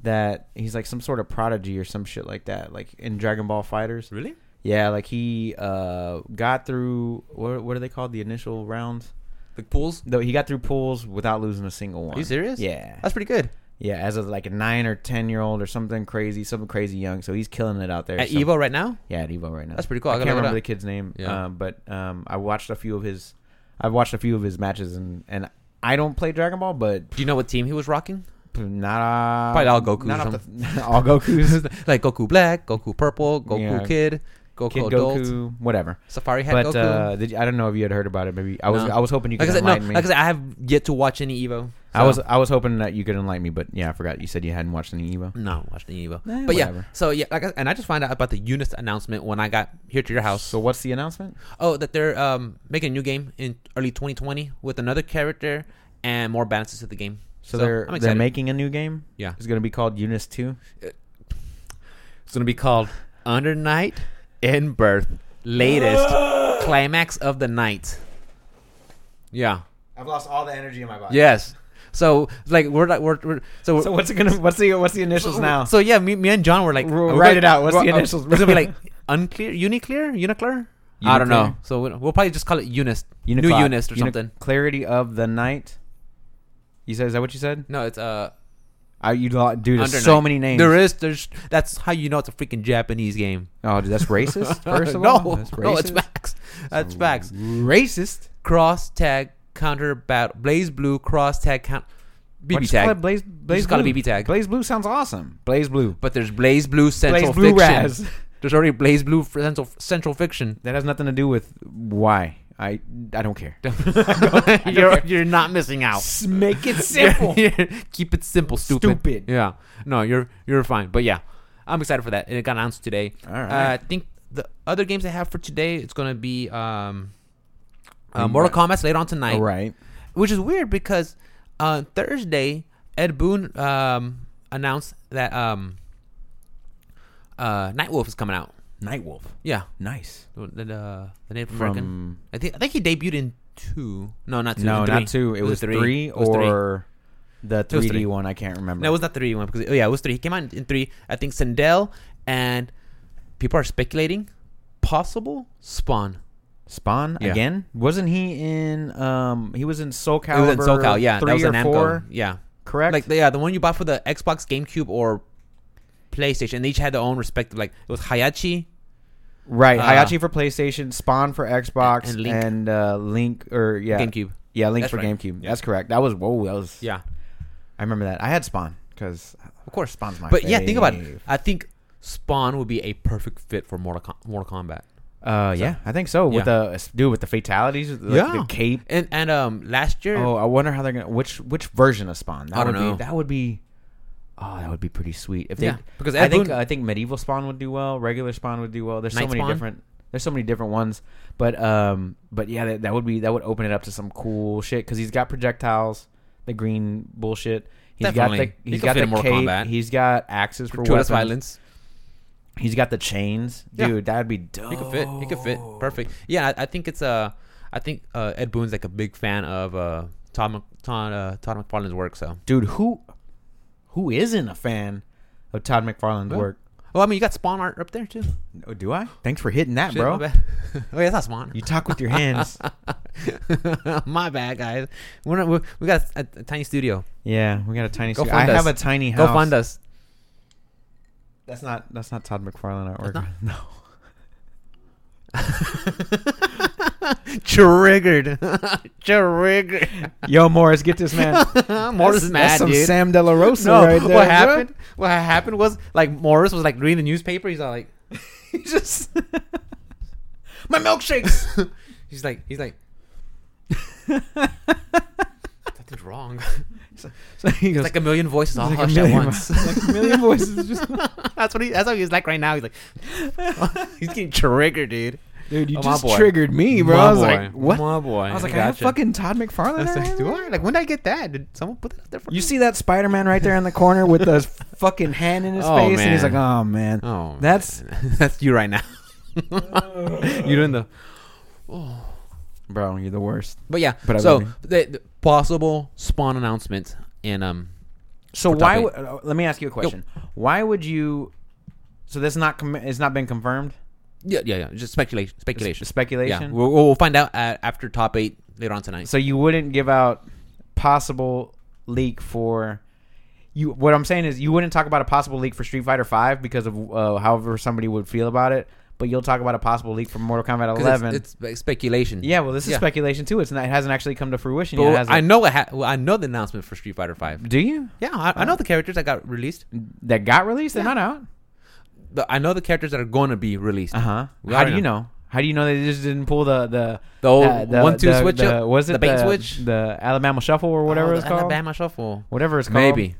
[SPEAKER 2] that he's like some sort of prodigy or some shit like that, like in Dragon Ball Fighters.
[SPEAKER 1] Really?
[SPEAKER 2] Yeah, like he uh, got through. What, what are they called? The initial rounds.
[SPEAKER 1] Like pools?
[SPEAKER 2] Though he got through pools without losing a single one.
[SPEAKER 1] Are you serious?
[SPEAKER 2] Yeah.
[SPEAKER 1] That's pretty good.
[SPEAKER 2] Yeah, as a like a nine or ten year old or something crazy, something crazy young. So he's killing it out there.
[SPEAKER 1] At
[SPEAKER 2] So-
[SPEAKER 1] Evo right now?
[SPEAKER 2] yeah, at Evo right now.
[SPEAKER 1] That's pretty cool. I
[SPEAKER 2] I,
[SPEAKER 1] gotta
[SPEAKER 2] can't
[SPEAKER 1] look it
[SPEAKER 2] remember the
[SPEAKER 1] up.
[SPEAKER 2] kid's name,
[SPEAKER 1] Yeah.
[SPEAKER 2] um, but um, I watched a few of his. I've watched a few of his matches, and and I don't play Dragon Ball, but
[SPEAKER 1] Do you know what team he was rocking?
[SPEAKER 2] not uh,
[SPEAKER 1] Probably all Gokus
[SPEAKER 2] Not
[SPEAKER 1] or
[SPEAKER 2] off the, all Goku's,
[SPEAKER 1] like Goku Black, Goku Purple, Goku
[SPEAKER 2] Yeah.
[SPEAKER 1] Kid, Goku
[SPEAKER 2] Kid
[SPEAKER 1] Adult,
[SPEAKER 2] Goku, whatever.
[SPEAKER 1] Safari Head
[SPEAKER 2] But
[SPEAKER 1] Goku.
[SPEAKER 2] uh, did you, I don't know if you had heard about it. Maybe I was
[SPEAKER 1] No.
[SPEAKER 2] I was hoping you could
[SPEAKER 1] like I said, no,
[SPEAKER 2] enlighten me.
[SPEAKER 1] like I said, I have yet to watch any Evo.
[SPEAKER 2] I
[SPEAKER 1] so-
[SPEAKER 2] was I was hoping that you could enlighten me, but yeah, I forgot. You said you hadn't watched any Evo.
[SPEAKER 1] no watched any Evo,
[SPEAKER 2] Eh,
[SPEAKER 1] but yeah.
[SPEAKER 2] whatever.
[SPEAKER 1] So yeah, like I, and I just found out about the Unis announcement when I got here to your house.
[SPEAKER 2] So what's the announcement?
[SPEAKER 1] Oh, that they're um, making a new game in early 2020 with another character and more balances to the game.
[SPEAKER 2] So, they're they're making a new game.
[SPEAKER 1] Yeah.
[SPEAKER 2] it's gonna be called Unis Two.
[SPEAKER 1] It's gonna be called Under Night in Birth, latest climax of the night. Yeah.
[SPEAKER 2] I've lost all the energy in my body.
[SPEAKER 1] Yes. So like we're like we're, we're so,
[SPEAKER 2] So what's it gonna? What's the what's the initials now?
[SPEAKER 1] So yeah, me, me and John were like,
[SPEAKER 2] We'll
[SPEAKER 1] we're
[SPEAKER 2] write
[SPEAKER 1] gonna-
[SPEAKER 2] it out. What's
[SPEAKER 1] we're-
[SPEAKER 2] the
[SPEAKER 1] uh,
[SPEAKER 2] initials?
[SPEAKER 1] It's gonna be like unclear, uniclear, uniclear. I don't know.
[SPEAKER 2] Uniclear.
[SPEAKER 1] So we'll, we'll probably just call it Unist, new
[SPEAKER 2] Uniclot-
[SPEAKER 1] Unist or
[SPEAKER 2] Uni-
[SPEAKER 1] something.
[SPEAKER 2] Clarity of the night. You said is that what you said?
[SPEAKER 1] No, it's uh
[SPEAKER 2] I you lo- dude, there's
[SPEAKER 1] Under
[SPEAKER 2] so
[SPEAKER 1] Night.
[SPEAKER 2] many names.
[SPEAKER 1] There is. There's. That's how you know it's a freaking Japanese game.
[SPEAKER 2] Oh, dude, that's racist. First of
[SPEAKER 1] no,
[SPEAKER 2] all, that's
[SPEAKER 1] no, it's
[SPEAKER 2] racist.
[SPEAKER 1] facts. That's facts.
[SPEAKER 2] Racist.
[SPEAKER 1] Cross tag counter battle. Blaze blue cross tag count.
[SPEAKER 2] Why
[SPEAKER 1] BB
[SPEAKER 2] don't you call it
[SPEAKER 1] tag.
[SPEAKER 2] Blaze, Blaze
[SPEAKER 1] just call it
[SPEAKER 2] Blue.
[SPEAKER 1] BB tag.
[SPEAKER 2] Blaze Blue sounds awesome. Blaze Blue.
[SPEAKER 1] But there's Blaze blue central
[SPEAKER 2] Blaze Blue
[SPEAKER 1] fiction.
[SPEAKER 2] Raz.
[SPEAKER 1] There's already Blaze Blue for Central, Central Fiction.
[SPEAKER 2] That has nothing to do with why. I I don't care.
[SPEAKER 1] you're, you're not missing out.
[SPEAKER 2] S- Make it simple.
[SPEAKER 1] Keep it simple, stupid.
[SPEAKER 2] Stupid.
[SPEAKER 1] Yeah. No, you're you're fine. But yeah, I'm excited for that. And it got announced today.
[SPEAKER 2] All
[SPEAKER 1] Uh,
[SPEAKER 2] right.
[SPEAKER 1] I think the other games they have for today, it's going to be um, uh,
[SPEAKER 2] Mm,
[SPEAKER 1] Mortal Kombat's later on tonight,
[SPEAKER 2] All right.
[SPEAKER 1] which is weird because on Thursday, Ed Boon um, announced that um, uh, Nightwolf is coming out.
[SPEAKER 2] Nightwolf.
[SPEAKER 1] Yeah,
[SPEAKER 2] Nice.
[SPEAKER 1] the, the, uh, the Native American.
[SPEAKER 2] From
[SPEAKER 1] I think I think he debuted in two. No, not two.
[SPEAKER 2] no,
[SPEAKER 1] in
[SPEAKER 2] not two. It, was, three,
[SPEAKER 1] It was three.
[SPEAKER 2] or the
[SPEAKER 1] was
[SPEAKER 2] 3D
[SPEAKER 1] three.
[SPEAKER 2] one. I can't remember.
[SPEAKER 1] No, it was not three one because oh yeah, it was three. He came out in three. I think Sandel and people are speculating possible Spawn.
[SPEAKER 2] Spawn
[SPEAKER 1] Yeah.
[SPEAKER 2] again. Wasn't he in? Um, he was in Soul
[SPEAKER 1] It was in
[SPEAKER 2] Calibur.
[SPEAKER 1] SoCal, yeah.
[SPEAKER 2] three
[SPEAKER 1] that was
[SPEAKER 2] or
[SPEAKER 1] an Namco.
[SPEAKER 2] four.
[SPEAKER 1] Yeah,
[SPEAKER 2] Correct.
[SPEAKER 1] like yeah, the one you bought for the Xbox, GameCube, or PlayStation. They each had their own respective. Like it was Hayachi.
[SPEAKER 2] right.
[SPEAKER 1] uh,
[SPEAKER 2] Hayachi for PlayStation. Spawn for
[SPEAKER 1] and
[SPEAKER 2] Xbox. Ah. And
[SPEAKER 1] Link.
[SPEAKER 2] Link. uh, Link or yeah.
[SPEAKER 1] GameCube.
[SPEAKER 2] Yeah, Link
[SPEAKER 1] That's
[SPEAKER 2] for
[SPEAKER 1] right.
[SPEAKER 2] GameCube. That's correct. That was whoa. That was.
[SPEAKER 1] Yeah,
[SPEAKER 2] I remember that. I had Spawn because
[SPEAKER 1] of course.
[SPEAKER 2] Spawn's my.
[SPEAKER 1] But yeah, think about it.
[SPEAKER 2] fave.
[SPEAKER 1] I think Spawn would be a perfect fit for Mortal, Com- Mortal Kombat.
[SPEAKER 2] Uh, yeah, I think so. With
[SPEAKER 1] Yeah.
[SPEAKER 2] the dude with the fatalities, like
[SPEAKER 1] Yeah.
[SPEAKER 2] the cape.
[SPEAKER 1] And and um last year,
[SPEAKER 2] Oh, I wonder how they're gonna which which version of Spawn. That
[SPEAKER 1] I don't
[SPEAKER 2] would
[SPEAKER 1] know.
[SPEAKER 2] Be, that would be. Oh, that would be pretty sweet if they.
[SPEAKER 1] Yeah, because
[SPEAKER 2] I
[SPEAKER 1] Ed
[SPEAKER 2] think
[SPEAKER 1] Boon-
[SPEAKER 2] I think medieval Spawn would do well. Regular Spawn would do well. There's so
[SPEAKER 1] Night
[SPEAKER 2] many
[SPEAKER 1] Spawn?
[SPEAKER 2] different. There's so many different ones, but um, but yeah, that, that would be that would open it up to some cool shit because he's got projectiles, the green bullshit. He's
[SPEAKER 1] Definitely.
[SPEAKER 2] got the
[SPEAKER 1] He
[SPEAKER 2] he's
[SPEAKER 1] could
[SPEAKER 2] got
[SPEAKER 1] fit
[SPEAKER 2] the
[SPEAKER 1] in Mortal
[SPEAKER 2] cape.
[SPEAKER 1] Kombat.
[SPEAKER 2] He's got axes for
[SPEAKER 1] gratuitous
[SPEAKER 2] weapons.
[SPEAKER 1] violence.
[SPEAKER 2] He's got the chains,
[SPEAKER 1] Yeah.
[SPEAKER 2] dude. That'd be dope.
[SPEAKER 1] He could fit. He could fit.
[SPEAKER 2] Oh.
[SPEAKER 1] Perfect. Yeah, I, I think it's uh, I think uh, Ed Boon's like a big fan of uh, Todd Mc, Todd, uh, Todd McFarlane's work. So,
[SPEAKER 2] dude. Who, who isn't a fan of Todd McFarlane's
[SPEAKER 1] Well,
[SPEAKER 2] work?
[SPEAKER 1] well, Oh, I mean, you got Spawn art up there too,
[SPEAKER 2] Oh, do I? Thanks for hitting that,
[SPEAKER 1] Shit, my
[SPEAKER 2] bro.
[SPEAKER 1] bad. oh yeah, that's not Spawn.
[SPEAKER 2] You talk with your hands.
[SPEAKER 1] my bad, guys. We're not, we we got a, a tiny studio.
[SPEAKER 2] yeah, we got a tiny.
[SPEAKER 1] Go
[SPEAKER 2] studio. I
[SPEAKER 1] fund us.
[SPEAKER 2] have a tiny
[SPEAKER 1] Go
[SPEAKER 2] house.
[SPEAKER 1] find us.
[SPEAKER 2] That's not. That's not Todd McFarlane at work.
[SPEAKER 1] not-
[SPEAKER 2] No.
[SPEAKER 1] Triggered. Triggered.
[SPEAKER 2] Yo, Morris, get this man.
[SPEAKER 1] Morris is mad,
[SPEAKER 2] that's some
[SPEAKER 1] dude.
[SPEAKER 2] Sam De La Rosa
[SPEAKER 1] no,
[SPEAKER 2] right there.
[SPEAKER 1] what
[SPEAKER 2] bro.
[SPEAKER 1] happened? What happened was like Morris was like reading the newspaper. He's all like, he just my milkshakes. he's like, he's like, something's wrong.
[SPEAKER 2] So he
[SPEAKER 1] It's
[SPEAKER 2] goes.
[SPEAKER 1] like a million voices all
[SPEAKER 2] like a
[SPEAKER 1] hushed at
[SPEAKER 2] million
[SPEAKER 1] once.
[SPEAKER 2] vo- like a million voices just-
[SPEAKER 1] that's what he. That's how he's like right now. He's like, he's getting triggered, dude.
[SPEAKER 2] dude, you
[SPEAKER 1] Oh, my
[SPEAKER 2] just
[SPEAKER 1] boy.
[SPEAKER 2] triggered me, bro. I was like,
[SPEAKER 1] boy.
[SPEAKER 2] what?
[SPEAKER 1] My boy.
[SPEAKER 2] I was like, I have
[SPEAKER 1] Gotcha.
[SPEAKER 2] fucking Todd McFarlane.
[SPEAKER 1] I was like,
[SPEAKER 2] right
[SPEAKER 1] do
[SPEAKER 2] there?
[SPEAKER 1] I? Like, when did I get that? Did someone put that up there for
[SPEAKER 2] You
[SPEAKER 1] me?
[SPEAKER 2] see that Spider Man right there in the corner with the fucking hand in his
[SPEAKER 1] Oh,
[SPEAKER 2] face, and he's
[SPEAKER 1] man.
[SPEAKER 2] like, oh man.
[SPEAKER 1] Oh,
[SPEAKER 2] That's-
[SPEAKER 1] man. that's you right now. you doing the
[SPEAKER 2] Bro, you're the worst.
[SPEAKER 1] But yeah,
[SPEAKER 2] But I
[SPEAKER 1] so
[SPEAKER 2] love
[SPEAKER 1] the, the possible spawn announcement and um
[SPEAKER 2] So
[SPEAKER 1] For
[SPEAKER 2] why?
[SPEAKER 1] topic.
[SPEAKER 2] Would, uh, let me ask you a question. Why would you? So this not com- it's not been confirmed.
[SPEAKER 1] yeah yeah yeah just speculation speculation
[SPEAKER 2] It's speculation.
[SPEAKER 1] yeah we'll, we'll find out uh after top eight later on tonight.
[SPEAKER 2] So you wouldn't give out possible leak for you. What I'm saying is you wouldn't talk about a possible leak for Street Fighter Five because of uh, however somebody would feel about it. But you'll talk about a possible leak for Mortal Kombat
[SPEAKER 1] 'Cause it's-
[SPEAKER 2] 11.
[SPEAKER 1] It's, like, speculation.
[SPEAKER 2] yeah, well, this is
[SPEAKER 1] yeah.
[SPEAKER 2] speculation too. It's not, it hasn't actually come to fruition
[SPEAKER 1] But
[SPEAKER 2] yet. has
[SPEAKER 1] I
[SPEAKER 2] it?
[SPEAKER 1] know it ha- well, I know the announcement for Street Fighter Five. Uh,
[SPEAKER 2] Do you?
[SPEAKER 1] Yeah, I, I know the characters that got released.
[SPEAKER 2] That got released? They're not out.
[SPEAKER 1] The, I know the characters that are going to be released.
[SPEAKER 2] Uh huh.
[SPEAKER 1] Uh-huh. We
[SPEAKER 2] How
[SPEAKER 1] already
[SPEAKER 2] do you know? How do you know they just didn't pull the the
[SPEAKER 1] The old
[SPEAKER 2] uh, the-
[SPEAKER 1] one-two
[SPEAKER 2] the-
[SPEAKER 1] Oh, switch
[SPEAKER 2] the-
[SPEAKER 1] up?
[SPEAKER 2] Was it
[SPEAKER 1] The bait switch?
[SPEAKER 2] The Alabama Shuffle or whatever
[SPEAKER 1] Oh,
[SPEAKER 2] it's
[SPEAKER 1] the
[SPEAKER 2] called.
[SPEAKER 1] Alabama Shuffle.
[SPEAKER 2] Whatever it's called.
[SPEAKER 1] Maybe.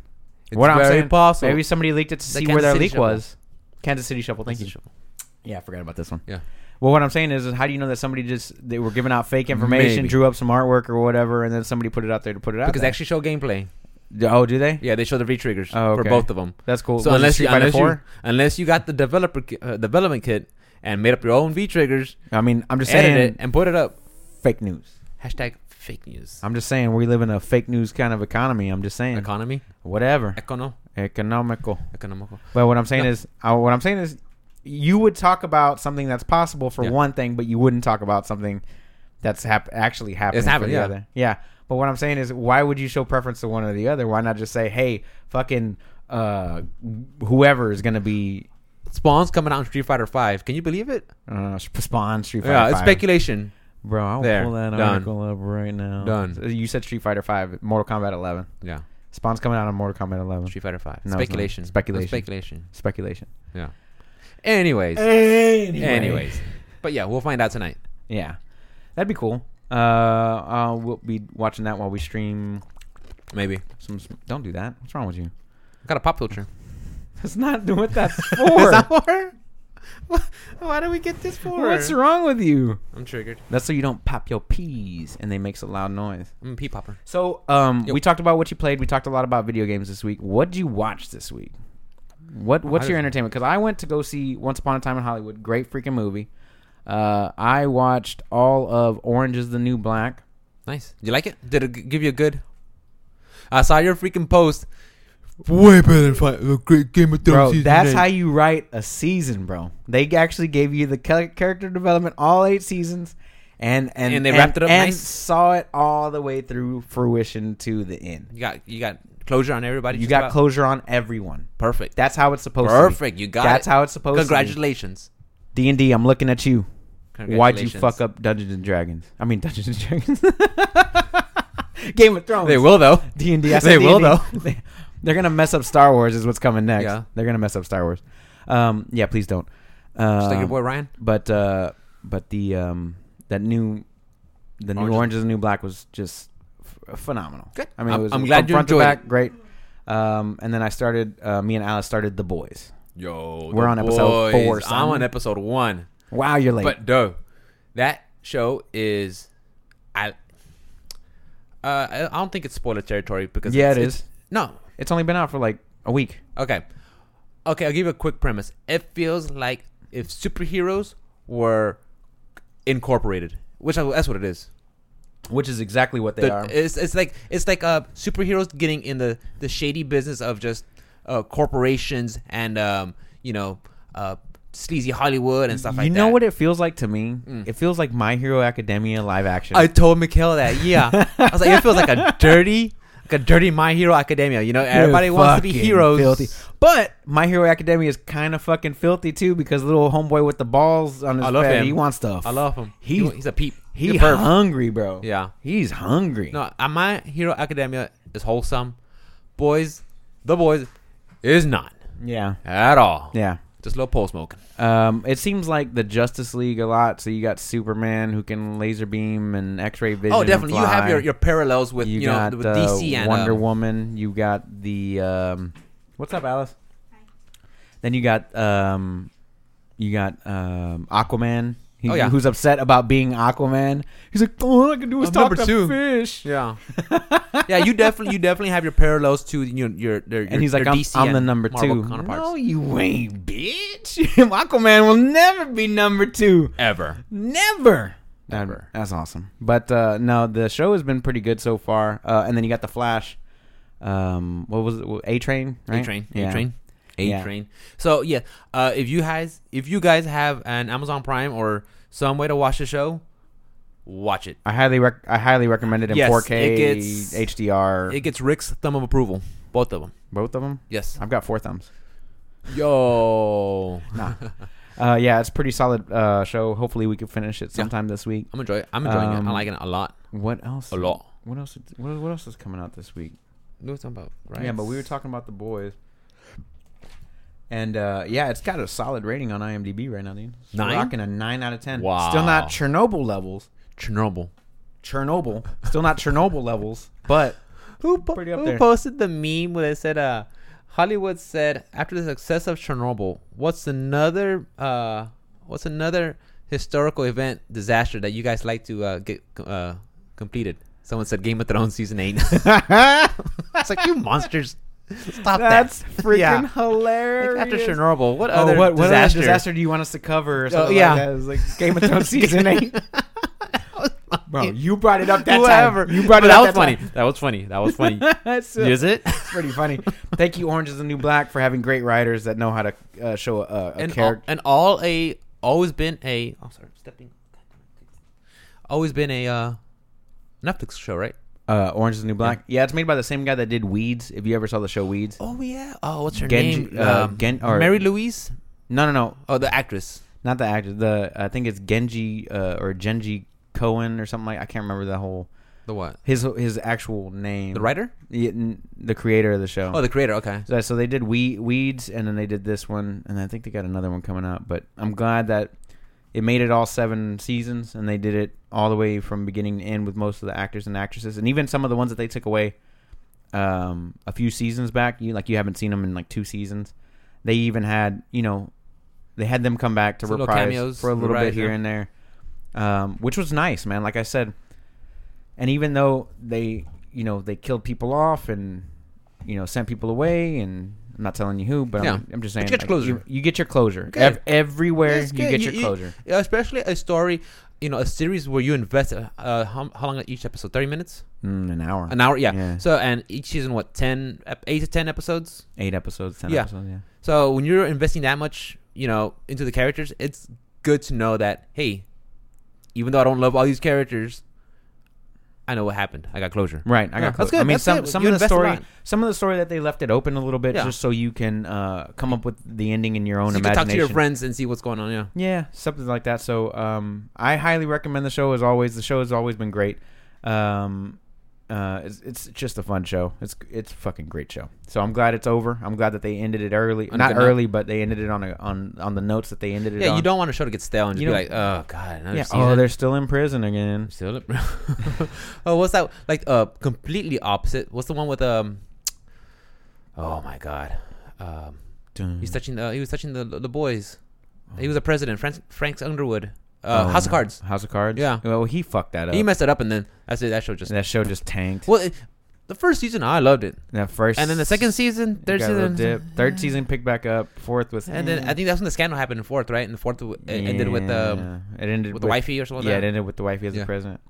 [SPEAKER 1] It's
[SPEAKER 2] What I'm
[SPEAKER 1] very
[SPEAKER 2] saying,
[SPEAKER 1] possible.
[SPEAKER 2] maybe somebody leaked it to
[SPEAKER 1] The
[SPEAKER 2] see where
[SPEAKER 1] Kansas
[SPEAKER 2] their
[SPEAKER 1] City
[SPEAKER 2] leak
[SPEAKER 1] Shuffle.
[SPEAKER 2] was. Kansas City Shuffle. Thank you. Yeah, I forgot about this one.
[SPEAKER 1] Yeah.
[SPEAKER 2] Well, what I'm saying is, is how do you know that somebody just they were giving out fake information,
[SPEAKER 1] Maybe.
[SPEAKER 2] drew up some artwork or whatever, and then somebody put it out there to put it out?
[SPEAKER 1] Because they
[SPEAKER 2] there?
[SPEAKER 1] actually show gameplay.
[SPEAKER 2] oh, do they?
[SPEAKER 1] Yeah, they show the re-triggers
[SPEAKER 2] Oh,
[SPEAKER 1] for
[SPEAKER 2] okay.
[SPEAKER 1] both of them.
[SPEAKER 2] That's cool.
[SPEAKER 1] So
[SPEAKER 2] Was it
[SPEAKER 1] unless
[SPEAKER 2] Street
[SPEAKER 1] you,
[SPEAKER 2] Fighter
[SPEAKER 1] unless, you,
[SPEAKER 2] 4?
[SPEAKER 1] unless you got the developer ki- uh, development kit and made up your own V triggers,
[SPEAKER 2] I mean, I'm just
[SPEAKER 1] edit it
[SPEAKER 2] saying
[SPEAKER 1] and put it up.
[SPEAKER 2] fake news.
[SPEAKER 1] Hashtag fake news.
[SPEAKER 2] I'm just saying we live in a fake news kind of economy. I'm just saying
[SPEAKER 1] Economy,
[SPEAKER 2] whatever
[SPEAKER 1] econo,
[SPEAKER 2] economical.
[SPEAKER 1] economical.
[SPEAKER 2] But what I'm saying
[SPEAKER 1] No.
[SPEAKER 2] is, uh, what I'm saying is, you would talk about something that's possible for
[SPEAKER 1] Yeah.
[SPEAKER 2] one thing, but you wouldn't talk about something that's hap- actually happening for
[SPEAKER 1] happened,
[SPEAKER 2] the
[SPEAKER 1] yeah.
[SPEAKER 2] other. Yeah. But what I'm saying is, why would you show preference to one or the other? Why not just say, hey, fucking uh, whoever is going to be
[SPEAKER 1] Spawn's coming out in Street Fighter Five. Can you believe it?
[SPEAKER 2] uh, Sp- Spawn Street Fighter?
[SPEAKER 1] Yeah, it's
[SPEAKER 2] 5.
[SPEAKER 1] speculation.
[SPEAKER 2] Bro, I'll
[SPEAKER 1] There.
[SPEAKER 2] pull that
[SPEAKER 1] Done.
[SPEAKER 2] article up right now.
[SPEAKER 1] Done.
[SPEAKER 2] So You said Street Fighter Five, Mortal Kombat 11.
[SPEAKER 1] Yeah,
[SPEAKER 2] Spawn's coming out on Mortal Kombat 11.
[SPEAKER 1] Street Fighter Five.
[SPEAKER 2] No, it's not.
[SPEAKER 1] speculation.
[SPEAKER 2] Speculation.
[SPEAKER 1] Speculation.
[SPEAKER 2] Speculation.
[SPEAKER 1] Yeah. Anyways,
[SPEAKER 2] Anyway.
[SPEAKER 1] anyways, but yeah, we'll find out tonight.
[SPEAKER 2] Yeah. That'd be cool. Uh, uh, we'll be watching that while we stream
[SPEAKER 1] Maybe
[SPEAKER 2] some. sm- Don't do that. What's wrong with you?
[SPEAKER 1] got a pop filter.
[SPEAKER 2] That's not what that's
[SPEAKER 1] Is
[SPEAKER 2] for.
[SPEAKER 1] that for? What- Why did we get this for?
[SPEAKER 2] What's wrong with you?
[SPEAKER 1] I'm triggered.
[SPEAKER 2] That's so you don't pop your peas and they makes a loud noise.
[SPEAKER 1] I'm a pee popper.
[SPEAKER 2] So, um,
[SPEAKER 1] Yo.
[SPEAKER 2] we talked about what you played. We talked a lot about video games this week. What did you watch this week? What What's your
[SPEAKER 1] just-
[SPEAKER 2] entertainment? Because I went to go see Once Upon a Time in Hollywood. Great freaking movie. Uh, I watched all of Orange Is the New Black.
[SPEAKER 1] Nice. You like it? Did it g- give you a good? I saw your freaking post. Way better than fi- uh, great Game of
[SPEAKER 2] Bro,
[SPEAKER 1] season
[SPEAKER 2] that's
[SPEAKER 1] eight.
[SPEAKER 2] how you write a season, bro. They actually gave you the char- character development all eight seasons, and and
[SPEAKER 1] And they wrapped it up
[SPEAKER 2] and
[SPEAKER 1] nice.
[SPEAKER 2] saw it all the way through fruition to the end.
[SPEAKER 1] you got. You got closure on everybody.
[SPEAKER 2] You
[SPEAKER 1] just
[SPEAKER 2] got
[SPEAKER 1] about?
[SPEAKER 2] closure on everyone.
[SPEAKER 1] Perfect.
[SPEAKER 2] That's how it's supposed to
[SPEAKER 1] Perfect. You
[SPEAKER 2] be.
[SPEAKER 1] got
[SPEAKER 2] That's
[SPEAKER 1] it.
[SPEAKER 2] how it's supposed to
[SPEAKER 1] Congratulations.
[SPEAKER 2] be. D and D, I'm looking at you. Why'd you
[SPEAKER 1] Congratulations.
[SPEAKER 2] fuck up Dungeons and Dragons? I mean Dungeons and Dragons. Game of Thrones.
[SPEAKER 1] They will though.
[SPEAKER 2] D and D.
[SPEAKER 1] They will, though.
[SPEAKER 2] They, they're gonna mess up Star Wars. Is what's coming next.
[SPEAKER 1] Yeah.
[SPEAKER 2] They're gonna mess up Star Wars. Um, yeah, please don't.
[SPEAKER 1] Just like your
[SPEAKER 2] Um,
[SPEAKER 1] boy Ryan.
[SPEAKER 2] But uh, but the um, that new the
[SPEAKER 1] Orange
[SPEAKER 2] new
[SPEAKER 1] is-
[SPEAKER 2] Orange is the New Black was just ph- phenomenal.
[SPEAKER 1] Good.
[SPEAKER 2] I mean,
[SPEAKER 1] I'm-
[SPEAKER 2] it was
[SPEAKER 1] I'm
[SPEAKER 2] from
[SPEAKER 1] glad you
[SPEAKER 2] front to
[SPEAKER 1] enjoyed
[SPEAKER 2] back, Great. Um, and then I started. Uh, me and Alice started the boys.
[SPEAKER 1] Yo,
[SPEAKER 2] We're
[SPEAKER 1] the
[SPEAKER 2] on
[SPEAKER 1] boys.
[SPEAKER 2] episode four,
[SPEAKER 1] I'm
[SPEAKER 2] son.
[SPEAKER 1] on episode one.
[SPEAKER 2] Wow, you're late.
[SPEAKER 1] But no, that show is, I, uh, I I don't think it's spoiler territory because
[SPEAKER 2] Yeah,
[SPEAKER 1] it's,
[SPEAKER 2] it
[SPEAKER 1] it's-
[SPEAKER 2] is.
[SPEAKER 1] No,
[SPEAKER 2] it's only been out for like a week.
[SPEAKER 1] okay, okay. I'll give you a quick premise. It feels like if superheroes were incorporated, which I, that's what it is.
[SPEAKER 2] which is exactly what they
[SPEAKER 1] The-
[SPEAKER 2] are.
[SPEAKER 1] It's it's like it's like uh superheroes getting in the the shady business of just uh corporations and um you know uh sleazy Hollywood and stuff like
[SPEAKER 2] you
[SPEAKER 1] that. Mm.
[SPEAKER 2] know what it feels like to me? It feels like My Hero Academia live action.
[SPEAKER 1] I told Mikhail that. Yeah, I was like, it feels like a dirty, like a dirty My Hero Academia. You know, everybody
[SPEAKER 2] You're
[SPEAKER 1] wants to be
[SPEAKER 2] fucking
[SPEAKER 1] heroes.
[SPEAKER 2] filthy. But My Hero Academia is kind of fucking filthy too because little homeboy with the balls on his
[SPEAKER 1] I love
[SPEAKER 2] head,
[SPEAKER 1] him.
[SPEAKER 2] he wants stuff.
[SPEAKER 1] I love him.
[SPEAKER 2] He-
[SPEAKER 1] He, he's a peep.
[SPEAKER 2] He
[SPEAKER 1] He's a perv.
[SPEAKER 2] hungry, bro.
[SPEAKER 1] Yeah.
[SPEAKER 2] he's hungry.
[SPEAKER 1] No, uh, My Hero Academia is wholesome. Boys, the boys is not
[SPEAKER 2] Yeah,
[SPEAKER 1] at all.
[SPEAKER 2] yeah.
[SPEAKER 1] Just a little pole smoking.
[SPEAKER 2] Um, it seems like the Justice League a lot. So you got Superman who can laser beam and X-ray vision.
[SPEAKER 1] Oh,
[SPEAKER 2] and
[SPEAKER 1] definitely. You have
[SPEAKER 2] fly.
[SPEAKER 1] your, your parallels with you, know
[SPEAKER 2] got
[SPEAKER 1] with
[SPEAKER 2] uh,
[SPEAKER 1] DC and
[SPEAKER 2] Wonder
[SPEAKER 1] um,
[SPEAKER 2] Woman. You got the um, what's up, Alice? Then you got um, you got um, Aquaman. He,
[SPEAKER 1] Oh, yeah.
[SPEAKER 2] who's upset about being Aquaman? He's like, all I can do is
[SPEAKER 1] I'm
[SPEAKER 2] talk
[SPEAKER 1] number
[SPEAKER 2] to
[SPEAKER 1] two."
[SPEAKER 2] fish.
[SPEAKER 1] Yeah, yeah. You definitely you definitely have your parallels to your your. your
[SPEAKER 2] And he's like, I'm, I'm the number two.
[SPEAKER 1] counterparts.
[SPEAKER 2] No, you ain't, bitch. Aquaman will never be number two.
[SPEAKER 1] Ever.
[SPEAKER 2] Never.
[SPEAKER 1] Never.
[SPEAKER 2] That's awesome. But uh, no, the show has been pretty good so far. Uh, and then you got the Flash. Um, what was it? A Train.
[SPEAKER 1] A train, A train,
[SPEAKER 2] Yeah.
[SPEAKER 1] A train. So yeah, uh, if you guys if you guys have an Amazon Prime or some way to watch the show, watch it.
[SPEAKER 2] I highly rec- I highly recommend it in
[SPEAKER 1] Yes,
[SPEAKER 2] 4K
[SPEAKER 1] it gets-
[SPEAKER 2] HDR.
[SPEAKER 1] It gets Rick's thumb of approval, both of them.
[SPEAKER 2] both of them.
[SPEAKER 1] Yes.
[SPEAKER 2] I've got four thumbs.
[SPEAKER 1] Yo,
[SPEAKER 2] Nah. uh, yeah, it's a pretty solid uh, show. Hopefully, we can finish it sometime this week.
[SPEAKER 1] I'm enjoying. I'm enjoying
[SPEAKER 2] Um,
[SPEAKER 1] it. I'm liking it a lot.
[SPEAKER 2] What else?
[SPEAKER 1] A lot.
[SPEAKER 2] What else? is- What, what else is coming out this week?
[SPEAKER 1] We were talking about right.
[SPEAKER 2] Yeah, but we were talking about the boys. And uh, yeah, it's got a solid rating on IMDb right now, dude. It's
[SPEAKER 1] Nine?
[SPEAKER 2] Rocking a nine out of ten.
[SPEAKER 1] Wow.
[SPEAKER 2] Still not Chernobyl levels.
[SPEAKER 1] Chernobyl.
[SPEAKER 2] Chernobyl. Still not Chernobyl levels, but
[SPEAKER 1] Who, po-
[SPEAKER 2] Pretty up
[SPEAKER 1] who
[SPEAKER 2] there.
[SPEAKER 1] posted the meme where they said, uh, "Hollywood said after the success of Chernobyl, what's another uh, what's another historical event disaster that you guys like to uh, get uh, completed?" Someone said Game of Thrones season eight. it's like you monsters, stop
[SPEAKER 2] that's
[SPEAKER 1] that.
[SPEAKER 2] freaking
[SPEAKER 1] Yeah. Like,
[SPEAKER 2] hilarious.
[SPEAKER 1] after Chernobyl, what other
[SPEAKER 2] oh, what, what other
[SPEAKER 1] disaster?
[SPEAKER 2] disaster do you want us to cover? Or
[SPEAKER 1] Oh,
[SPEAKER 2] something
[SPEAKER 1] yeah.
[SPEAKER 2] like that. It was like Game of Thrones season eight. Bro, you brought it up that
[SPEAKER 1] Whoever
[SPEAKER 2] time. You brought
[SPEAKER 1] But
[SPEAKER 2] it
[SPEAKER 1] that
[SPEAKER 2] up
[SPEAKER 1] was
[SPEAKER 2] that
[SPEAKER 1] funny.
[SPEAKER 2] time.
[SPEAKER 1] That was funny. That was funny.
[SPEAKER 2] That's uh,
[SPEAKER 1] Is it?
[SPEAKER 2] it's pretty funny. Thank you, Orange is the New Black, for having great writers that know how to uh, show a, a
[SPEAKER 1] and all,
[SPEAKER 2] character.
[SPEAKER 1] and all a always been a oh sorry stepping always been a uh Netflix show right
[SPEAKER 2] Uh, Orange is the New Black. Yeah. it's made by the same guy that did Weeds. If you ever saw the show Weeds,
[SPEAKER 1] oh yeah oh what's her
[SPEAKER 2] Genji-
[SPEAKER 1] name Um,
[SPEAKER 2] uh, Gen- or-
[SPEAKER 1] Mary Louise
[SPEAKER 2] no, no, no,
[SPEAKER 1] oh the actress
[SPEAKER 2] not the actor. The I think it's Genji uh, or Genji Cohen or something like. I can't remember the whole
[SPEAKER 1] The what?
[SPEAKER 2] His his actual name.
[SPEAKER 1] The writer?
[SPEAKER 2] Yeah, n- the creator of the show.
[SPEAKER 1] Oh, the creator. Okay.
[SPEAKER 2] So, so they did we- weeds, and then they did this one, and I think they got another one coming up. But I'm glad that it made it all seven seasons, and they did it all the way from beginning to end with most of the actors and actresses, and even some of the ones that they took away um, a few seasons back. You like you haven't seen them in like two seasons. They even had you know they had them come back to
[SPEAKER 1] Some little
[SPEAKER 2] reprise
[SPEAKER 1] cameos,
[SPEAKER 2] for a little
[SPEAKER 1] right,
[SPEAKER 2] bit here
[SPEAKER 1] yeah.
[SPEAKER 2] and there, um, which was nice, man. Like I said, and even though they you know they killed people off and you know sent people away and I'm not telling you who, but
[SPEAKER 1] Yeah.
[SPEAKER 2] I'm, I'm just
[SPEAKER 1] But
[SPEAKER 2] saying
[SPEAKER 1] you get your
[SPEAKER 2] like,
[SPEAKER 1] closure.
[SPEAKER 2] You, you get your closure
[SPEAKER 1] Good.
[SPEAKER 2] Ev- everywhere.
[SPEAKER 1] That's
[SPEAKER 2] you
[SPEAKER 1] good.
[SPEAKER 2] get your closure.
[SPEAKER 1] yeah, especially a story, you know, a series where you invest. Uh, uh, how, how long each episode? Thirty minutes?
[SPEAKER 2] Mm, an hour,
[SPEAKER 1] An hour? Yeah.
[SPEAKER 2] Yeah.
[SPEAKER 1] So, and each season, what 10, ep- eight to ten episodes?
[SPEAKER 2] eight episodes, ten
[SPEAKER 1] Yeah.
[SPEAKER 2] episodes. Yeah,
[SPEAKER 1] So when you're investing that much, you know, into the characters, it's good to know that hey, even though I don't love all these characters, I know what happened. I got closure.
[SPEAKER 2] right. I
[SPEAKER 1] Yeah, that's
[SPEAKER 2] got. closure.
[SPEAKER 1] good,
[SPEAKER 2] I mean,
[SPEAKER 1] that's
[SPEAKER 2] some
[SPEAKER 1] good.
[SPEAKER 2] some
[SPEAKER 1] You
[SPEAKER 2] of the
[SPEAKER 1] invest a
[SPEAKER 2] story,
[SPEAKER 1] lot.
[SPEAKER 2] some of the story that they left it open a little bit
[SPEAKER 1] Yeah.
[SPEAKER 2] just so you can uh, come up with the ending in your own
[SPEAKER 1] So you can
[SPEAKER 2] imagination.
[SPEAKER 1] talk to your friends and see what's going on. Yeah.
[SPEAKER 2] Yeah, something like that. So um, I highly recommend the show as always. The show has always been great. Um, uh, it's, it's just a fun show. It's it's a fucking great show. So I'm glad it's over. I'm glad that they ended it early.
[SPEAKER 1] On a
[SPEAKER 2] Not
[SPEAKER 1] good note.
[SPEAKER 2] early, but they ended it on a, on on the notes that they ended it.
[SPEAKER 1] Yeah,
[SPEAKER 2] on.
[SPEAKER 1] you don't want a show to get stale and just
[SPEAKER 2] You
[SPEAKER 1] be
[SPEAKER 2] don't-
[SPEAKER 1] like, oh god, another
[SPEAKER 2] Yeah.
[SPEAKER 1] season.
[SPEAKER 2] Oh, they're still in prison again.
[SPEAKER 1] still. oh, what's that? Like, uh, completely opposite. What's the one with um? Oh my god, um,
[SPEAKER 2] Hmm.
[SPEAKER 1] he's touching the he was touching the the boys. He was a president, Frank Frank's Underwood. Uh,
[SPEAKER 2] Oh,
[SPEAKER 1] House of Cards.
[SPEAKER 2] House of Cards.
[SPEAKER 1] Yeah.
[SPEAKER 2] Well, he fucked that up.
[SPEAKER 1] He messed it up, and then that's it. That show just
[SPEAKER 2] that show just tanked.
[SPEAKER 1] well. It, the first season, I loved it,
[SPEAKER 2] That first
[SPEAKER 1] and then the second season,
[SPEAKER 2] it
[SPEAKER 1] third
[SPEAKER 2] got a little
[SPEAKER 1] season,
[SPEAKER 2] dip. Third season picked back up. Fourth was
[SPEAKER 1] and then I think that's when the scandal happened in fourth, right? And the fourth w- it ended with um
[SPEAKER 2] Yeah. it ended
[SPEAKER 1] with the wifey or something.
[SPEAKER 2] yeah,
[SPEAKER 1] like
[SPEAKER 2] it
[SPEAKER 1] that.
[SPEAKER 2] ended with the wifey as
[SPEAKER 1] Yeah.
[SPEAKER 2] the president.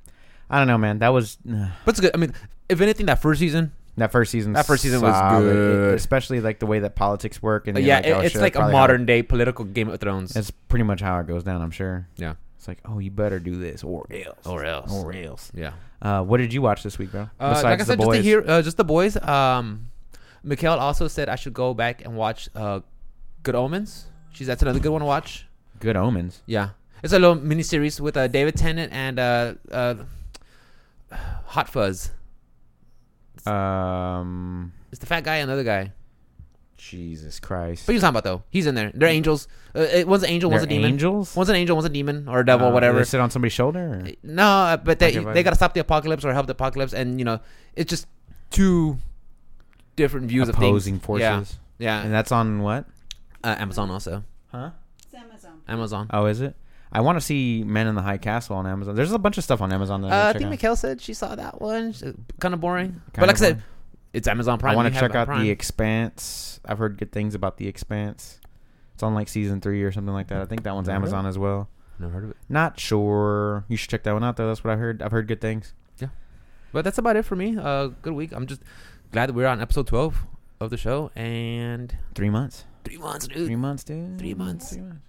[SPEAKER 2] I don't know, man. That was
[SPEAKER 1] but it's good. I mean, if anything, that first season,
[SPEAKER 2] that first season.
[SPEAKER 1] That first season was
[SPEAKER 2] solid. It-
[SPEAKER 1] good.
[SPEAKER 2] especially like the way that politics work. And
[SPEAKER 1] but
[SPEAKER 2] you're
[SPEAKER 1] yeah,
[SPEAKER 2] oh,
[SPEAKER 1] it- it's
[SPEAKER 2] shit,
[SPEAKER 1] like a
[SPEAKER 2] probably
[SPEAKER 1] modern day political Game of Thrones.
[SPEAKER 2] How, that's pretty much how it goes down. I'm sure.
[SPEAKER 1] Yeah.
[SPEAKER 2] It's like, oh, you better do this or else,
[SPEAKER 1] Or else.
[SPEAKER 2] or else.
[SPEAKER 1] Yeah.
[SPEAKER 2] Uh, what did you watch this week, bro?
[SPEAKER 1] Uh, like I said, just the hero, uh, just the boys. Um, Mikhail also said I should go back and watch uh, Good Omens. She's that's another good one to watch.
[SPEAKER 2] Good Omens.
[SPEAKER 1] Yeah, it's a little mini series with uh, David Tennant and uh, uh, Hot Fuzz.
[SPEAKER 2] Um,
[SPEAKER 1] It's the fat guy and the other guy.
[SPEAKER 2] Jesus Christ.
[SPEAKER 1] But you talking about though? He's in there. They're angels. Uh, it- one's an angel, one's a
[SPEAKER 2] They're
[SPEAKER 1] demon.
[SPEAKER 2] angels.
[SPEAKER 1] One's an angel, one's a demon or a devil,
[SPEAKER 2] Uh,
[SPEAKER 1] whatever.
[SPEAKER 2] They sit on somebody's shoulder. or-
[SPEAKER 1] No, uh, but they
[SPEAKER 2] Okay, but-
[SPEAKER 1] they gotta stop the apocalypse or help the apocalypse, and you know it's just two different views
[SPEAKER 2] Opposing
[SPEAKER 1] of things.
[SPEAKER 2] forces.
[SPEAKER 1] Yeah. Yeah,
[SPEAKER 2] And that's on what?
[SPEAKER 1] uh, Amazon also.
[SPEAKER 2] Huh?
[SPEAKER 3] It's Amazon.
[SPEAKER 1] Amazon.
[SPEAKER 2] Oh, is it? I want to see Men in the High Castle on Amazon. There's a bunch of stuff on Amazon that
[SPEAKER 1] Uh, I
[SPEAKER 2] I,
[SPEAKER 1] think
[SPEAKER 2] need to Oh, check
[SPEAKER 1] Mikhail said she saw that one. Kind of boring,
[SPEAKER 2] Kinda
[SPEAKER 1] but like I said,
[SPEAKER 2] boring.
[SPEAKER 1] it's Amazon
[SPEAKER 2] out.
[SPEAKER 1] Prime.
[SPEAKER 2] I want
[SPEAKER 1] We
[SPEAKER 2] to
[SPEAKER 1] have
[SPEAKER 2] check out
[SPEAKER 1] Prime.
[SPEAKER 2] The Expanse. I've heard good things about The Expanse. It's on like season three or something like that. I think that one's
[SPEAKER 1] Mhm.
[SPEAKER 2] Amazon as well.
[SPEAKER 1] Never heard of it.
[SPEAKER 2] Not sure. You should check that one out though. That's what I heard. I've heard good things.
[SPEAKER 1] But that's about it for me. Uh, good week. I'm just glad that we're on episode 12 of the show and
[SPEAKER 2] Three months.
[SPEAKER 1] three months,
[SPEAKER 2] Three
[SPEAKER 1] dude.
[SPEAKER 2] months, dude.
[SPEAKER 1] Three months.
[SPEAKER 2] Three months.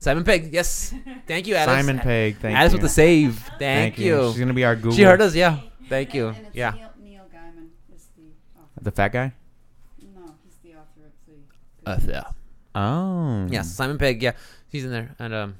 [SPEAKER 1] Simon Pegg. Yes. Thank you, Alice.
[SPEAKER 2] Simon Pegg. Thank
[SPEAKER 1] Alice
[SPEAKER 2] you.
[SPEAKER 1] with the save. Thank, you.
[SPEAKER 2] She's gonna be our Google.
[SPEAKER 1] She heard us. Yeah. Thank you.
[SPEAKER 3] And, and it's
[SPEAKER 1] yeah.
[SPEAKER 3] Neil, Neil Gaiman is the author.
[SPEAKER 2] The fat guy.
[SPEAKER 3] No, he's the author of the.
[SPEAKER 1] Uh,
[SPEAKER 3] Good
[SPEAKER 1] yeah.
[SPEAKER 2] Oh.
[SPEAKER 1] Yes. Simon Pegg. Yeah. He's in there. And um,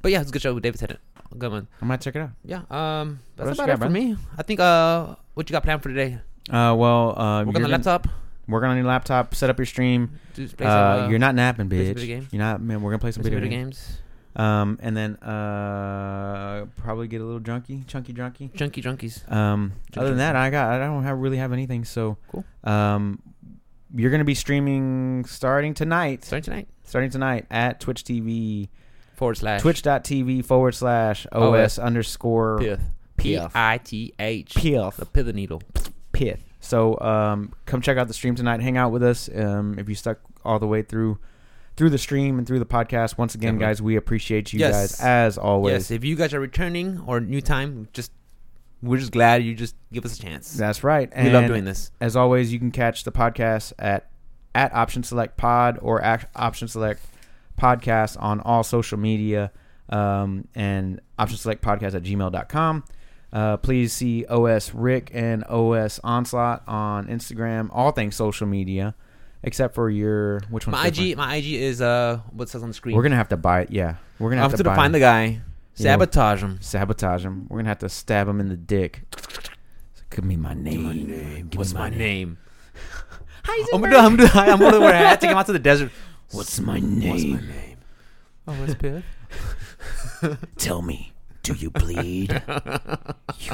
[SPEAKER 1] but yeah, it's a good show with David Tennant. Good one.
[SPEAKER 2] I might check it out.
[SPEAKER 1] Yeah. Um,
[SPEAKER 2] What
[SPEAKER 1] that's
[SPEAKER 2] else you
[SPEAKER 1] about
[SPEAKER 2] got,
[SPEAKER 1] it for
[SPEAKER 2] man?
[SPEAKER 1] me. I think. Uh, what you got planned for today?
[SPEAKER 2] Uh, well, uh,
[SPEAKER 1] Work on the
[SPEAKER 2] you're gonna-
[SPEAKER 1] laptop.
[SPEAKER 2] Work on your laptop. Set up your stream.
[SPEAKER 1] Do play some,
[SPEAKER 2] Uh, you're not napping,
[SPEAKER 1] play some
[SPEAKER 2] bitch.
[SPEAKER 1] video games.
[SPEAKER 2] You're not, man. We're gonna play some
[SPEAKER 1] play
[SPEAKER 2] video,
[SPEAKER 1] some
[SPEAKER 2] games.
[SPEAKER 1] games.
[SPEAKER 2] Um, and then uh, probably get a little junky, chunky, junky.
[SPEAKER 1] Junkie junkies.
[SPEAKER 2] Um,
[SPEAKER 1] Junky,
[SPEAKER 2] other than that, I got, I don't have really have anything. So
[SPEAKER 1] Cool.
[SPEAKER 2] Um, you're gonna be streaming starting tonight.
[SPEAKER 1] Starting tonight.
[SPEAKER 2] Starting tonight at Twitch TV,
[SPEAKER 1] Forward slash.
[SPEAKER 2] twitch.tv forward slash os underscore
[SPEAKER 1] Pith. P
[SPEAKER 2] Pith.
[SPEAKER 1] I T H.
[SPEAKER 2] Pith.
[SPEAKER 1] The pivot needle.
[SPEAKER 2] pith. So um, come check out the stream tonight. Hang out with us. Um, if you stuck all the way through through the stream and through the podcast, once again,
[SPEAKER 1] Definitely.
[SPEAKER 2] guys, we appreciate you
[SPEAKER 1] Yes.
[SPEAKER 2] guys as
[SPEAKER 1] Yes,
[SPEAKER 2] always.
[SPEAKER 1] if you guys are returning or new time, just we're just glad you just give us a chance.
[SPEAKER 2] That's right.
[SPEAKER 1] we love doing this.
[SPEAKER 2] As always, you can catch the podcast at at Option Select Pod or at Option Select Podcast on all social media um, and Option Select Podcast at gmail.com. Uh, please see OS Rick and OS Onslaught on Instagram, all things social media, except for your which one's
[SPEAKER 1] My
[SPEAKER 2] different?
[SPEAKER 1] IG, my IG is uh, what says on the screen.
[SPEAKER 2] We're gonna have to buy it. Yeah, we're gonna
[SPEAKER 1] I'm
[SPEAKER 2] have
[SPEAKER 1] gonna
[SPEAKER 2] to buy
[SPEAKER 1] find the
[SPEAKER 2] him.
[SPEAKER 1] guy,
[SPEAKER 2] Yeah.
[SPEAKER 1] sabotage him.
[SPEAKER 2] sabotage him. We're gonna have to stab him in the dick. Give me my name. Give
[SPEAKER 1] What's
[SPEAKER 2] me
[SPEAKER 1] my name? I'm
[SPEAKER 2] Heisenberg.
[SPEAKER 1] gonna, I'm gonna, I'm gonna wear a hat, take him out to the desert.
[SPEAKER 2] What's my name?
[SPEAKER 1] What's my name? Oh, it's Pitt.
[SPEAKER 2] Tell me. Do you bleed? you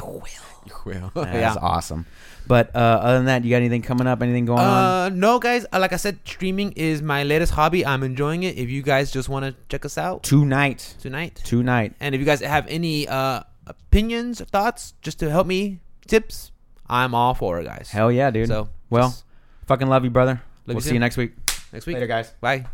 [SPEAKER 2] will.
[SPEAKER 1] Well,
[SPEAKER 2] That's awesome. But uh, other than that, you got anything coming up? Anything going on?
[SPEAKER 1] Uh, no, guys. uh, Like I said, streaming is my latest hobby. I'm enjoying it. If you guys just want to check us out
[SPEAKER 2] Tonight.
[SPEAKER 1] tonight,
[SPEAKER 2] Tonight.
[SPEAKER 1] and if you guys have any uh, opinions, thoughts, just to help me, tips, I'm all for it, guys.
[SPEAKER 2] Hell yeah, dude.
[SPEAKER 1] So
[SPEAKER 2] well,
[SPEAKER 1] just
[SPEAKER 2] fucking love you, brother.
[SPEAKER 1] you
[SPEAKER 2] we'll see
[SPEAKER 1] too.
[SPEAKER 2] you next week.
[SPEAKER 1] next week,
[SPEAKER 2] Later, guys.
[SPEAKER 1] Bye.